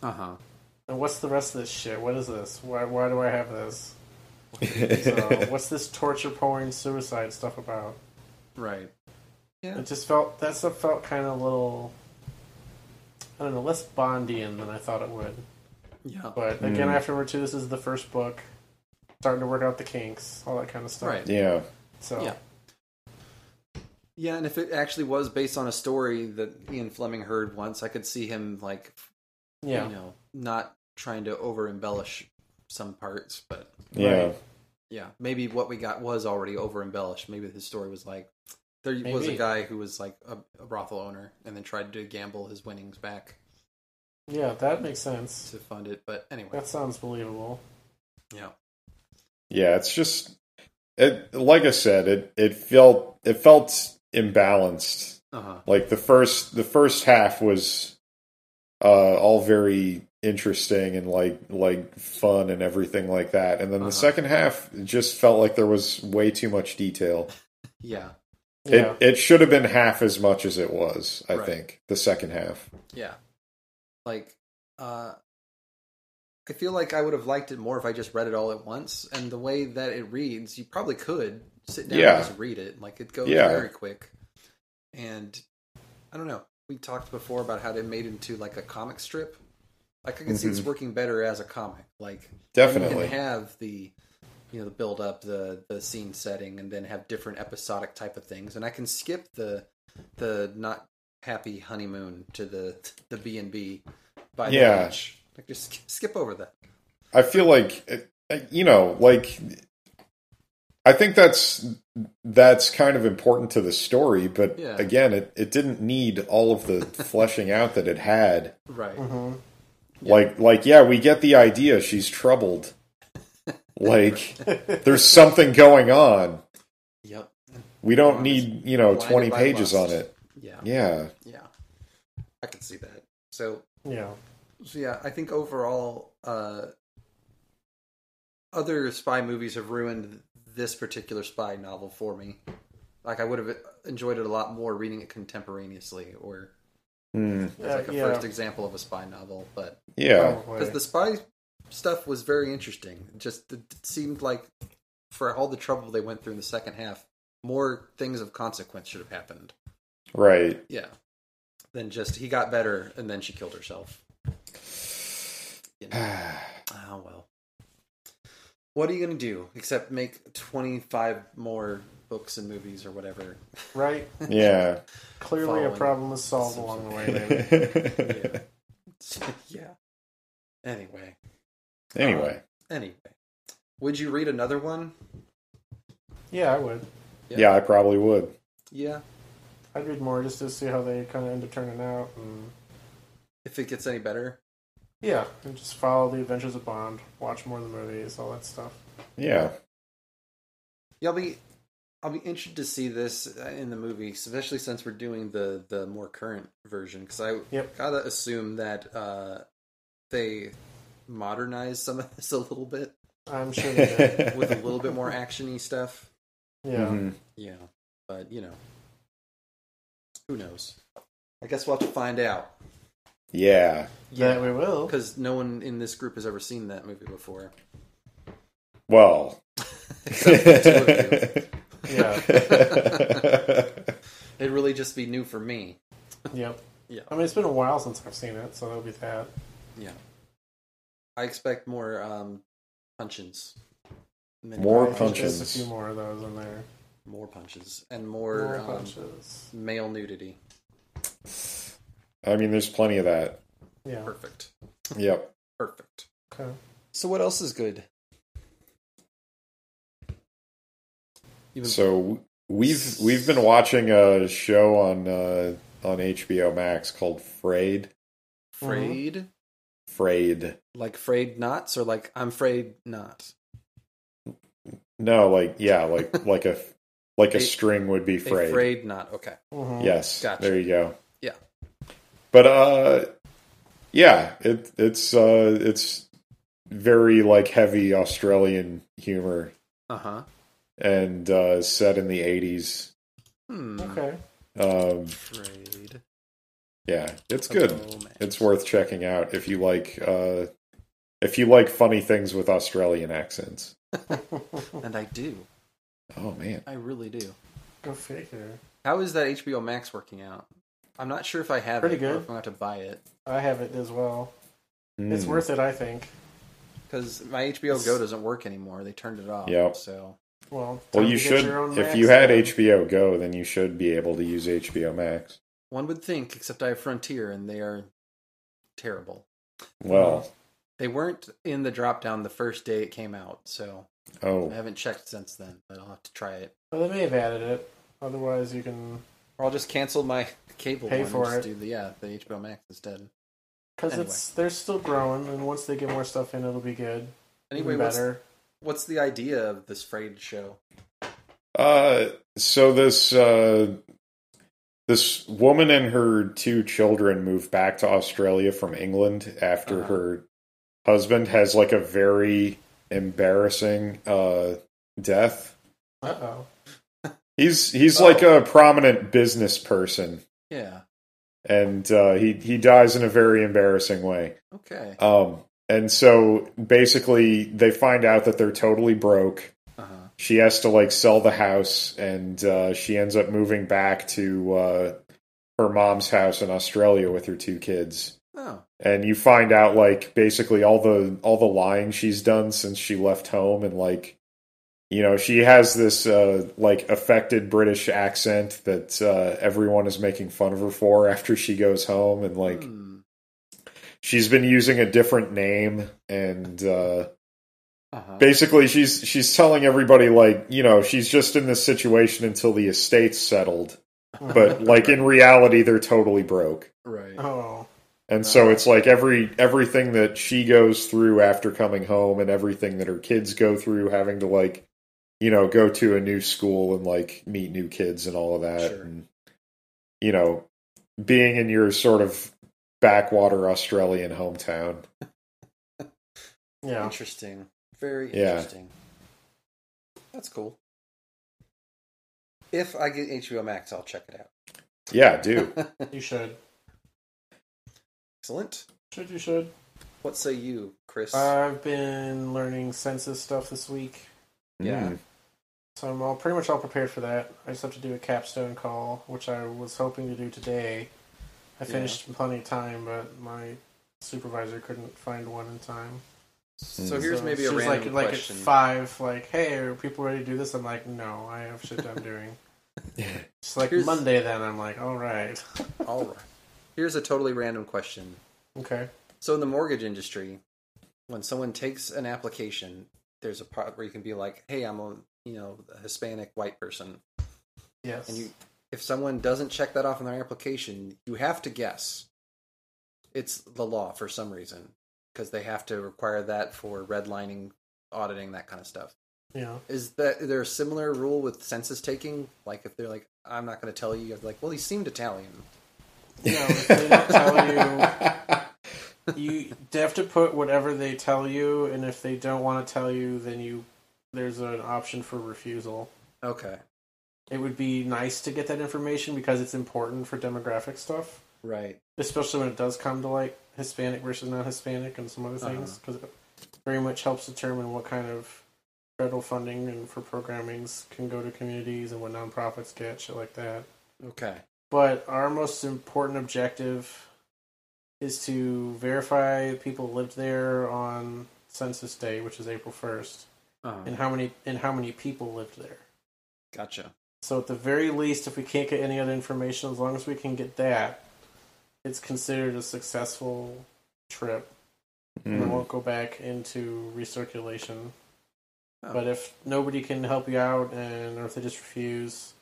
[SPEAKER 1] Uh huh.
[SPEAKER 3] and what's the rest of this shit? What is this? Why why do I have this? So what's this torture porn suicide stuff about?
[SPEAKER 1] Right.
[SPEAKER 3] It just felt that stuff felt kind of a little. I don't know, less Bondian than I thought it would.
[SPEAKER 1] Yeah.
[SPEAKER 3] But again, I have to remember too, this is the first book, starting to work out the kinks, all that kind of stuff.
[SPEAKER 1] Right.
[SPEAKER 4] Yeah.
[SPEAKER 3] So
[SPEAKER 1] Yeah. Yeah, and if it actually was based on a story that Ian Fleming heard once, I could see him like
[SPEAKER 3] yeah.
[SPEAKER 1] you know not trying to over embellish some parts, but
[SPEAKER 4] Yeah.
[SPEAKER 3] Right.
[SPEAKER 1] yeah, maybe what we got was already over embellished. Maybe his story was like there was a
[SPEAKER 3] Maybe.
[SPEAKER 1] guy who was like a, a brothel owner and then tried to gamble his winnings back
[SPEAKER 3] Yeah, that makes sense.
[SPEAKER 1] to fund it. But anyway,
[SPEAKER 3] That sounds believable.
[SPEAKER 1] yeah,
[SPEAKER 4] Yeah, it's just it like I said, it it felt it felt imbalanced.
[SPEAKER 1] Uh-huh.
[SPEAKER 4] Like the first the first half was uh, all very interesting and like like fun and everything like that, and then
[SPEAKER 1] Uh-huh.
[SPEAKER 4] the second half just felt like there was way too much detail.
[SPEAKER 1] Yeah.
[SPEAKER 3] Yeah.
[SPEAKER 4] It it should have been half as much as it was. I
[SPEAKER 1] Right.
[SPEAKER 4] think the second half.
[SPEAKER 1] Yeah. Like uh I feel like I would have liked it more if I just read it all at once and the way that it reads, you probably could sit down
[SPEAKER 4] Yeah.
[SPEAKER 1] and just read it. Like it goes
[SPEAKER 4] Yeah.
[SPEAKER 1] very quick. And I don't know. We talked before about how they made it into like a comic strip. Like I can see
[SPEAKER 4] Mm-hmm.
[SPEAKER 1] it's working better as a comic. Like
[SPEAKER 4] Definitely.
[SPEAKER 1] you can have the you know the build up the the scene setting and then have different episodic type of things and i can skip the the not happy honeymoon to the the b&b by
[SPEAKER 4] Yeah.
[SPEAKER 1] the beach like just skip, skip over that
[SPEAKER 4] I feel like uh, you know, like I think that's that's kind of important to the story, but
[SPEAKER 1] Yeah.
[SPEAKER 4] again, it it didn't need all of the fleshing out that it had.
[SPEAKER 1] right
[SPEAKER 4] Mm-hmm.
[SPEAKER 3] hmm
[SPEAKER 1] Yeah.
[SPEAKER 4] Like like yeah, we get the idea she's troubled.
[SPEAKER 1] *laughs*
[SPEAKER 4] Like there's something going on.
[SPEAKER 1] yep
[SPEAKER 4] We don't need, you know,
[SPEAKER 1] Blinded
[SPEAKER 4] 20
[SPEAKER 1] by
[SPEAKER 4] pages
[SPEAKER 1] lust.
[SPEAKER 4] on it.
[SPEAKER 1] yeah
[SPEAKER 4] Yeah.
[SPEAKER 1] yeah i can see that so
[SPEAKER 3] Yeah.
[SPEAKER 1] So yeah, I think overall, uh, other spy movies have ruined this particular spy novel for me. Like I would have enjoyed it a lot more reading it contemporaneously, or
[SPEAKER 4] Hmm.
[SPEAKER 1] as
[SPEAKER 3] Uh,
[SPEAKER 1] like a
[SPEAKER 3] yeah.
[SPEAKER 1] first example of a spy novel. But
[SPEAKER 4] Yeah.
[SPEAKER 3] Probably.
[SPEAKER 1] because the spy stuff was very interesting, It just it seemed like for all the trouble they went through in the second half, more things of consequence should have happened. *sighs*
[SPEAKER 4] Right.
[SPEAKER 1] Yeah, than just he got better and then she killed herself. You know. Oh well. What are you gonna do except make twenty five more books and movies or whatever? *laughs*
[SPEAKER 3] right.
[SPEAKER 4] yeah.
[SPEAKER 3] Clearly, a
[SPEAKER 1] Following
[SPEAKER 3] problem was solved along the way.
[SPEAKER 4] *laughs*
[SPEAKER 3] David.
[SPEAKER 1] yeah. Anyway.
[SPEAKER 4] anyway,
[SPEAKER 1] Anyway. Would you read another one?
[SPEAKER 3] yeah, I would.
[SPEAKER 1] Yeah.
[SPEAKER 4] yeah, I probably would.
[SPEAKER 1] Yeah.
[SPEAKER 3] I'd read more just to see how they kind of end up turning out. And
[SPEAKER 1] If it gets any better.
[SPEAKER 3] yeah, and just follow the adventures of Bond, watch more of the movies, all that stuff.
[SPEAKER 4] Yeah.
[SPEAKER 1] Yeah, I'll be I'll be interested to see this uh, in the movie, especially since we're doing the the more current version. Because I
[SPEAKER 3] Yep.
[SPEAKER 1] gotta assume that uh, they modernized some of *laughs* this a little bit
[SPEAKER 3] I'm sure they did.
[SPEAKER 4] *laughs*
[SPEAKER 1] with a little bit more actiony stuff.
[SPEAKER 3] Yeah.
[SPEAKER 4] Mhm.
[SPEAKER 1] Yeah, but you know, who knows? I guess we'll have to find out.
[SPEAKER 4] Yeah.
[SPEAKER 3] That we will.
[SPEAKER 1] because no one in this group has ever seen that movie *laughs* before.
[SPEAKER 4] Well.
[SPEAKER 1] Except for the two of you. *laughs*
[SPEAKER 3] Yeah.
[SPEAKER 1] It'd really just be new for me.
[SPEAKER 3] yep.
[SPEAKER 1] Yeah.
[SPEAKER 3] I mean, it's been a while since I've seen it, so that'll be that.
[SPEAKER 1] Yeah, I expect more um, punches, And then-
[SPEAKER 4] More
[SPEAKER 3] I think There's a
[SPEAKER 4] punches.
[SPEAKER 3] few more of those in there.
[SPEAKER 1] more punches, and more,
[SPEAKER 3] more
[SPEAKER 1] um,
[SPEAKER 3] punches.
[SPEAKER 1] male nudity.
[SPEAKER 4] *laughs* I mean, there's plenty of that.
[SPEAKER 3] Yeah.
[SPEAKER 1] Perfect,
[SPEAKER 4] Yep.
[SPEAKER 1] perfect.
[SPEAKER 3] Okay.
[SPEAKER 1] So what else is good? You've been-
[SPEAKER 4] So we've we've been watching a show on uh, on HBO Max called Frayed.
[SPEAKER 1] frayed.
[SPEAKER 4] Frayed.
[SPEAKER 1] like frayed knots or like I'm frayed not.
[SPEAKER 4] No, like
[SPEAKER 1] *laughs*
[SPEAKER 4] yeah, like like a like a,
[SPEAKER 1] A-
[SPEAKER 4] string would be
[SPEAKER 1] A
[SPEAKER 4] frayed.
[SPEAKER 1] frayed knot. Okay.
[SPEAKER 3] Mhm.
[SPEAKER 4] Yes.
[SPEAKER 1] Gotcha.
[SPEAKER 4] There you go.
[SPEAKER 1] Yeah.
[SPEAKER 4] But uh yeah, it it's uh it's very like heavy Australian humor
[SPEAKER 1] Uh
[SPEAKER 4] Uh-huh.
[SPEAKER 1] huh.
[SPEAKER 4] and uh set in the 80s.
[SPEAKER 1] Hmm.
[SPEAKER 3] Okay.
[SPEAKER 4] Um
[SPEAKER 1] Frayed.
[SPEAKER 4] yeah, it's good.
[SPEAKER 1] romance.
[SPEAKER 4] It's worth checking out if you like uh if you like funny things with Australian accents.
[SPEAKER 1] And I do.
[SPEAKER 4] Oh man.
[SPEAKER 1] I really do.
[SPEAKER 3] Go figure.
[SPEAKER 1] How is that HBO Max working out? I'm not sure if I have
[SPEAKER 3] Pretty
[SPEAKER 1] it or
[SPEAKER 3] good.
[SPEAKER 1] if I'm going to have to buy it
[SPEAKER 3] I have it as well. It's
[SPEAKER 4] Mm.
[SPEAKER 3] worth it, I think.
[SPEAKER 1] because my HBO Go doesn't work anymore. They turned it off.
[SPEAKER 4] Yep.
[SPEAKER 1] So
[SPEAKER 3] Well, time
[SPEAKER 4] Well, you
[SPEAKER 3] to get
[SPEAKER 4] should
[SPEAKER 3] your own
[SPEAKER 4] if
[SPEAKER 3] Max
[SPEAKER 4] you had
[SPEAKER 3] then.
[SPEAKER 4] HBO Go, then you should be able to use HBO Max.
[SPEAKER 1] one would think, except I have Frontier and they are terrible.
[SPEAKER 4] Well,
[SPEAKER 1] They weren't in the drop down the first day it came out, so
[SPEAKER 3] Hmm.
[SPEAKER 1] I
[SPEAKER 4] oh.
[SPEAKER 1] haven't checked since then, but I'll have to try it.
[SPEAKER 3] Well, they may have added it. Otherwise, you can
[SPEAKER 1] Or I'll just cancel my *laughs* cable
[SPEAKER 3] Pay
[SPEAKER 1] one and
[SPEAKER 3] for
[SPEAKER 1] just
[SPEAKER 3] it.
[SPEAKER 1] do the yeah, the HBO Max instead.
[SPEAKER 3] because
[SPEAKER 1] Anyway.
[SPEAKER 3] it's they're still growing, and once they get more stuff in, it'll be good.
[SPEAKER 1] Anyway,
[SPEAKER 3] Even
[SPEAKER 1] what's,
[SPEAKER 3] better.
[SPEAKER 1] what's the idea of this frayed show?
[SPEAKER 4] Uh, so this uh, this woman and her two children moved back to Australia from England after
[SPEAKER 1] Uh-huh.
[SPEAKER 4] her husband has like a very embarrassing uh, death.
[SPEAKER 3] Uh oh.
[SPEAKER 4] He's he's
[SPEAKER 1] Oh.
[SPEAKER 4] like a prominent business person,
[SPEAKER 1] Yeah.
[SPEAKER 4] and uh, he he dies in a very embarrassing way.
[SPEAKER 1] Okay.
[SPEAKER 4] Um, and so basically, they find out that they're totally broke.
[SPEAKER 1] Uh huh.
[SPEAKER 4] She has to like sell the house, and uh, she ends up moving back to uh, her mom's house in Australia with her two kids.
[SPEAKER 1] Oh.
[SPEAKER 4] And you find out like basically all the all the lying she's done since she left home, and like you know she has this uh, like affected British accent that uh, everyone is making fun of her for *laughs* after she goes home, and like
[SPEAKER 1] Hmm.
[SPEAKER 4] she's been using a different name and uh
[SPEAKER 1] Uh-huh.
[SPEAKER 4] basically she's she's telling everybody like you know she's just in this situation until the estate's settled but like in reality they're totally broke
[SPEAKER 1] right.
[SPEAKER 3] Oh.
[SPEAKER 4] and so it's like every everything that she goes through after coming home and everything that her kids go through having to like you know go to a new school and like meet new kids and all of that
[SPEAKER 1] Sure.
[SPEAKER 4] and you know being in your sort of backwater australian hometown
[SPEAKER 3] Yeah.
[SPEAKER 1] Interesting. Very
[SPEAKER 4] Yeah.
[SPEAKER 1] interesting. That's cool. If I get HBO Max, I'll check it
[SPEAKER 4] yeah do
[SPEAKER 1] out.
[SPEAKER 3] You should.
[SPEAKER 1] Excellent.
[SPEAKER 3] Should you should.
[SPEAKER 1] What say you,
[SPEAKER 3] *laughs*
[SPEAKER 1] Chris?
[SPEAKER 3] I've been learning census stuff this week,
[SPEAKER 1] *laughs* yeah.
[SPEAKER 3] so I'm all pretty much all prepared for that. I just have to do a capstone call, which I was hoping to do today. I
[SPEAKER 1] Yeah.
[SPEAKER 3] finished in plenty of time, but my supervisor couldn't find one in time.
[SPEAKER 1] So here's
[SPEAKER 3] So
[SPEAKER 1] maybe
[SPEAKER 3] she
[SPEAKER 1] a
[SPEAKER 3] was
[SPEAKER 1] random
[SPEAKER 3] like,
[SPEAKER 1] question.
[SPEAKER 3] Like at five, like, hey, are people ready to do this? I'm like, no, I have shit
[SPEAKER 1] *laughs*
[SPEAKER 3] that I'm doing. It's like
[SPEAKER 1] Here's-
[SPEAKER 3] Monday. Then I'm like, all right, *laughs*
[SPEAKER 1] All right. Here's a totally random question.
[SPEAKER 3] okay.
[SPEAKER 1] So in the mortgage industry, when someone takes an application, there's a part where you can be like, "Hey, I'm a you know a Hispanic white person,"
[SPEAKER 3] Yes.
[SPEAKER 1] and you if someone doesn't check that off on their application, you have to guess. It's the law for some reason because they have to require that for redlining, auditing, that kind of stuff.
[SPEAKER 3] yeah.
[SPEAKER 1] Is that is there a similar rule with census taking? Like if they're like, "I'm not going to tell you," you're like, "Well, he seemed Italian."
[SPEAKER 3] No, if they don't tell you, you they have to put whatever they tell you, and if they don't want to tell you, then you there's an option for refusal.
[SPEAKER 1] Okay,
[SPEAKER 3] It would be nice to get that information because it's important for demographic stuff,
[SPEAKER 1] right.
[SPEAKER 3] especially when it does come to like Hispanic versus non-Hispanic and some other things, because it very much helps determine what kind of federal funding and for programmings can go to communities and what nonprofits get, shit like that.
[SPEAKER 1] Okay.
[SPEAKER 3] But our most important objective is to verify people lived there on census day, which is April 1st,
[SPEAKER 1] Uh,
[SPEAKER 3] and how many and how many people lived there.
[SPEAKER 1] gotcha.
[SPEAKER 3] So at the very least, if we can't get any other information, as long as we can get that, it's considered a successful trip and it
[SPEAKER 4] Mm.
[SPEAKER 3] won't go back into recirculation.
[SPEAKER 1] Oh.
[SPEAKER 3] But if nobody can help you out, and or if they just refuse,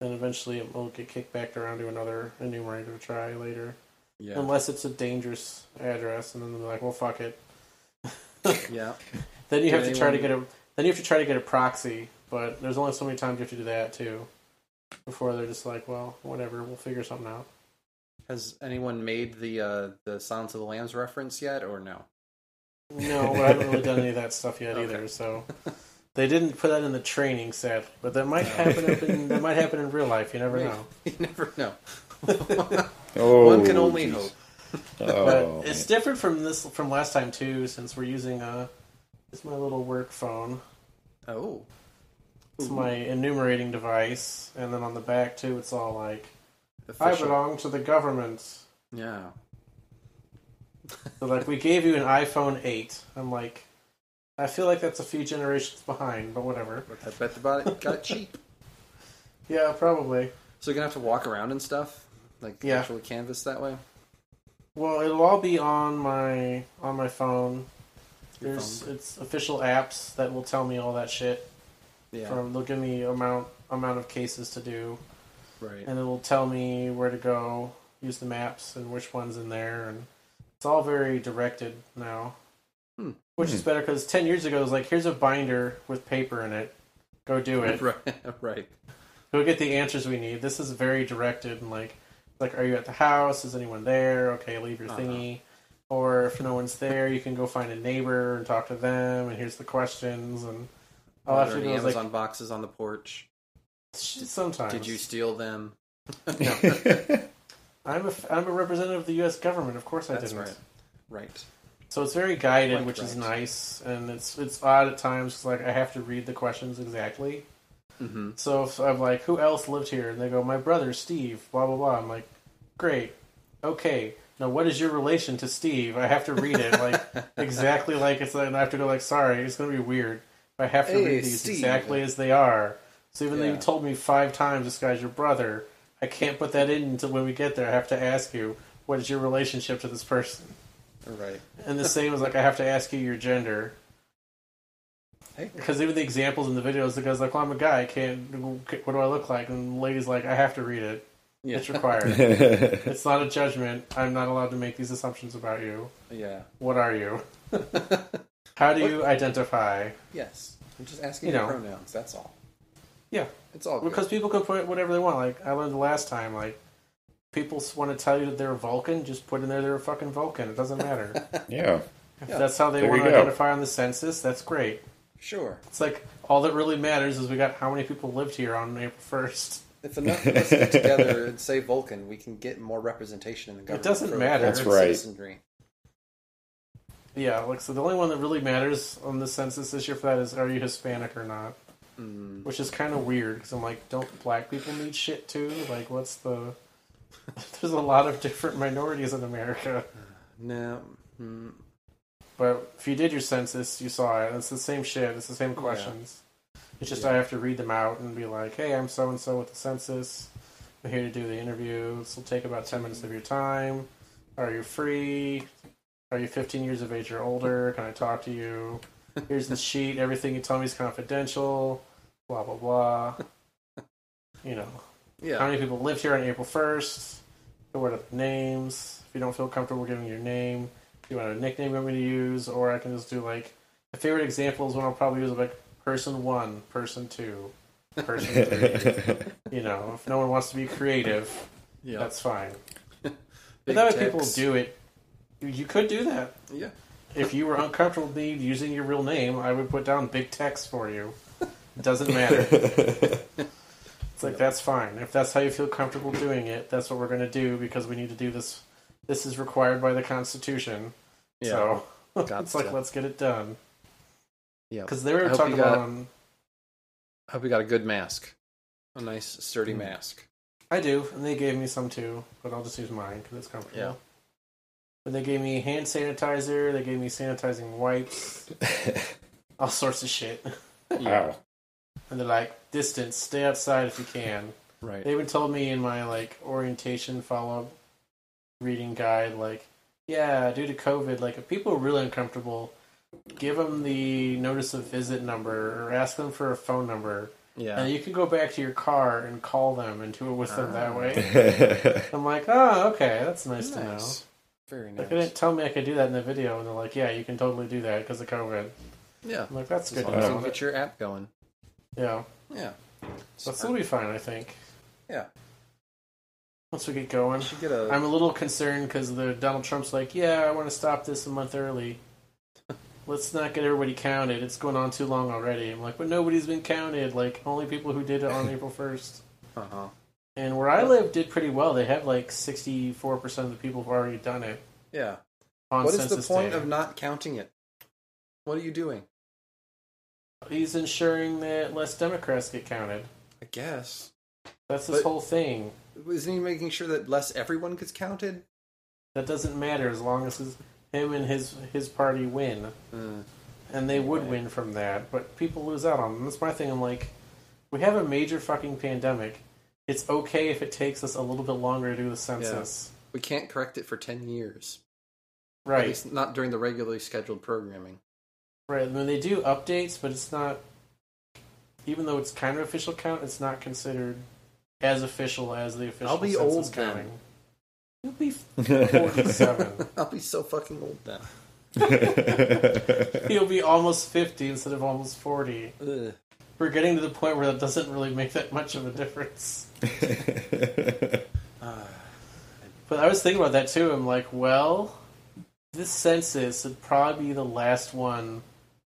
[SPEAKER 3] then eventually it will get kicked back around to another enumerator to try later.
[SPEAKER 1] Yeah.
[SPEAKER 3] Unless it's a dangerous address, and then they're like, "Well, fuck
[SPEAKER 1] *laughs*
[SPEAKER 3] it."
[SPEAKER 1] Yeah.
[SPEAKER 3] Then you
[SPEAKER 1] Did
[SPEAKER 3] have to try to get
[SPEAKER 1] anyone-
[SPEAKER 3] a then you have to try to get a proxy. But there's only so many times you have to do that too, before they're just like, "Well, whatever, we'll figure something out."
[SPEAKER 1] Has anyone made the uh, the Silence of the Lambs reference yet, or no?
[SPEAKER 3] No, I haven't really done any of that stuff yet
[SPEAKER 1] Okay.
[SPEAKER 3] either.
[SPEAKER 1] *laughs*
[SPEAKER 3] So they didn't put that in the training set, but that might happen. up in, that might happen in real life. You never
[SPEAKER 1] Maybe.
[SPEAKER 3] know.
[SPEAKER 1] *laughs* You never know.
[SPEAKER 3] *laughs*
[SPEAKER 4] Oh,
[SPEAKER 1] One can only
[SPEAKER 4] geez.
[SPEAKER 1] hope.
[SPEAKER 3] But
[SPEAKER 4] Oh,
[SPEAKER 3] it's
[SPEAKER 4] *laughs* man.
[SPEAKER 3] different from this from last time too, since we're using uh, it's my little work phone.
[SPEAKER 1] Oh, Mm-hmm.
[SPEAKER 3] It's my enumerating device, and then on the back too, it's all like I
[SPEAKER 1] official.
[SPEAKER 3] belong to the government.
[SPEAKER 1] Yeah.
[SPEAKER 3] So like we gave you an iPhone eight. I'm like, I feel like that's a few generations behind, but whatever.
[SPEAKER 1] I bet they bought it,
[SPEAKER 3] *laughs*
[SPEAKER 1] got it cheap.
[SPEAKER 3] Yeah, probably.
[SPEAKER 1] So you're gonna have to walk around and stuff, like
[SPEAKER 3] Yeah.
[SPEAKER 1] actually canvas that way.
[SPEAKER 3] Well, it'll all be on my on my phone. There's
[SPEAKER 1] phone.
[SPEAKER 3] it's official apps that will tell me all that shit.
[SPEAKER 1] Yeah.
[SPEAKER 3] From they'll give me amount amount of cases to do,
[SPEAKER 1] right. *laughs*
[SPEAKER 3] and it'll tell me where to go, use the maps, and which ones in there, and it's all very directed now,
[SPEAKER 1] Hmm.
[SPEAKER 3] which is better because ten years ago it was like here's a binder with paper in it, go do it.
[SPEAKER 1] Right. right.
[SPEAKER 3] Go get the answers we need. This is very directed and like, like, are you at the house? Is anyone there? Okay, leave
[SPEAKER 1] Uh-huh.
[SPEAKER 3] your thingy. Or if no one's there, you can go find a neighbor and talk to them. And here's the questions. And all I
[SPEAKER 1] Are
[SPEAKER 3] have to
[SPEAKER 1] there
[SPEAKER 3] do
[SPEAKER 1] any
[SPEAKER 3] is
[SPEAKER 1] Amazon
[SPEAKER 3] like,
[SPEAKER 1] boxes on the porch?
[SPEAKER 3] sometimes.
[SPEAKER 1] Did you steal them? *laughs*
[SPEAKER 3] I'm a, f- I'm a representative of the U.S. government. Of course I
[SPEAKER 1] That's
[SPEAKER 3] didn't.
[SPEAKER 1] right. Right.
[SPEAKER 3] So it's very guided,
[SPEAKER 1] Like
[SPEAKER 3] which is
[SPEAKER 1] right.
[SPEAKER 3] nice, and it's it's odd at times. 'cause, like I have to read the questions exactly.
[SPEAKER 1] Mm-hmm.
[SPEAKER 3] So if I'm like, "Who else lived here?" and they go, "My brother Steve." Blah blah blah. I'm like, "Great, okay." Now, what is your relation to Steve? I have to read it
[SPEAKER 1] *laughs*
[SPEAKER 3] like exactly like it's, and I have to go like, "Sorry, it's going to be weird." But I have to
[SPEAKER 1] Hey,
[SPEAKER 3] read these
[SPEAKER 1] Steve.
[SPEAKER 3] exactly as they are. So even though you
[SPEAKER 1] Yeah.
[SPEAKER 3] told me five times this guy's your brother, I can't put that in until when we get there. I have to ask you, "What is your relationship to this person?"
[SPEAKER 1] Right.
[SPEAKER 3] And the same was like, I have to ask you your gender.
[SPEAKER 1] Hey.
[SPEAKER 3] Because even the examples in the videos, the guy's like, well, I'm a guy, I can't, what do I look like? And the lady's like, I have to read it.
[SPEAKER 1] Yeah.
[SPEAKER 3] It's
[SPEAKER 4] *laughs*
[SPEAKER 3] required. it's not a judgment. I'm not allowed to make these assumptions about you.
[SPEAKER 1] *laughs* Yeah.
[SPEAKER 3] What are you? How do you identify?
[SPEAKER 1] yes. I'm just asking
[SPEAKER 3] You
[SPEAKER 1] you
[SPEAKER 3] know.
[SPEAKER 1] pronouns. That's all.
[SPEAKER 3] Yeah.
[SPEAKER 1] It's all good.
[SPEAKER 3] Because people can put whatever they want. Like, I learned the last time, like, people want to tell you that they're a Vulcan, just put in there they're a fucking Vulcan. It doesn't matter.
[SPEAKER 4] yeah.
[SPEAKER 3] If that's how they
[SPEAKER 4] There
[SPEAKER 3] want
[SPEAKER 4] you
[SPEAKER 3] to
[SPEAKER 4] go.
[SPEAKER 3] identify on the census, that's great.
[SPEAKER 1] sure.
[SPEAKER 3] It's like all that really matters is we got how many people lived here on April first. *laughs*
[SPEAKER 1] If enough of us get together and say Vulcan, we can get more representation in the government.
[SPEAKER 3] doesn't
[SPEAKER 1] for
[SPEAKER 3] matter.
[SPEAKER 4] That's
[SPEAKER 1] Vulcan
[SPEAKER 4] right.
[SPEAKER 1] Citizenry.
[SPEAKER 3] Yeah, like so the only one that really matters on the census this year for that is are you Hispanic or not,
[SPEAKER 1] Mm.
[SPEAKER 3] which is kind of weird because I'm like, don't black people need shit too? Like, what's the? *laughs* There's a lot of different minorities in America,
[SPEAKER 1] No. Mm.
[SPEAKER 3] but if you did your census, you saw it. It's the same shit. It's the same questions. It's just I have to read them out and be like, hey, I'm so and so with the census. I'm here to do the interview. This will take about 10 minutes of your time. Are you free? Are you 15 years of age or older? Can I talk to you? Here's the sheet. Everything you tell me is confidential. Blah, blah, blah. You know, how
[SPEAKER 1] Yeah.
[SPEAKER 3] many people lived here on April 1st? What are the names? If you don't feel comfortable giving your name, do you want a nickname I'm going to use? Or I can just do like, my favorite example is one I'll probably use like person one, person two, person
[SPEAKER 4] *laughs*
[SPEAKER 3] three. you know, if no one wants to be creative,
[SPEAKER 1] Yeah.
[SPEAKER 3] that's fine.
[SPEAKER 1] Big
[SPEAKER 3] But that way people
[SPEAKER 1] text.
[SPEAKER 3] do it. You could do that.
[SPEAKER 1] Yeah.
[SPEAKER 3] If you were uncomfortable with me using your real name, I would put down big text for you. It doesn't matter. It's like that's fine. If that's how you feel comfortable doing it, that's what we're going to do because we need to do this. This is required by the Constitution.
[SPEAKER 1] Yeah.
[SPEAKER 3] *laughs* So *laughs* it's
[SPEAKER 1] Gotcha.
[SPEAKER 3] like let's get it done.
[SPEAKER 1] Yeah.
[SPEAKER 3] Because they
[SPEAKER 1] I
[SPEAKER 3] were
[SPEAKER 1] hope
[SPEAKER 3] talking
[SPEAKER 1] you got-
[SPEAKER 3] about. Um,
[SPEAKER 1] I hope we got a good mask. A nice, sturdy mask.
[SPEAKER 3] I do, and they gave me some too, but I'll just use mine because it's comfortable.
[SPEAKER 1] Yeah.
[SPEAKER 3] But they gave me hand sanitizer. They gave me sanitizing wipes, all sorts of shit.
[SPEAKER 4] *laughs* Wow.
[SPEAKER 3] And they're like, distance, stay outside if you can.
[SPEAKER 1] Right.
[SPEAKER 3] They even told me in my like orientation follow up reading guide, like, yeah, due to COVID, like if people are really uncomfortable, give them the notice of visit number or ask them for a phone number,
[SPEAKER 1] Yeah.
[SPEAKER 3] and you can go back to your car and call them and do it with them
[SPEAKER 1] Ah.
[SPEAKER 3] that
[SPEAKER 1] *laughs*
[SPEAKER 3] way. I'm like, oh, okay, that's nice, to know.
[SPEAKER 1] Nice. Very
[SPEAKER 3] Like, they didn't
[SPEAKER 1] nice.
[SPEAKER 3] tell me I could do that in the video, and they're like, "Yeah, you can totally do that because of COVID."
[SPEAKER 1] Yeah.
[SPEAKER 3] I'm like, "That's
[SPEAKER 1] As
[SPEAKER 3] good
[SPEAKER 1] long
[SPEAKER 3] to
[SPEAKER 1] as
[SPEAKER 3] know."
[SPEAKER 1] you get your app going.
[SPEAKER 3] yeah,
[SPEAKER 1] Yeah.
[SPEAKER 3] so that's will be fine, I think.
[SPEAKER 1] Yeah.
[SPEAKER 3] Once we get going,
[SPEAKER 1] should get a.
[SPEAKER 3] I'm a little concerned because the Donald Trump's like, "Yeah, I want to stop this a month early. *laughs* Let's not get everybody counted. It's going on too long already." I'm like, "But nobody's been counted. Like only people who did it
[SPEAKER 1] *laughs*
[SPEAKER 3] on April 1st."
[SPEAKER 1] Uh-huh.
[SPEAKER 3] And where I live did pretty well. They have like 64% of the people who've already done it
[SPEAKER 1] Yeah.
[SPEAKER 3] on
[SPEAKER 1] What is
[SPEAKER 3] census
[SPEAKER 1] the point
[SPEAKER 3] data.
[SPEAKER 1] of not counting it? What are you doing?
[SPEAKER 3] He's ensuring that less Democrats get counted.
[SPEAKER 1] I guess.
[SPEAKER 3] That's this
[SPEAKER 1] But-
[SPEAKER 3] whole thing.
[SPEAKER 1] Isn't he making sure that less everyone gets counted?
[SPEAKER 3] That doesn't matter as long as his, him and his his party win,
[SPEAKER 1] Uh,
[SPEAKER 3] and they would win from that. But people lose out on. Them. That's my thing. I'm like, we have a major fucking pandemic. It's okay if it takes us a little bit longer to do the census,
[SPEAKER 1] we can't correct it for 10 years. At
[SPEAKER 3] right?
[SPEAKER 1] least not during the regularly scheduled programming. *laughs*
[SPEAKER 3] Right. I mean, they do updates, but it's not. Even though it's kind of official count, it's not considered as official as the official.
[SPEAKER 1] I'll be
[SPEAKER 3] census
[SPEAKER 1] old then.
[SPEAKER 3] counting. You'll *laughs* be forty-seven.
[SPEAKER 1] I'll be so fucking old now.
[SPEAKER 4] *laughs*
[SPEAKER 3] He'll be almost 50 instead of almost 40.
[SPEAKER 1] Ugh.
[SPEAKER 3] we're getting to the point where that doesn't really make that much of a difference. But I was thinking about that too. I'm like, well, this census would probably be the last one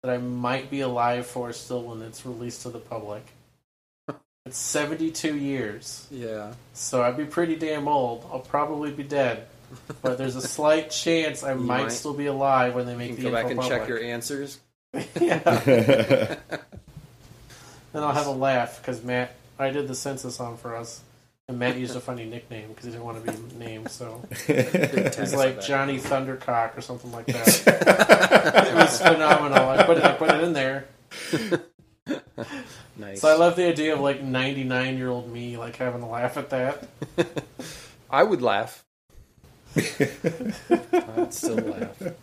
[SPEAKER 3] that I might be alive for still when it's released to the
[SPEAKER 1] *laughs*
[SPEAKER 3] public. It's 72 years,
[SPEAKER 1] Yeah.
[SPEAKER 3] so I'd be pretty damn old. I'll probably be dead, but there's a slight chance
[SPEAKER 1] *laughs*
[SPEAKER 3] I might,
[SPEAKER 1] might.
[SPEAKER 3] still be alive when they
[SPEAKER 1] You
[SPEAKER 3] make
[SPEAKER 1] can
[SPEAKER 3] the
[SPEAKER 1] go back
[SPEAKER 3] info
[SPEAKER 1] and check your
[SPEAKER 3] public.
[SPEAKER 1] answers.
[SPEAKER 3] *laughs* yeah, then I'll have a laugh because Matt, I did the census on for us, and Matt used a funny nickname because he didn't want to be named. So It's like Johnny Thundercock or something like that. it was phenomenal. I put it, I put it in there.
[SPEAKER 1] Nice.
[SPEAKER 3] So I love the idea of like 99 year old me like having a laugh at that.
[SPEAKER 1] *laughs*
[SPEAKER 7] I would
[SPEAKER 3] *laughs*
[SPEAKER 7] laugh.
[SPEAKER 1] I'd still laugh. *laughs*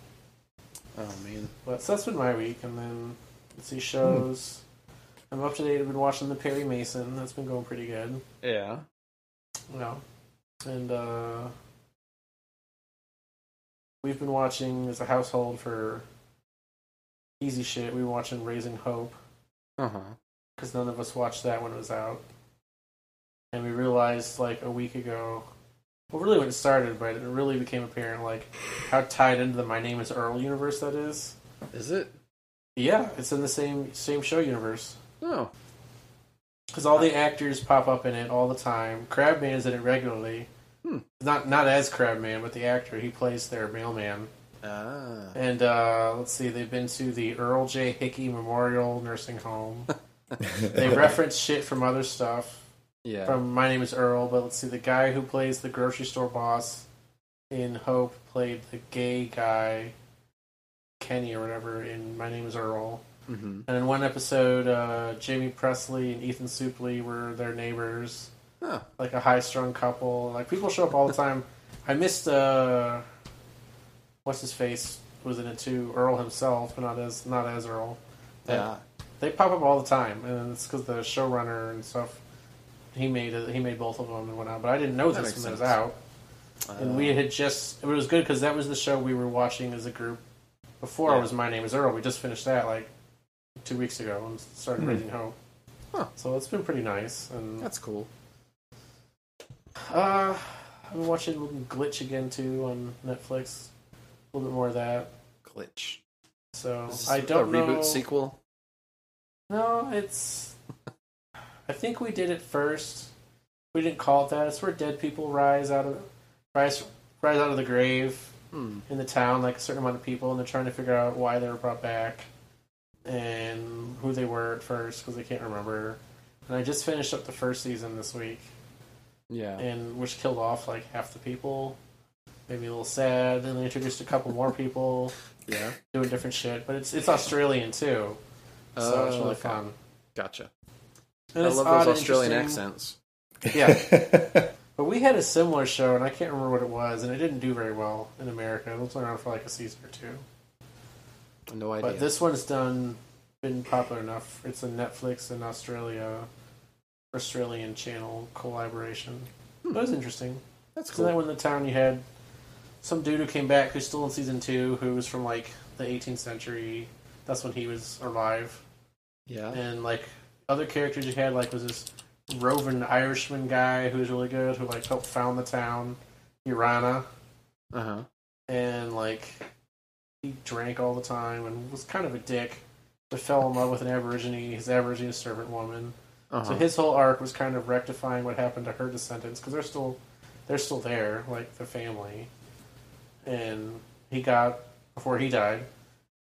[SPEAKER 1] Oh man.
[SPEAKER 3] But so that's been my week, and then let's see shows. I'm up to date. I've been watching the Perry Mason. That's been going pretty good.
[SPEAKER 1] Yeah.
[SPEAKER 3] No. And uh we've been watching as a household for easy shit. We were watching Raising Hope.
[SPEAKER 1] Uh huh.
[SPEAKER 3] because none of us watched that when it was out. And we realized like a week ago, well, really when it started, but it really became apparent like how tied into the My Name Is Earl universe that is.
[SPEAKER 1] Is it?
[SPEAKER 3] Yeah, it's in the same same show universe
[SPEAKER 1] No.
[SPEAKER 3] because all the actors pop up in it all the time. Crabman's in it regularly.
[SPEAKER 1] Hmm.
[SPEAKER 3] Not not as Crabman, but the actor he plays their mailman.
[SPEAKER 1] Ah.
[SPEAKER 3] And uh, let's see, they've been to the Earl J. Hickey Memorial Nursing Home.
[SPEAKER 4] *laughs*
[SPEAKER 3] they reference shit from other stuff.
[SPEAKER 1] Yeah.
[SPEAKER 3] from My Name is Earl, but let's see, the guy who plays the grocery store boss in Hope played the gay guy, Kenny or whatever, in My Name is Earl.
[SPEAKER 1] mm-hmm.
[SPEAKER 3] And in one episode, uh, Jamie Presley and Ethan Supley were their neighbors,
[SPEAKER 1] Huh.
[SPEAKER 3] like a high strung couple. Like, people show up
[SPEAKER 1] *laughs*
[SPEAKER 3] all the time. I missed, uh, what's his face was in it too, Earl himself, but not as, not as Earl. That
[SPEAKER 1] Yeah.
[SPEAKER 3] they pop up all the time, and it's because the showrunner and stuff. He made it, he made both of them and whatnot, but I didn't know
[SPEAKER 1] That
[SPEAKER 3] this
[SPEAKER 1] makes
[SPEAKER 3] when it was
[SPEAKER 1] sense.
[SPEAKER 3] out.
[SPEAKER 1] Uh,
[SPEAKER 3] and we had just it was good because that was the show we were watching as a group before
[SPEAKER 1] Yeah.
[SPEAKER 3] it was My Name Is Earl. We just finished that like two weeks ago and started raising hope.
[SPEAKER 1] Hmm. Huh.
[SPEAKER 3] So it's been pretty nice. And
[SPEAKER 1] That's cool.
[SPEAKER 3] uh, I've been watching Little Glitch again too on Netflix. A little bit more of that.
[SPEAKER 1] Glitch.
[SPEAKER 3] So
[SPEAKER 1] Is this
[SPEAKER 3] I don't
[SPEAKER 1] a reboot
[SPEAKER 3] know.
[SPEAKER 1] sequel.
[SPEAKER 3] No, it's. I think we did it first. We didn't call it that. It's where dead people rise out of rise rise out of the grave
[SPEAKER 1] Hmm.
[SPEAKER 3] in the town, like a certain amount of people, and they're trying to figure out why they were brought back and who they were at first because they can't remember. And I just finished up the first season this week,
[SPEAKER 1] Yeah.
[SPEAKER 3] and which killed off like half the people. Made me a little sad. Then they introduced a couple more people
[SPEAKER 1] yeah.
[SPEAKER 3] doing different shit, but it's it's Australian too, so it's
[SPEAKER 1] Oh,
[SPEAKER 3] really
[SPEAKER 1] okay.
[SPEAKER 3] fun.
[SPEAKER 1] Gotcha.
[SPEAKER 3] And
[SPEAKER 1] I
[SPEAKER 3] it's
[SPEAKER 1] love
[SPEAKER 3] odd and
[SPEAKER 1] those Australian
[SPEAKER 3] interesting.
[SPEAKER 1] accents.
[SPEAKER 3] Yeah, but we had a similar show, and I can't remember what it was, and it didn't do very well in America. It was only around for like a season or two.
[SPEAKER 1] No
[SPEAKER 3] But
[SPEAKER 1] idea.
[SPEAKER 3] this one's done been popular enough. It's a Netflix and Australia Australian channel collaboration. That was interesting.
[SPEAKER 1] That's
[SPEAKER 3] So
[SPEAKER 1] cool.
[SPEAKER 3] that one in the town you had some dude who came back who's still in season two, who was from like the 18th century. That's when he was alive.
[SPEAKER 1] yeah.
[SPEAKER 3] and like other characters you had like was this roving Irishman guy who was really good who like helped found the town, Urana,
[SPEAKER 1] Uh huh.
[SPEAKER 3] and like he drank all the time and was kind of a dick, but fell in love with an Aborigine, his Aborigine servant woman.
[SPEAKER 1] Uh
[SPEAKER 3] So
[SPEAKER 1] huh.
[SPEAKER 3] his whole arc was kind of rectifying what happened to her descendants because they're still they're still there, like the family. And he got before he died,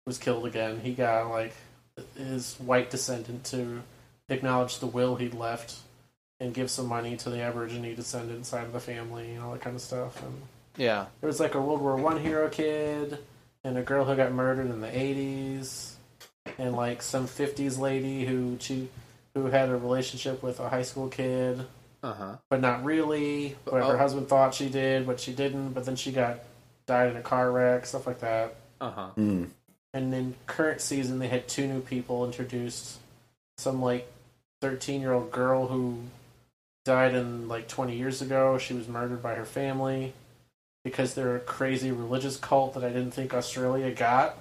[SPEAKER 3] was killed again. He got like his white descendant to acknowledge the will he'd left and give some money to the Aborigine descendant side of the family and all that kind of stuff. And
[SPEAKER 1] Yeah.
[SPEAKER 3] there was like a World War One hero kid and a girl who got murdered in the eighties, and like some fifties lady who she who had a relationship with a high school kid,
[SPEAKER 1] Uh huh.
[SPEAKER 3] but not really. But
[SPEAKER 1] Oh.
[SPEAKER 3] her husband thought she did, but she didn't. But then she got died in a car wreck, stuff like that.
[SPEAKER 1] Uh huh.
[SPEAKER 4] Hmm.
[SPEAKER 3] And then current season, they had two new people introduced. Some like thirteen year old girl who died in like twenty years ago. She was murdered by her family because they're a crazy religious cult that I didn't think Australia got.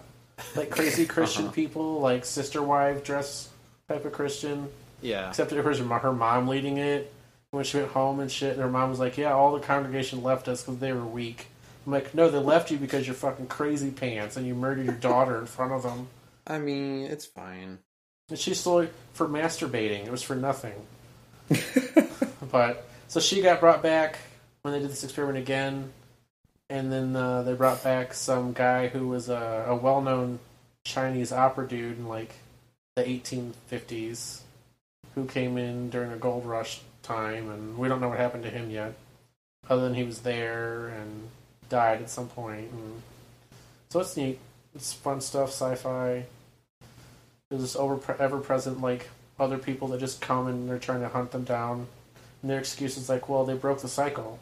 [SPEAKER 3] Like crazy Christian
[SPEAKER 1] Uh-huh.
[SPEAKER 3] people, like sister wife dress type of Christian.
[SPEAKER 1] Yeah.
[SPEAKER 3] Except it was her mom leading it when she went home and shit. And her mom was like, "Yeah, all the congregation left us because they were weak." I'm like, "No, they left you because you're fucking crazy pants and you murdered your daughter in front of them."
[SPEAKER 1] I mean, it's fine.
[SPEAKER 3] And she's still for masturbating. It was for nothing. but so she got brought back when they did this experiment again, and then uh, they brought back some guy who was a, a well-known Chinese opera dude in like the 1850s, who came in during a gold rush time, and we don't know what happened to him yet, other than he was there and died at some point. And so it's neat. It's fun stuff, sci-fi. There's this over ever-present like other people that just come and they're trying to hunt them down. And their excuse is like, well, they broke the cycle.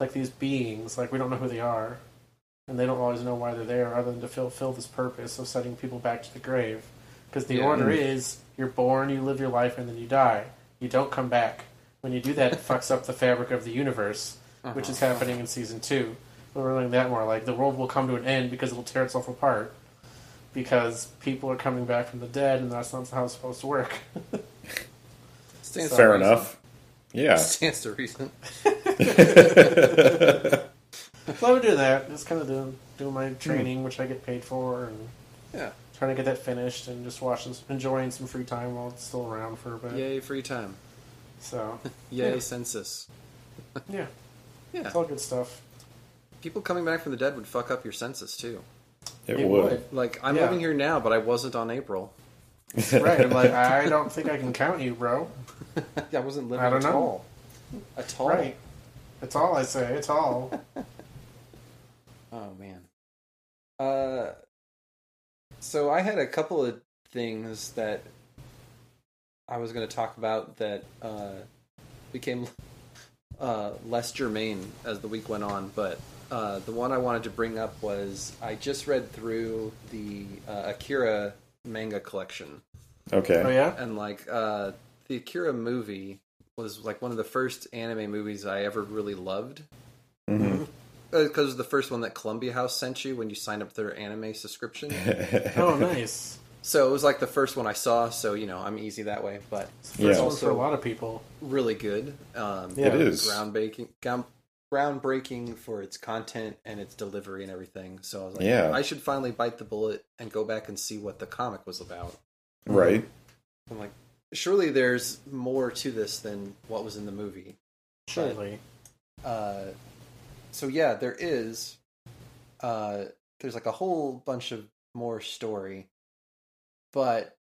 [SPEAKER 3] Like these beings, like we don't know who they are. And they don't always know why they're there other than to fulfill this purpose of sending people back to the grave. Because the
[SPEAKER 1] Yeah.
[SPEAKER 3] order is you're born, you live your life, and then you die. You don't come back. When you do that, it fucks up the fabric of the universe, which is happening in season two. But we're learning that more. Like, the world will come to an end because it will tear itself apart. Because people are coming back from the dead, and that's not how it's supposed to work.
[SPEAKER 1] Stands
[SPEAKER 4] Fair
[SPEAKER 1] to reason.
[SPEAKER 4] enough.
[SPEAKER 1] *laughs*
[SPEAKER 4] Yeah.
[SPEAKER 1] Stands to reason. *laughs*
[SPEAKER 3] So I'm doing that. Just kind of doing doing
[SPEAKER 4] Hmm.
[SPEAKER 3] my training, which I get paid for, and
[SPEAKER 1] Yeah.
[SPEAKER 3] trying to get that finished, and just watching, enjoying some free time while it's still around for a bit.
[SPEAKER 1] Yay, free time.
[SPEAKER 3] So
[SPEAKER 1] Yay,
[SPEAKER 3] Yeah.
[SPEAKER 1] census.
[SPEAKER 3] *laughs* yeah,
[SPEAKER 1] Yeah.
[SPEAKER 3] it's all good stuff.
[SPEAKER 1] People coming back from the dead would fuck up your census too.
[SPEAKER 4] It,
[SPEAKER 3] It
[SPEAKER 4] would.
[SPEAKER 1] Like I'm
[SPEAKER 3] Yeah.
[SPEAKER 1] living here now, but I wasn't on *laughs* April.
[SPEAKER 4] *laughs*
[SPEAKER 3] right? I'm like, *laughs* I don't think I can count you, bro.
[SPEAKER 1] I wasn't living
[SPEAKER 3] I don't
[SPEAKER 1] at
[SPEAKER 3] know.
[SPEAKER 1] all. At all.
[SPEAKER 3] Right? It's all I say. It's all.
[SPEAKER 1] Oh man. Uh so I had a couple of things that I was going to talk about that uh became *laughs* uh less germane as the week went on, but uh the one I wanted to bring up was I just read through the uh, Akira manga collection
[SPEAKER 4] Okay.
[SPEAKER 3] Oh yeah.
[SPEAKER 4] *laughs*
[SPEAKER 1] and like uh the Akira movie was like one of the first anime movies I ever really loved
[SPEAKER 4] Mhm.
[SPEAKER 1] because it was the first one that Columbia House sent you when you signed up their anime subscription.
[SPEAKER 4] *laughs*
[SPEAKER 3] Oh, nice.
[SPEAKER 1] so it was like the first one I saw. So you know, I'm easy that way, but
[SPEAKER 3] It's the first
[SPEAKER 4] Yeah.
[SPEAKER 3] one for a lot of people.
[SPEAKER 1] really good. Um,
[SPEAKER 3] Yeah.
[SPEAKER 4] It is.
[SPEAKER 1] groundbreaking. Ground, groundbreaking for its content and its delivery and everything. So I was like,
[SPEAKER 4] Yeah.
[SPEAKER 1] I should finally bite the bullet and go back and see what the comic was about.
[SPEAKER 4] Right.
[SPEAKER 1] I'm like, surely there's more to this than what was in the movie.
[SPEAKER 3] Surely.
[SPEAKER 1] Uh, so yeah, there is. Uh, there's like a whole bunch of more story, but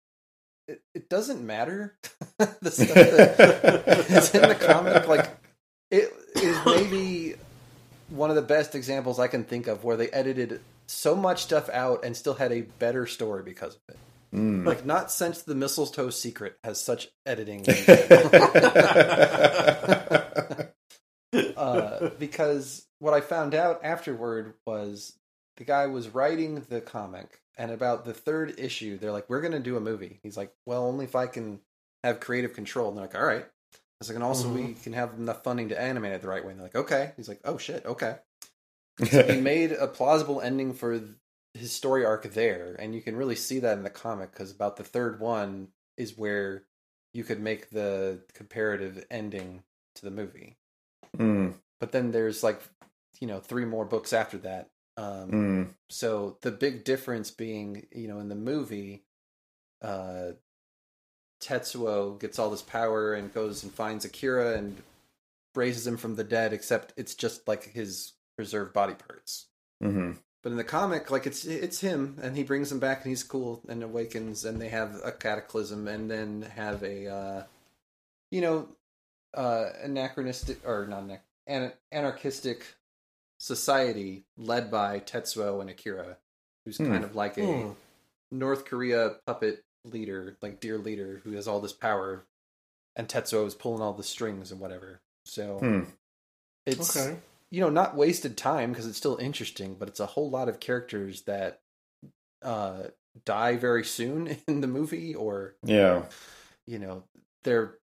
[SPEAKER 1] it, it doesn't matter. *laughs* the stuff
[SPEAKER 4] *laughs*
[SPEAKER 1] that is in the comic, like it is maybe one of the best examples I can think of where they edited so much stuff out and still had a better story because of it.
[SPEAKER 4] Mm.
[SPEAKER 1] Like not since the mistletoe secret has such editing. uh, *laughs* because what I found out afterward was the guy was writing the comic, and about the third issue, they're like, "We're going to do a movie." He's like, "Well, only if I can have creative control." And they're like, "All right." I was like, "And also, we can have enough funding to animate it the right way." And they're like, "Okay." He's like, "Oh shit, okay."
[SPEAKER 4] *laughs*
[SPEAKER 1] He made a plausible ending for th- his story arc there, and you can really see that in the comic because about the third one is where you could make the comparative ending to the movie
[SPEAKER 4] Mm,
[SPEAKER 1] but then there's like you know three more books after that um
[SPEAKER 4] mm.
[SPEAKER 1] so the big difference being you know in the movie uh tetsuo gets all this power and goes and finds akira and raises him from the dead except it's just like his preserved body parts
[SPEAKER 4] Mhm.
[SPEAKER 1] but in the comic like it's it's him and he brings him back and he's cool and awakens and they have a cataclysm and then have a uh you know uh anachronistic or not anach- an- anarchistic society led by Tetsuo and Akira who's
[SPEAKER 4] Hmm.
[SPEAKER 1] kind of like a
[SPEAKER 3] Hmm.
[SPEAKER 1] North Korea puppet leader like dear leader who has all this power and Tetsuo is pulling all the strings and whatever so
[SPEAKER 4] Hmm.
[SPEAKER 1] it's
[SPEAKER 3] Okay.
[SPEAKER 1] you know not wasted time because it's still interesting but it's a whole lot of characters that uh die very soon *laughs* in the movie or
[SPEAKER 4] Yeah.
[SPEAKER 1] you know their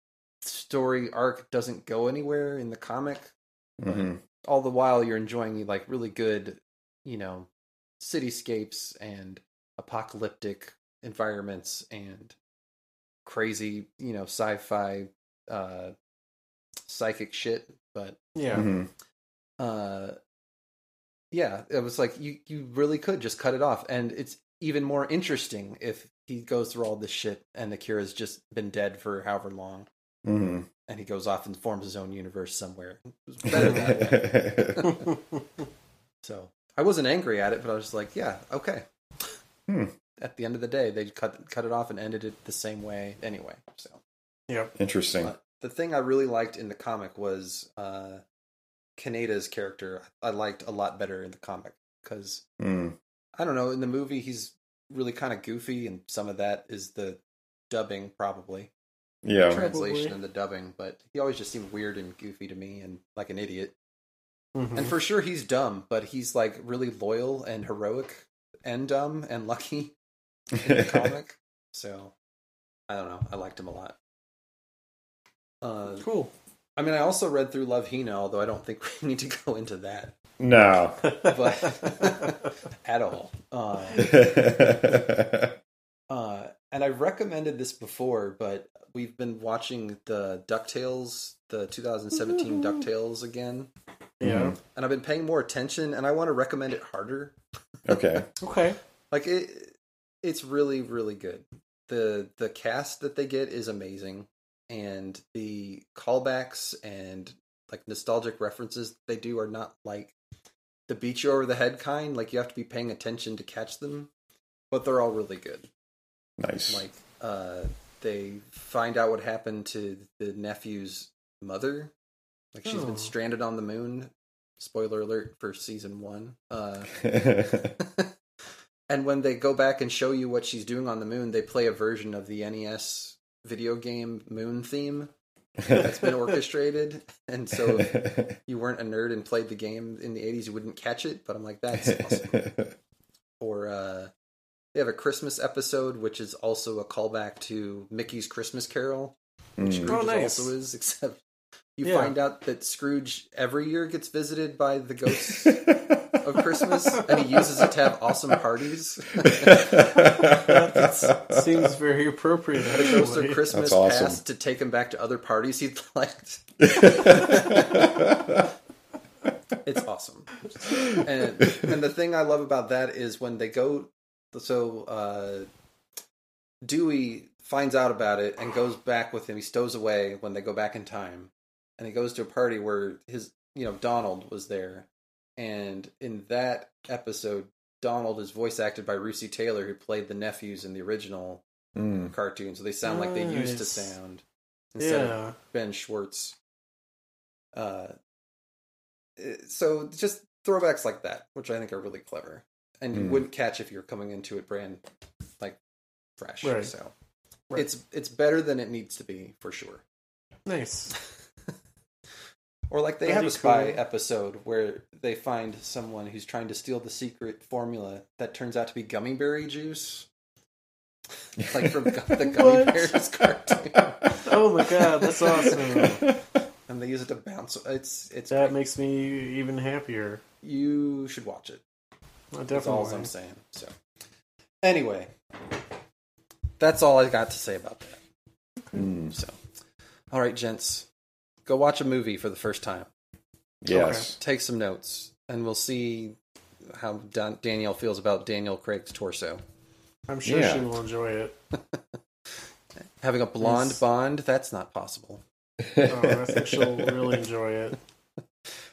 [SPEAKER 1] story arc doesn't go anywhere in the comic
[SPEAKER 4] hmm
[SPEAKER 1] all the while you're enjoying like really good you know cityscapes and apocalyptic environments and crazy, you know, sci-fi uh psychic shit, but
[SPEAKER 3] Yeah.
[SPEAKER 4] Mhm.
[SPEAKER 1] uh yeah, it was like you you really could just cut it off and it's even more interesting if he goes through all this shit and the cure has just been dead for however long
[SPEAKER 4] Mhm.
[SPEAKER 1] and he goes off and forms his own universe somewhere. It was better that
[SPEAKER 4] *laughs*
[SPEAKER 1] way. So I wasn't angry at it, but I was just like, yeah, okay.
[SPEAKER 4] Hmm.
[SPEAKER 1] At the end of the day, they cut cut it off and ended it the same way anyway. So
[SPEAKER 3] Yep.
[SPEAKER 4] Interesting.
[SPEAKER 1] but the thing I really liked in the comic was uh, Kaneda's character. I liked a lot better in the comic because
[SPEAKER 4] Mm.
[SPEAKER 1] I don't know in the movie he's really kind of goofy, and some of that is the dubbing probably
[SPEAKER 4] Yeah.
[SPEAKER 1] translation
[SPEAKER 3] Probably.
[SPEAKER 1] and the dubbing. But he always just seemed weird and goofy to me, and like an idiot.
[SPEAKER 3] Mhm.
[SPEAKER 4] Mm-hmm.
[SPEAKER 1] And for sure he's dumb, but he's like really loyal and heroic and dumb and lucky in
[SPEAKER 3] *laughs*
[SPEAKER 1] the comic. so I don't know. I liked him a lot. Uh,
[SPEAKER 3] Mm-hmm. *laughs* cool.
[SPEAKER 1] I mean, I also read through Love Hina, although I don't think *laughs* we need to go into that
[SPEAKER 4] *laughs* no.
[SPEAKER 1] But- at all. Uh, uh, and I've recommended this before, but we've been watching the Ducktales, the 2017 Ducktales again,
[SPEAKER 3] yeah.
[SPEAKER 4] Hmm.
[SPEAKER 1] and I've been paying more attention, and I want to recommend it harder.
[SPEAKER 4] okay.
[SPEAKER 3] *laughs* Okay.
[SPEAKER 1] Like it, it's really, really good. the The cast that they get is amazing, and the callbacks and like nostalgic references they do are not like the beat you over the head kind. Like you have to be paying attention to catch them, but they're all really good
[SPEAKER 4] Nice.
[SPEAKER 1] like uh they find out what happened to the nephew's mother like she's
[SPEAKER 3] Oh.
[SPEAKER 1] been stranded on the moon spoiler alert for season one uh and when they go back and show you what she's doing on the moon they play a version of the nes video game moon theme that's been orchestrated and so if you weren't a nerd and played the game in the 80s you wouldn't catch it but i'm like that's
[SPEAKER 4] *laughs*
[SPEAKER 1] awesome or uh they have a Christmas episode, which is also a callback to Mickey's Christmas Carol, which
[SPEAKER 4] Mm.
[SPEAKER 1] Scrooge
[SPEAKER 3] Oh, nice.
[SPEAKER 1] also is, except you
[SPEAKER 3] Yeah.
[SPEAKER 1] find out that Scrooge every year gets visited by the ghosts of Christmas, and he uses it to have awesome parties.
[SPEAKER 3] That seems very appropriate.
[SPEAKER 1] The ghosts of
[SPEAKER 3] actually.
[SPEAKER 1] Christmas
[SPEAKER 4] That's awesome.
[SPEAKER 1] past to take him back to other parties he'd *laughs* liked. It's awesome. and and the thing I love about that is when they go, so uh, Dewey finds out about it and goes back with him. He stows away when they go back in time, and he goes to a party where his you know Donald was there, and in that episode, Donald is voice acted by Rusey Taylor, who played the nephews in the original
[SPEAKER 4] *laughs* Mm.
[SPEAKER 1] cartoon. So they sound like they used to
[SPEAKER 3] Nice.
[SPEAKER 1] sound instead of
[SPEAKER 3] *laughs* Yeah.
[SPEAKER 1] Ben Schwartz. Uh, it- so just throwbacks like that, which I think are really clever, and you
[SPEAKER 4] Hmm.
[SPEAKER 1] wouldn't catch if you're coming into it brand like fresh.
[SPEAKER 3] Right.
[SPEAKER 1] So
[SPEAKER 3] Right.
[SPEAKER 1] it's it's better than it needs to be for sure.
[SPEAKER 3] Nice.
[SPEAKER 1] Or like they
[SPEAKER 3] That'd
[SPEAKER 1] have
[SPEAKER 3] be
[SPEAKER 1] a spy
[SPEAKER 3] cool.
[SPEAKER 1] episode where they find someone who's trying to steal the secret formula that turns out to be gummy berry juice, *laughs* like from gu-
[SPEAKER 3] *laughs*
[SPEAKER 1] the gummy
[SPEAKER 3] What?
[SPEAKER 1] bears cartoon,
[SPEAKER 3] Oh my god,
[SPEAKER 1] *laughs*
[SPEAKER 3] that's awesome.
[SPEAKER 1] and they use it to bounce. It's it's
[SPEAKER 3] That
[SPEAKER 1] great.
[SPEAKER 3] makes me even happier.
[SPEAKER 1] you should watch it.
[SPEAKER 3] I
[SPEAKER 1] That's all
[SPEAKER 3] definitely.
[SPEAKER 1] I'm saying. So, anyway, that's all I got to say about that.
[SPEAKER 7] Hmm.
[SPEAKER 4] Mm.
[SPEAKER 1] So, all right, gents, go watch a movie for the first time.
[SPEAKER 4] Yes.
[SPEAKER 1] Take some notes, and we'll see how Dan- Danielle feels about Daniel Craig's torso.
[SPEAKER 3] I'm sure
[SPEAKER 4] Yeah.
[SPEAKER 3] she will enjoy
[SPEAKER 1] *laughs*
[SPEAKER 3] it.
[SPEAKER 1] Having a blonde
[SPEAKER 3] Yes.
[SPEAKER 1] bond—that's not possible.
[SPEAKER 3] Oh, I think she'll really enjoy it.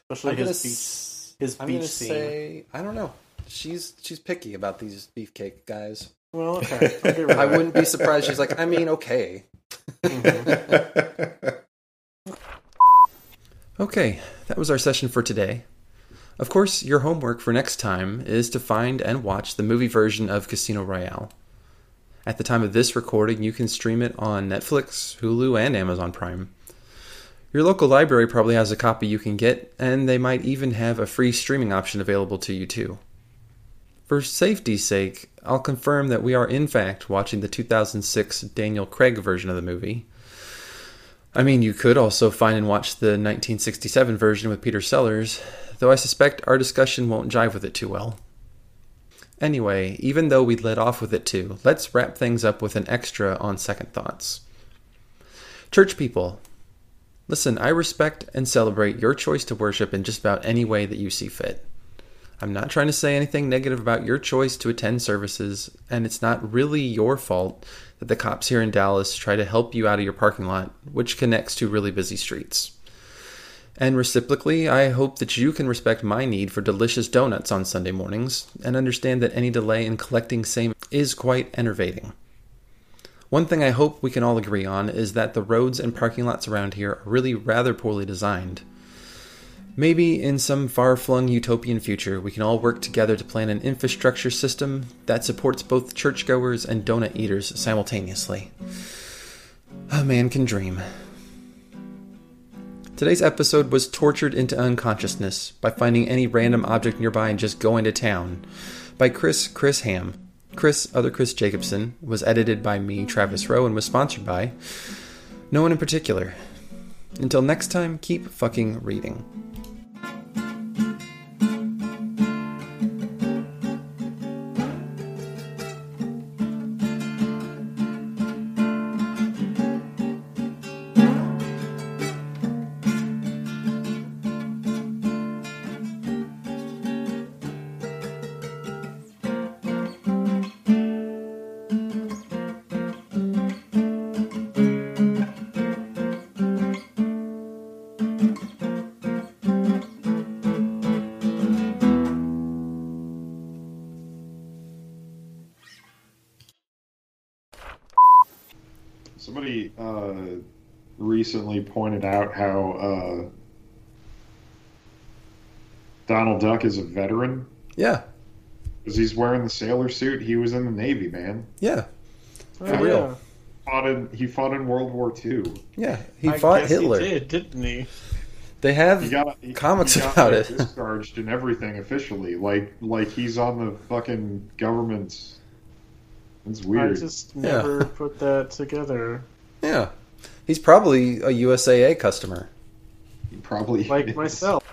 [SPEAKER 3] Especially
[SPEAKER 1] I'm gonna
[SPEAKER 3] his beach.
[SPEAKER 1] s-
[SPEAKER 3] His
[SPEAKER 1] I'm
[SPEAKER 3] beach
[SPEAKER 1] gonna
[SPEAKER 3] scene.
[SPEAKER 1] say I don't know. She's she's picky about these beefcake guys.
[SPEAKER 3] Well,
[SPEAKER 1] *laughs*
[SPEAKER 3] okay. I'll give her
[SPEAKER 1] I
[SPEAKER 3] that.
[SPEAKER 1] wouldn't be surprised. She's like, I mean, okay.
[SPEAKER 7] Okay, that was our session for today. Of course, your homework for next time is to find and watch the movie version of Casino Royale. At the time of this recording, you can stream it on Netflix, Hulu, and Amazon Prime. Your local library probably has a copy you can get, and they might even have a free streaming option available to you too. For safety's sake, I'll confirm that we are in fact watching the 2006 Daniel Craig version of the movie. I mean, you could also find and watch the 1967 version with Peter Sellers, though I suspect our discussion won't jive with it too well. Anyway, even though we led off with it too, let's wrap things up with an extra on second thoughts.
[SPEAKER 1] Church people, listen, I respect and celebrate your choice to worship in just about any way that you see fit. I'm not trying to say anything negative about your choice to attend services, and it's not really your fault that the cops here in Dallas try to help you out of your parking lot, which connects to really busy streets. And reciprocally, I hope that you can respect my need for delicious donuts on Sunday mornings and understand that any delay in collecting same is quite enervating. One thing I hope we can all agree on is that the roads and parking lots around here are really rather poorly designed. Maybe in some far flung utopian future, we can all work together to plan an infrastructure system that supports both churchgoers and donut eaters simultaneously. A man can dream. Today's episode was tortured into unconsciousness by finding any random object nearby and just going to town by Chris Chris Ham. Chris, other Chris Jacobson, was edited by me, Travis Rowe, and was sponsored by no one in particular. Until next time, keep fucking reading.
[SPEAKER 4] Somebody uh, recently pointed out how uh, Donald Duck is a veteran
[SPEAKER 1] Yeah,
[SPEAKER 4] because he's wearing the sailor suit. He was in the Navy, man.
[SPEAKER 1] yeah,
[SPEAKER 3] For
[SPEAKER 1] real.
[SPEAKER 4] Fought in, he fought in World War II.
[SPEAKER 1] yeah. He fought Hitler.
[SPEAKER 3] He did, didn't he?
[SPEAKER 1] They have
[SPEAKER 4] He got he,
[SPEAKER 1] comics
[SPEAKER 4] he got,
[SPEAKER 1] about *laughs*
[SPEAKER 4] like,
[SPEAKER 1] it.
[SPEAKER 4] discharged and everything officially. Like like he's on the fucking government's. It's
[SPEAKER 3] I
[SPEAKER 4] weird.
[SPEAKER 3] just never put that together.
[SPEAKER 1] Yeah, he's probably a USAA customer.
[SPEAKER 4] He probably
[SPEAKER 3] Like
[SPEAKER 1] *laughs*
[SPEAKER 4] is. *laughs*
[SPEAKER 3] myself.